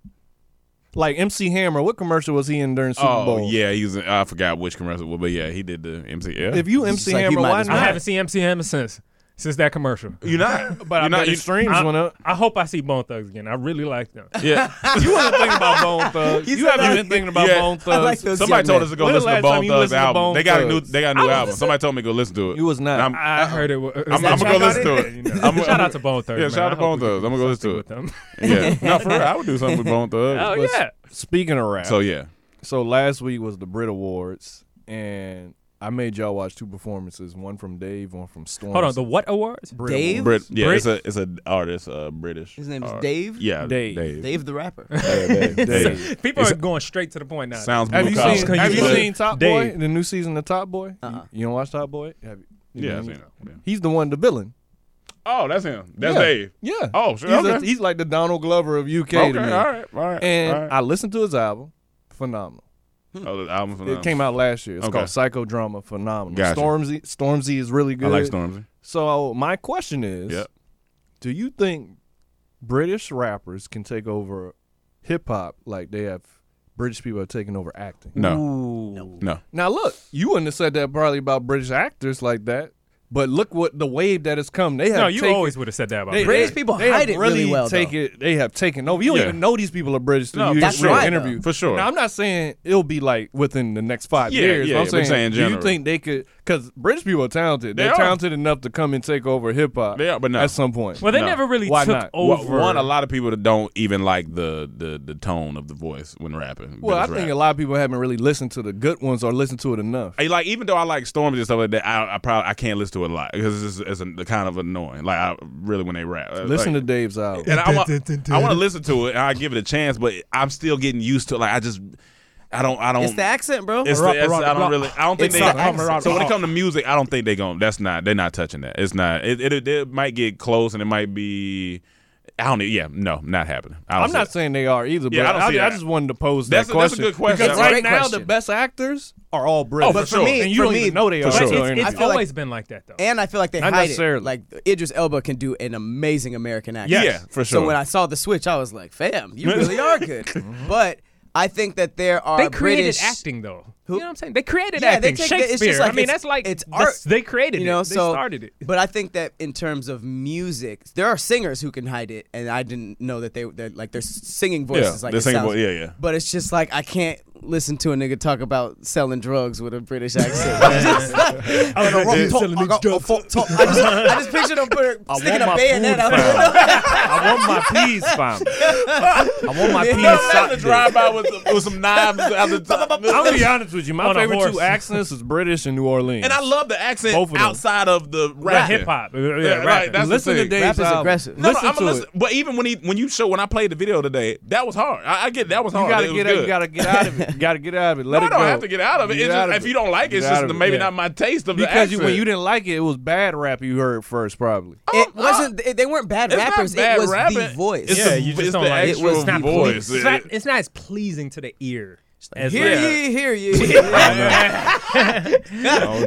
S4: like MC Hammer, what commercial was he in during Super
S5: oh
S4: Bowl?
S5: yeah, he was. In, I forgot which commercial, it was, but yeah, he did the MC. Yeah.
S4: If you
S7: It's
S4: MC
S7: just like he
S4: Hammer,
S7: might
S4: why
S7: as well.
S6: I
S4: not?
S6: haven't seen MC Hammer since since that commercial.
S5: you're not,
S4: But
S5: you're
S4: I bet
S5: not.
S4: his streams
S6: I,
S4: went up.
S6: I hope I see Bone Thugs again. I really like them.
S5: yeah.
S4: You wasn't thinking about Bone Thugs. You haven't been thinking about
S5: Yeah.
S4: Bone
S7: I like
S4: Thugs.
S7: those
S5: Somebody told
S7: young men.
S5: us to go
S4: When the
S5: listen to
S4: last time
S5: Bone
S4: you
S5: Thugs
S4: listened to
S5: album.
S4: Bone
S5: they got a new.
S4: Thugs?
S5: They got a new album. Somebody told me to go listen to it.
S4: You was not.
S5: And I'm,
S6: I heard it. wa-
S5: I'm, I'm gonna go listen to it. I'm,
S6: Shout
S5: I'm-
S6: out to Bone Thugs.
S5: Yeah,
S6: man.
S5: shout out
S6: I
S5: to Bone
S6: hope we
S5: Thugs. I'm gonna go listen to
S6: with
S5: it.
S6: them.
S5: Yeah, no, for real, I would do something with Bone Thugs.
S6: Oh
S5: But-
S6: yeah.
S4: Speaking of rap,
S5: So yeah,
S4: So last week was the Brit Awards, and I made y'all watch two performances: one from Dave, one from Storm.
S6: Hold on. The what awards?
S7: Dave.
S5: Brit. Yeah,
S6: Brit-
S5: it's a it's an artist, uh, British.
S7: His name is
S5: art-
S7: Dave?
S5: Yeah,
S4: Dave.
S5: Dave.
S7: Dave the rapper.
S5: Yeah, Dave. Dave.
S6: People
S5: It's-
S6: are going straight to the point now.
S5: Sounds blue
S4: have you
S5: collar.
S4: seen? Have you
S5: But-
S4: seen Top
S6: Dave.
S4: Boy? The new season of Top Boy. uh You, don't watch Top Boy? Have you? you
S5: Yeah,
S4: know,
S5: I've seen it. Yeah.
S4: He's the one, the villain.
S5: Oh, that's him. That's
S4: yeah.
S5: Dave.
S4: Yeah.
S5: Oh, sure.
S4: He's, a-
S5: okay.
S4: he's like the Donald Glover of UK
S5: okay.
S4: to me.
S5: All right. All right.
S4: And
S5: all right.
S4: I listened to his album. Phenomenal.
S5: oh, the album
S4: It came out last year. It's
S5: Okay.
S4: called Psychodrama. Phenomenal.
S5: Gotcha.
S4: Stormzy. Stormzy is really good.
S5: I like Stormzy.
S4: So my question is,
S5: Yep.
S4: do you think British rappers can take over hip hop like they have British people have taken over acting.
S5: No. No. No.
S4: Now look, you wouldn't have said that probably about British actors like that. But look what the wave that has come. They have
S6: No, you
S4: taken-
S6: always would have said that about
S4: they-
S6: British
S4: they-
S7: people
S4: they
S7: hide
S4: have
S7: it really well, though.
S4: Take it, they have taken over. You don't
S5: Yeah.
S4: even know these people are British. till
S5: No,
S4: you
S5: for
S4: hear
S5: sure.
S4: an interview
S5: For sure.
S4: Now I'm not saying it'll be like within the next five
S5: Yeah,
S4: years.
S5: yeah,
S4: but I'm
S5: but
S4: saying,
S5: saying
S4: do you
S5: generally.
S4: think they could? Because British people are talented.
S5: They
S4: They're
S5: are.
S4: talented enough to come and take over hip hop.
S5: They are, but no.
S4: at some point.
S6: Well, they
S5: No.
S6: never really
S4: Why
S6: took
S4: not?
S5: Well,
S6: over.
S5: One, a lot of people that don't even like the the, the tone of the voice when rapping.
S4: Well, I
S5: British
S4: think
S5: rap.
S4: a lot of people haven't really listened to the good ones or listened to it enough.
S5: I- like even though I like storms and stuff like that, I, I probably I can't listen to it a lot because it's, it's a, kind of annoying. Like I really when they rap, uh,
S4: Listen
S5: like,
S4: to Dave's album.
S5: and I want I want to listen to it and I give it a chance, but I'm still getting used to it. Like I just I don't I don't.
S7: It's the accent, bro.
S5: It's the, it's, I don't really. I don't think
S7: It's
S5: they.
S7: the accent.
S5: so when it comes to music, I don't think they going. That's not. They're not touching that. It's not. It, it, it, might get close, and it might be. I don't. e, Yeah. No. Not happening. I don't
S4: I'm
S5: see
S4: not
S5: it.
S4: saying they are either, but
S5: Yeah, I
S4: I,
S5: don't see
S4: I
S5: that.
S4: just wanted to pose
S5: That's
S4: that
S5: a- that's a
S4: question.
S5: good question.
S4: Because
S7: That's a great
S4: right now,
S7: question.
S4: the best actors are all British.
S5: for
S7: but for me,
S4: and you
S7: for
S4: don't
S7: me,
S4: even know they
S5: for
S4: are.
S5: sure.
S6: But
S4: so
S6: it's,
S4: they're
S6: it's
S4: not-
S7: feel like-
S6: always been like that, though.
S7: And I feel like they
S4: Not
S7: hide
S4: necessarily.
S7: it. Like Idris Elba can do an amazing American accent.
S5: Yeah, for sure.
S7: So when I saw the switch, I was like, "Fam, you really are good." but I think that there are
S6: they created
S7: British,
S6: acting, though.
S7: Who-
S6: You know what I'm saying? They created
S7: Yeah, they
S6: acting.
S7: take the-
S6: Shakespeare.
S7: it's just
S6: I
S7: like
S6: mean,
S7: it's-
S6: that's like
S7: it's
S6: that's-
S7: art,
S6: They created
S7: you know,
S6: it. They
S7: so,
S6: started it.
S7: But I think that in terms of music, there are singers who can hide it, and I didn't know that they they're like their singing voices. like
S5: their
S7: it
S5: singing
S7: sounds-
S5: vo- yeah, yeah.
S7: But it's just like I can't listen to a nigga talk about selling drugs with a British accent. It's just like, I got a rum top, I got a fork top. I just, I just pictured him putting- sticking a bayonet out.
S4: I want my peas, fam. I want my
S7: Yeah.
S4: peas.
S7: No,
S4: socked in.
S5: drive by with, some- with some knives. out the top.
S4: I'm gonna be honest with you. My
S6: On a
S4: favorite
S6: horse.
S4: two accents is British and New Orleans.
S5: And I love the accent
S4: Both of them.
S5: outside of the
S6: Right,
S5: rap
S6: hip hop. Yeah,
S5: Yeah,
S6: rapping.
S5: right. That's
S4: listen
S5: the
S4: to
S5: thing.
S7: Rap
S4: Dave's
S7: is
S4: album.
S7: aggressive.
S5: No, no,
S4: Listen
S5: I'm
S4: to
S5: gonna listen.
S4: it.
S5: But even when he when you show when I played the video today, that was hard. I, I get that was hard.
S4: You gotta
S5: Oh, It was
S4: get
S5: good.
S4: out. You gotta get out of it. You gotta get out of it. Let
S5: No, I
S4: it
S5: don't
S4: go.
S5: have to get out of it.
S4: Get
S5: It's
S4: out
S5: just,
S4: of
S5: if you don't like it,
S4: Get
S5: it's
S4: out
S5: just
S4: of it.
S5: maybe
S4: Yeah.
S5: not my taste of the
S4: because you, when
S5: accent.
S4: you didn't like it, it was bad rap you heard first, probably.
S7: It wasn't. They weren't bad
S5: It's not
S7: rappers.
S5: bad
S7: it was the
S5: rapping.
S7: voice.
S5: It's
S6: Yeah,
S5: the,
S6: you just
S5: it's
S6: don't
S5: the
S6: like it.
S5: actual
S7: It was not
S5: voice.
S6: It's not, it's not as pleasing to the ear. as
S7: Hear
S6: like-
S7: ye, hear ye.
S4: Oh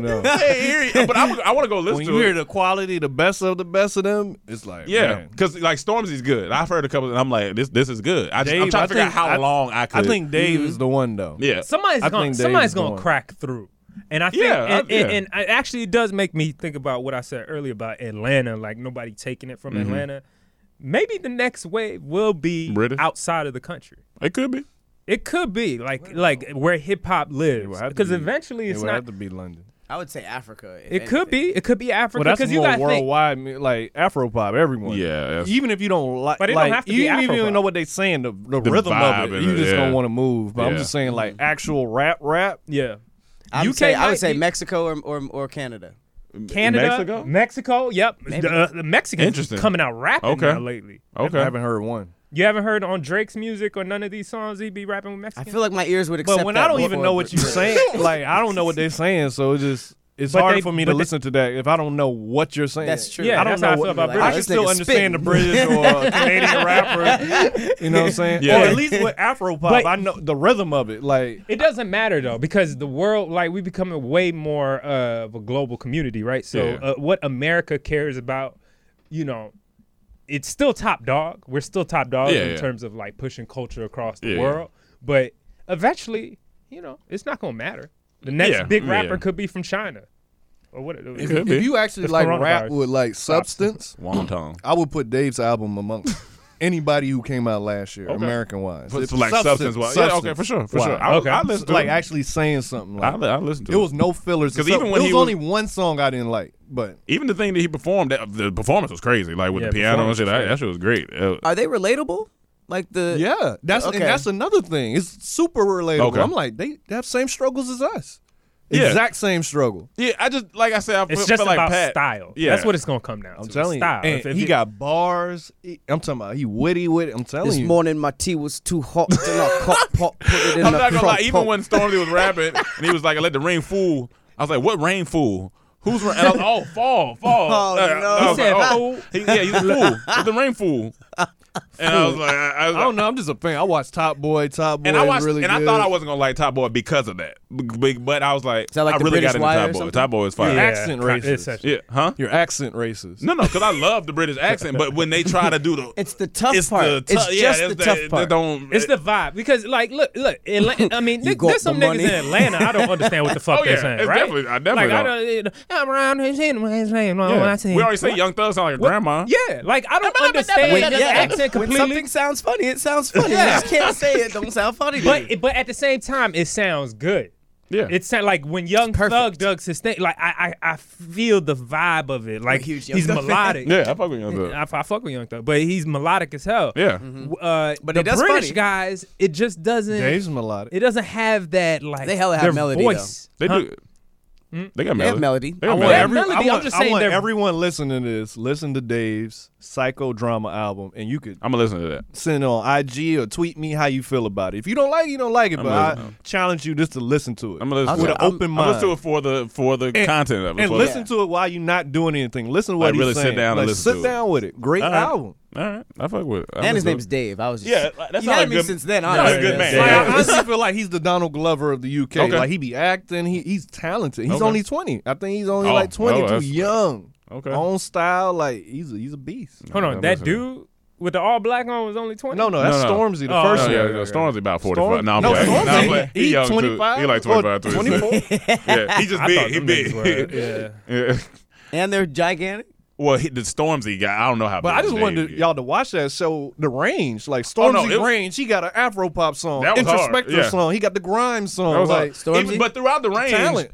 S4: no.
S5: Hey, here he- but I'm, I want to go listen
S4: when
S5: to
S4: you
S5: it.
S4: hear the quality, the best of the best of them, it's like
S5: Yeah,
S4: man.
S5: because like Stormzy's good. I've heard a couple, and I'm like, this this is good. I just, I'm
S4: Dave,
S5: trying to
S4: I
S5: figure
S4: think-
S5: out how
S4: I-
S5: long I
S4: I
S5: could.
S4: think Dave is the one though.
S5: yeah,
S6: Somebody's
S4: I
S6: gonna
S4: think Dave's
S6: somebody's gonna
S4: going.
S6: crack through. And I think
S5: Yeah, I-
S6: and, and,
S5: yeah.
S6: and I- actually it does make me think about what I said earlier about Atlanta, like nobody taking it from
S7: Mm-hmm.
S6: Atlanta. Maybe the next wave will be
S5: British?
S6: outside of the country.
S5: it could be.
S6: It could be like like where hip hop
S4: It
S6: lives
S4: would have to
S6: because
S4: be-
S6: eventually it's
S4: it would
S6: not.
S4: have to be London.
S7: I would say Africa. if
S6: It could
S7: anything.
S6: be. It could be Africa
S4: Well, that's
S6: because you
S4: more
S6: got
S4: worldwide, mu- like Afropop. Everyone.
S5: Yeah, that's-
S4: Even if you don't like,
S6: But it don't
S4: like,
S6: have to
S4: you
S6: be
S4: don't even
S6: Afropop.
S4: know what they're saying, the, the, rhythm
S5: vibe
S4: of it,
S5: and
S4: you
S5: the-
S4: just
S5: yeah.
S4: gonna want to move. But I'm
S5: Yeah.
S4: just saying, like actual rap, rap.
S6: Yeah,
S7: I would
S6: UK
S7: say, I
S6: might
S7: would say
S6: be-
S7: Mexico or, or or Canada.
S6: Canada,
S5: Mexico?
S6: Mexico. Yep, the, the Mexicans
S5: Interesting.
S6: coming out rapping
S5: Okay.
S6: now lately.
S4: I
S5: Okay,
S4: haven't heard one.
S6: You haven't heard on Drake's music or none of these songs he be rapping with
S7: I
S6: Mexicans.
S7: feel like my ears would accept.
S4: But when
S7: that
S4: I don't
S7: more
S4: even
S7: for
S4: know
S7: a
S4: what you're
S7: Brit-
S4: saying, like I don't know what they're saying, so it's just it's
S6: But
S4: hard
S6: they-
S4: for me
S6: but
S4: to
S6: they-
S4: listen to that if I don't know what you're saying.
S7: That's true.
S6: Yeah,
S4: I don't
S6: that's how I
S4: know
S6: feel
S4: what
S6: about
S4: I
S6: British.
S4: can
S7: This
S4: still
S7: nigga
S4: understand the
S7: spitting.
S4: British or a Canadian rapper. You know what I'm saying?
S5: Yeah.
S4: Or at least with Afropop,
S6: But-
S4: I know the rhythm of it. Like
S6: It doesn't matter though, because the world, like, we becoming way more uh, of a global community, right? So,
S5: Yeah.
S6: uh, what America cares about, you know, it's still top dog. We're still top dog
S5: Yeah,
S6: in
S5: yeah.
S6: terms of like pushing culture across the
S5: Yeah.
S6: world. But eventually, you know, it's not gonna matter. The next
S5: Yeah,
S6: big
S5: yeah.
S6: rapper could be from China, or what?
S5: it could be.
S4: you actually
S6: It's
S4: like
S6: coronavirus.
S4: rap with like substance,
S5: wonton.
S4: I would put Dave's album amongst anybody who came out last year, American wise.
S5: But it's like substance wise, yeah, okay, for sure, for sure. I,
S6: Okay.
S5: I listen to
S4: like
S5: it.
S4: actually saying something.
S5: I,
S4: Like,
S5: li- I listen to
S4: it was no fillers.
S5: 'Cause
S4: Because even
S5: even
S4: when
S5: when
S4: it was
S5: he was-
S4: only one song I didn't like, but
S5: even the thing that he performed. That, the performance was crazy, like with
S6: Yeah,
S5: the piano and shit.
S6: performance,
S5: That, that shit was great. Uh,
S7: Are they relatable? Like the
S4: yeah, that's
S7: Okay.
S4: and that's another thing. It's super relatable.
S5: Okay.
S4: I'm like they, they have same struggles as us.
S5: Yeah.
S4: Exact same struggle.
S5: yeah, I just like I said, I
S6: It's
S5: feel,
S6: just
S5: feel like
S6: about
S5: Pat,
S6: style.
S5: Yeah,
S6: that's what it's gonna come down.
S4: I'm
S6: to,
S4: telling
S6: style.
S4: you,
S6: If-
S4: and
S6: if
S4: he
S6: it-
S4: got bars. He- I'm talking about he witty with. it. I'm telling
S7: This
S4: you,
S7: morning my tea was too hot. Then I caught pop, put it in
S5: I'm
S7: the
S5: not gonna lie.
S7: crock
S5: Even
S7: pot.
S5: when Stormzy was rapping and he was like, "I let the rain fool," I was like, "What rain fool? Who's ra-? And I was, oh fall fall?"
S7: Oh, no.
S5: I was
S7: He said
S5: like, oh. He- yeah, he's a fool. Let the rain fool. and I was like, I, I was
S4: I
S5: like-
S4: don't know. I'm just a fan. I watch Top Boy. Top Boy
S5: and I watched,
S4: really
S5: and I
S4: good.
S5: thought I wasn't gonna like Top Boy because of that. B- b- But I was like,
S7: that like
S5: I
S7: the
S5: really
S7: British
S5: got into
S7: Wire or
S5: Top Boy.
S7: something?
S5: Top Boy is fire.
S4: Your
S5: Yeah.
S4: accent
S6: kind-
S4: racist.
S6: it's actually-
S5: huh?
S4: Your accent racist.
S5: No, no, because I love the British accent, but when they try to do the,
S7: It's the tough
S5: it's
S7: part.
S5: the
S7: it's
S5: tou- yeah,
S7: just
S5: it's
S7: the,
S5: that-
S7: tough
S5: that
S7: part.
S5: Don't,
S6: It's the vibe because, like, look, look. Atlanta, I mean,
S7: You
S6: there-
S7: got
S6: there's some
S7: the
S6: niggas
S7: money.
S6: in Atlanta. I don't understand what the fuck
S5: Oh,
S6: they're
S5: yeah,
S6: saying,
S5: it's
S6: right?
S5: definitely- I definitely
S6: like, I don't, I'm around his head, my his name, no, I see.
S5: we already say Young Thug sound like a grandma.
S6: Yeah, like I don't
S7: When-
S6: understand the
S7: yeah,
S6: accent
S7: when
S6: completely.
S7: something sounds funny, it sounds funny. You just can't say it don't sound funny. to you.
S6: But but at the same time, it sounds good.
S5: yeah.
S6: It sound like when Young
S7: perfect.
S6: Thug does his thing. Like I, I I feel the vibe of it. Like
S7: huge Young
S6: he's
S7: Thug fan.
S6: melodic.
S5: yeah. I fuck with Young Thug.
S6: I, I fuck with Young Thug, but he's melodic as hell.
S5: yeah,
S6: Uh,
S7: But
S6: the
S7: it does
S6: British
S7: funny.
S6: guys, it just doesn't.
S4: Dave's melodic.
S6: It doesn't have that like
S7: They hella have
S6: their
S7: melody,
S6: voice.
S5: they
S6: Huh? Mm.
S5: do. They got melody.
S7: They have melody.
S5: They got
S7: I want
S5: melody.
S6: every- melody,
S4: I
S6: I'm
S4: want,
S6: just
S4: I
S6: saying
S4: want
S6: they're-
S4: everyone listening to this, listen to Dave's psychodrama album, and you could
S5: I'm gonna listen to that.
S4: send on IG or tweet me how you feel about it. If you don't like it, you don't like it,
S5: I'm
S4: but
S5: listening.
S4: I challenge you just to listen to it.
S5: I'm gonna listen
S4: with
S5: to
S4: an
S5: it.
S4: open
S5: I'm
S4: mind.
S5: listening to it for the for the
S4: And-
S5: content of it.
S4: and
S5: for the-
S4: listen to it while you're not doing anything. Listen to what
S5: Like,
S4: he's
S5: really sit
S4: saying.
S5: down and
S4: Like,
S5: listen
S4: sit
S5: to it.
S4: down with it. Great
S5: All right.
S4: album.
S5: All right, I fuck with. it. I
S7: and his
S5: listen
S7: name's Dave. I was just
S5: Yeah, like, that's
S7: you
S5: not
S7: had
S5: a
S7: me
S5: good-
S7: since then.
S5: not a
S7: honestly.
S5: good man.
S4: Like,
S5: Yeah.
S4: I honestly feel like he's the Donald Glover of the UK.
S5: Okay.
S4: Like he be acting. He, he's talented. He's
S5: Okay.
S4: only twenty. I think he's only
S5: Oh,
S4: like
S5: oh,
S4: twenty. too
S5: that's-
S4: young.
S5: Okay.
S4: On style, like he's a, he's a beast.
S6: Hold
S5: I'm
S6: on, that
S5: listening.
S6: dude with the all black on was only twenty.
S4: No, no, that's
S5: No, no.
S4: Stormzy, the
S6: Oh,
S4: first
S5: No,
S6: okay,
S5: yeah,
S6: okay,
S4: one.
S5: yeah,
S6: okay.
S5: Storm's about 45.
S4: Storm-
S5: no, I'm
S4: no,
S5: playing.
S4: Stormzy,
S5: Nah, I'm playing.
S4: he
S5: young, too.
S4: 25
S5: He like
S4: or
S5: 25,
S4: 24?
S5: 26. yeah, he just
S6: Oh, I
S5: big.
S6: thought
S5: He
S6: them niggas
S5: big.
S6: were-
S5: yeah.
S7: And they're gigantic.
S5: Well, he, the Stormzy guy, I don't know how.
S4: But
S5: big
S4: I just
S5: Dave
S4: wanted
S5: is.
S4: y'all to watch that show, the range, like
S5: Oh,
S4: Stormzy
S5: no, it was-
S4: range. He got an Afro pop song,
S5: That was hard,
S4: introspective
S5: yeah.
S4: song. He got the grime song.
S5: I was
S4: like
S5: like,
S7: Stormzy?
S5: even- but throughout the range,
S4: talent.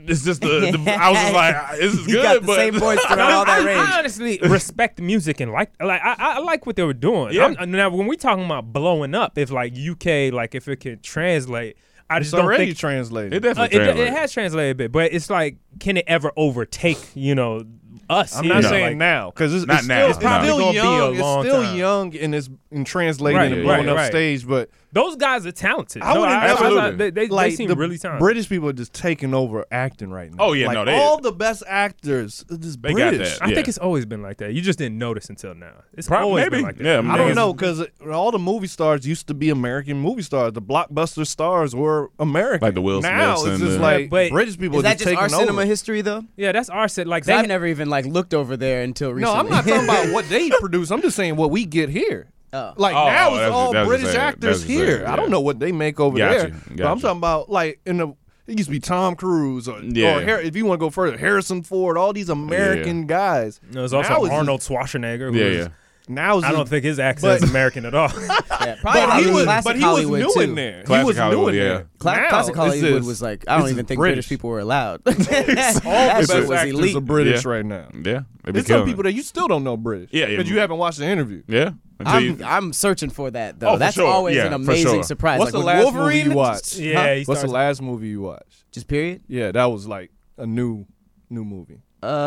S5: it's just the, the I was just like, this is
S7: He
S5: good,
S7: got the
S5: but
S7: same voice throughout all
S6: I,
S7: that range.
S6: I honestly respect the music and like like I, I like what they were doing.
S5: Yeah.
S6: I'm- now when we talking about blowing up, if like UK, like if it could translate, I
S4: it's
S6: just don't
S4: already
S6: think
S4: translated.
S5: it
S6: Uh,
S5: definitely
S6: it, it
S5: translated.
S6: has translated a bit, but it's like, can it ever overtake? You know, us.
S4: I'm
S6: here?
S4: not
S5: No.
S4: saying
S6: Like,
S4: now because it's,
S5: Not
S4: it's
S5: now,
S4: still,
S5: it's not.
S4: still
S6: Gonna be a
S4: young.
S6: long
S4: it's still
S6: time.
S4: young and it's in translating
S6: Right,
S4: and
S5: yeah,
S4: blowing
S5: yeah.
S4: up
S6: right.
S4: stage, but
S6: those guys are talented.
S4: I
S6: No,
S4: wouldn't-
S6: I, I, I,
S5: Absolutely.
S6: they, they,
S4: like
S6: they seem
S4: the
S6: really talented.
S4: British people are just taking over acting right now.
S5: Oh, yeah,
S4: Like,
S5: no, they-
S4: all the best actors are just
S5: They got
S4: British.
S5: that.
S6: I
S5: Yeah.
S6: think it's always been like that. You just didn't notice until now. It's
S5: Prob-
S6: always
S5: maybe.
S6: been like that.
S5: Yeah,
S4: I
S5: Niggas-
S4: don't know because all the movie stars used to be American movie stars. The blockbuster stars were American,
S5: Like the Will
S4: Now
S5: Smiths
S4: it's
S5: and
S4: just
S5: the-
S4: like
S6: Yeah, but
S4: British people
S7: Is
S4: are
S7: that just
S4: taking
S7: our cinema
S4: over.
S7: history though?
S6: Yeah, that's our set. Like
S7: 'Cause I've
S6: they
S7: never even like looked over there until
S4: No,
S7: recently.
S4: I'm not talking about what they produce. I'm just saying what we get here.
S7: Oh.
S4: Like
S5: Oh,
S4: now
S5: that's
S4: it's
S5: what-
S4: all
S5: that's what I'm
S4: British
S5: saying. That's
S4: actors
S5: what I'm saying,
S4: here.
S5: yeah.
S4: I don't know what they make over
S5: Gotcha,
S4: there. But I'm
S5: gotcha.
S4: talking about like in the it used to be Tom Cruise or,
S5: Yeah.
S4: or Har- if you want to go further, Harrison Ford, all these American guys.
S6: No, there's
S4: Now
S6: also
S4: it's
S6: Arnold Schwarzenegger. Who
S5: Yeah,
S6: is-
S5: yeah.
S4: just- now it's
S6: I don't
S4: just-
S6: think his accent is
S4: But-
S6: American at all.
S7: Yeah, probably
S4: but he
S7: Hollywood,
S4: was,
S7: classic
S4: but he
S7: Hollywood
S4: was new
S7: too.
S4: in there.
S5: Classic
S4: he was
S5: Hollywood,
S4: new in
S5: yeah.
S4: there.
S7: Cla-
S4: Now,
S7: classic
S4: it's
S7: Hollywood
S4: just-
S7: was like I
S4: it's
S7: don't even
S4: just
S7: think
S4: British.
S7: British people were allowed.
S4: all
S7: that
S4: the
S7: shit
S4: best
S7: was
S4: actors
S7: elite.
S4: are British
S5: Yeah.
S4: right now.
S5: yeah, they be
S4: There's some
S5: killing
S4: people
S5: it.
S4: that you still don't know British.
S5: Yeah, yeah.
S4: But you haven't watched the interview.
S5: yeah. Until
S7: I'm,
S5: you-
S7: I'm searching for that
S5: Oh,
S7: though.
S5: for
S7: That's
S5: sure.
S7: always
S5: Yeah,
S7: an
S5: for
S7: amazing
S5: sure.
S7: surprise.
S4: What's
S7: like with
S4: the last
S7: Wolverine,
S4: movie you watched?
S6: yeah, he
S4: What's
S6: starts,
S4: the last movie you watched?
S7: Just period.
S4: Yeah, that was like a new new movie.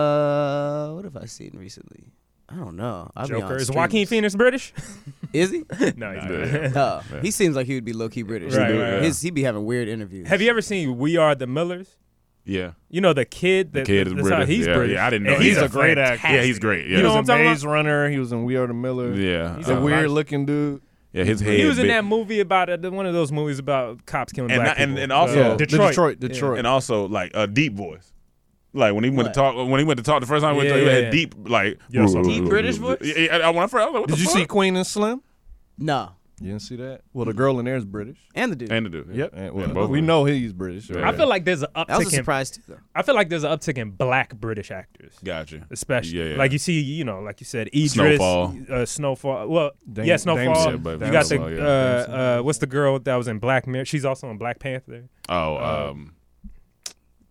S7: Uh, what have I seen recently? I don't know. I'll Be
S6: Joker.
S7: on
S6: Is
S7: streams.
S6: Joaquin Phoenix British?
S7: Is he?
S6: no, he's
S5: Yeah.
S6: not.
S7: Oh, he seems like he would be low key British.
S6: Right, right, right.
S7: His, he'd be having weird interviews.
S6: Have you ever seen We Are the Millers?
S5: yeah.
S6: You know the kid. That,
S5: kid is
S6: that's how
S5: British.
S6: He's
S5: Yeah,
S6: British.
S5: yeah, I didn't know
S6: And
S5: he
S6: he's
S5: was
S6: a great actor.
S5: Yeah, he's great. Yeah,
S6: You know what I'm
S4: He was in
S6: talking
S4: Maze Runner. He was in We Are the Miller.
S5: yeah.
S4: He's a
S5: Uh,
S4: weird looking dude.
S5: Yeah, his head.
S6: He was in
S5: big.
S6: that movie about uh, the- one of those movies about cops killing
S5: And
S6: black
S5: not- and-
S6: people.
S5: and also-
S6: Uh,
S5: Yeah,
S4: the
S6: Detroit.
S4: Detroit, Detroit.
S5: and also like a deep voice. Like when he went to talk, when he went to talk the first time, he, went
S6: Yeah,
S5: to, he
S6: yeah,
S5: had
S6: yeah.
S5: deep like
S6: Yeah, so- Deep
S5: British voice. Yeah, I, I, when I first, I was like, what
S4: Did
S5: the
S4: you
S5: fuck?
S4: see Queen and Slim?
S7: No.
S4: You didn't see that? Well, the girl in there is British.
S7: And the dude.
S5: And the dude.
S4: And,
S5: And
S4: well,
S5: both
S4: we
S5: of them.
S4: know he's British.
S5: Yeah.
S6: I feel like there's an
S7: that was a
S6: uptick. In,
S7: surprise too, though.
S6: I feel like there's an uptick in black British actors.
S5: Gotcha.
S6: especially.
S5: Yeah, yeah.
S6: Like you see, you know, like you said, Idris,
S5: Snowfall.
S6: Uh, Snowfall. Well,
S4: Dame-
S6: yeah,
S4: Dame
S6: Snowfall.
S5: Yeah, but
S6: you got the
S5: Snowfall, yeah,
S6: uh, uh, what's the girl that was in Black Mirror? She's also in Black Panther.
S5: Oh, um,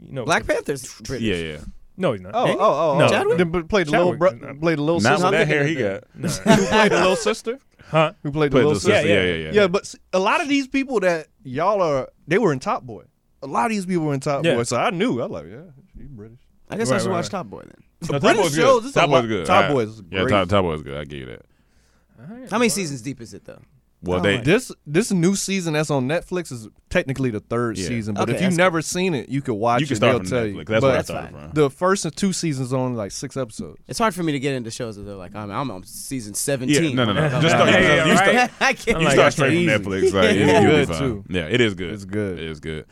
S6: You know,
S7: Black Panther's British.
S5: yeah, yeah.
S6: no, he's not.
S4: Oh, oh, oh,
S6: No.
S4: oh.
S6: Chadwick?
S4: Then played the little
S6: Chadwick.
S4: bro- played the little
S5: Not
S4: sister.
S5: with that hair he got.
S4: Who played the little sister?
S6: Huh?
S4: Who played the
S5: Played
S4: little
S5: the
S4: sister?
S5: sister. Yeah,
S6: yeah.
S5: yeah, yeah.
S4: Yeah, but s- a lot of these people that y'all are, they were in Top Boy. A lot of these people were in Top
S6: Yeah.
S4: Boy, so I knew. I was like, yeah, you British.
S7: I guess I
S6: Right,
S7: should
S6: right,
S7: watch
S6: right.
S7: Top Boy then.
S5: No,
S4: British
S5: Boy's good.
S4: shows, it's a
S5: Top
S4: lot-
S5: Boy's good.
S4: Top
S5: All
S4: Boy's
S5: Yeah,
S4: great.
S5: Top, Top Boy's good. I give you that.
S7: How many seasons deep is it though?
S5: Well, they
S4: This this new season that's on Netflix is technically the third
S5: Yeah.
S4: season, but
S7: Okay,
S4: if you've
S7: that's
S4: never seen it, you could watch
S5: you can
S4: it.
S5: start
S4: They'll
S5: from
S4: tell you.
S5: Netflix. That's what I
S4: But
S5: started from.
S4: The first and two seasons are only like six episodes.
S7: It's hard for me to get into shows that they're like, "Oh, I'm, I'm on season 17.
S5: Yeah, no, no, no.
S7: I'm like,
S5: Just
S7: oh,
S5: start-
S7: okay.
S5: you start- you start-
S7: I can't.
S5: You
S6: like,
S5: start
S6: that's
S5: straight
S4: easy.
S5: from Netflix. Like, it,
S4: It's
S5: will be
S4: good,
S5: fine.
S4: too.
S5: Yeah, it is good.
S4: It's good.
S5: It is good.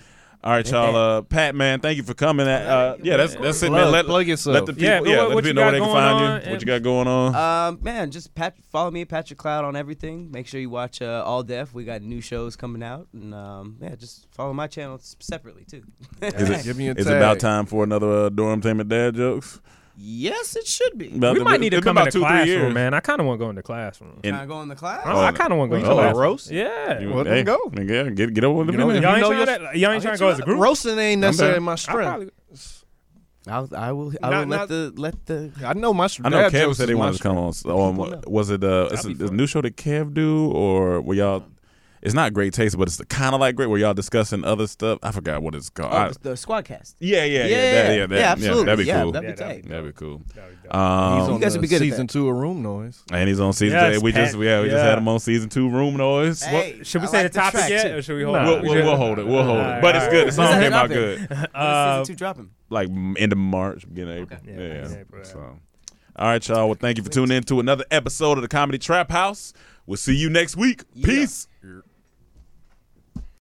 S5: All right, y'all. Uh, Pat, man, thank you for coming. Uh, yeah, that's that's it, man.
S4: Plug-
S5: Let,
S4: plug
S5: Let
S4: yourself.
S5: the people, yeah,
S6: Yeah, but what-
S5: let
S6: what
S5: the people
S6: you
S5: know where
S6: got
S5: they can
S6: going
S5: find
S6: on?
S5: you. What you got going on?
S7: Um, man, just Pat, follow me at Patrick Cloud on everything. Make sure you watch uh, All Deaf. We got new shows coming out, and um, yeah, just follow my channel s- separately too.
S5: Is it,
S4: Give me a
S5: it's
S4: tag.
S5: about time for another uh, dorm tainment dad jokes.
S7: yes, it should be.
S5: About
S6: we
S5: the-
S6: might need to
S5: it's been
S6: come in
S5: about
S6: the
S5: two, three years.
S6: classroom, man. I kind of want to go in the classroom.
S5: And-
S7: Can I go in the class?
S6: I-
S5: Oh,
S6: I kind of want to go. in the
S4: you talking
S6: classroom.
S4: about roast?
S6: Yeah.
S5: You-
S4: Well, then go.
S5: nigga, Yeah, get get over the
S4: know,
S5: minute.
S6: Y'all ain't
S4: know
S6: trying
S4: your-
S6: to- y'all ain't trying to go as a group.
S4: Roasting ain't necessarily
S5: down.
S4: my
S6: I
S4: strength.
S6: probably-
S7: I'll, I will. I will let
S4: Not- not-
S7: the let the.
S4: I know my strength.
S5: I know Kev said he wanted to come on. so, um, was it uh, it's a, it's a new show that Kev do or were y'all? It's not great taste, but it's kind of like great. Were y'all discussing other stuff? I forgot what it's called.
S7: Oh,
S5: I-
S7: it's the Squadcast.
S5: yeah, yeah, yeah,
S7: yeah,
S5: that,
S7: yeah.
S5: yeah, that,
S7: Yeah,
S5: yeah,
S7: absolutely.
S5: that'd be
S7: Yeah,
S5: cool.
S7: that'd be
S5: that'd,
S7: tight.
S5: be cool.
S6: That'd be
S5: Um,
S7: You guys would be good at
S4: season
S7: that.
S4: two of Room Noise.
S5: and he's on season.
S6: Yes,
S5: two. we just
S6: Pat.
S5: yeah, we just
S6: Yeah.
S5: had him on season two. Room noise.
S7: Hey,
S6: Should we
S7: I
S6: say
S7: like
S6: the topic
S7: track,
S6: yet,
S7: too.
S6: or should we hold?
S5: What-
S6: it?
S5: we'll, we'll, we'll hold it. We'll hold it. But it's good. The song
S7: Alright.
S5: came out
S7: Alright.
S5: good.
S7: When
S6: Uh,
S7: is season two dropping?
S5: like m- end of March, beginning of April.
S6: Yeah,
S5: Yeah.
S6: beginning of April, yeah.
S5: So. All right, y'all. Well, thank you for tuning in to another episode of the Comedy Trap House. We'll see you next week. Peace.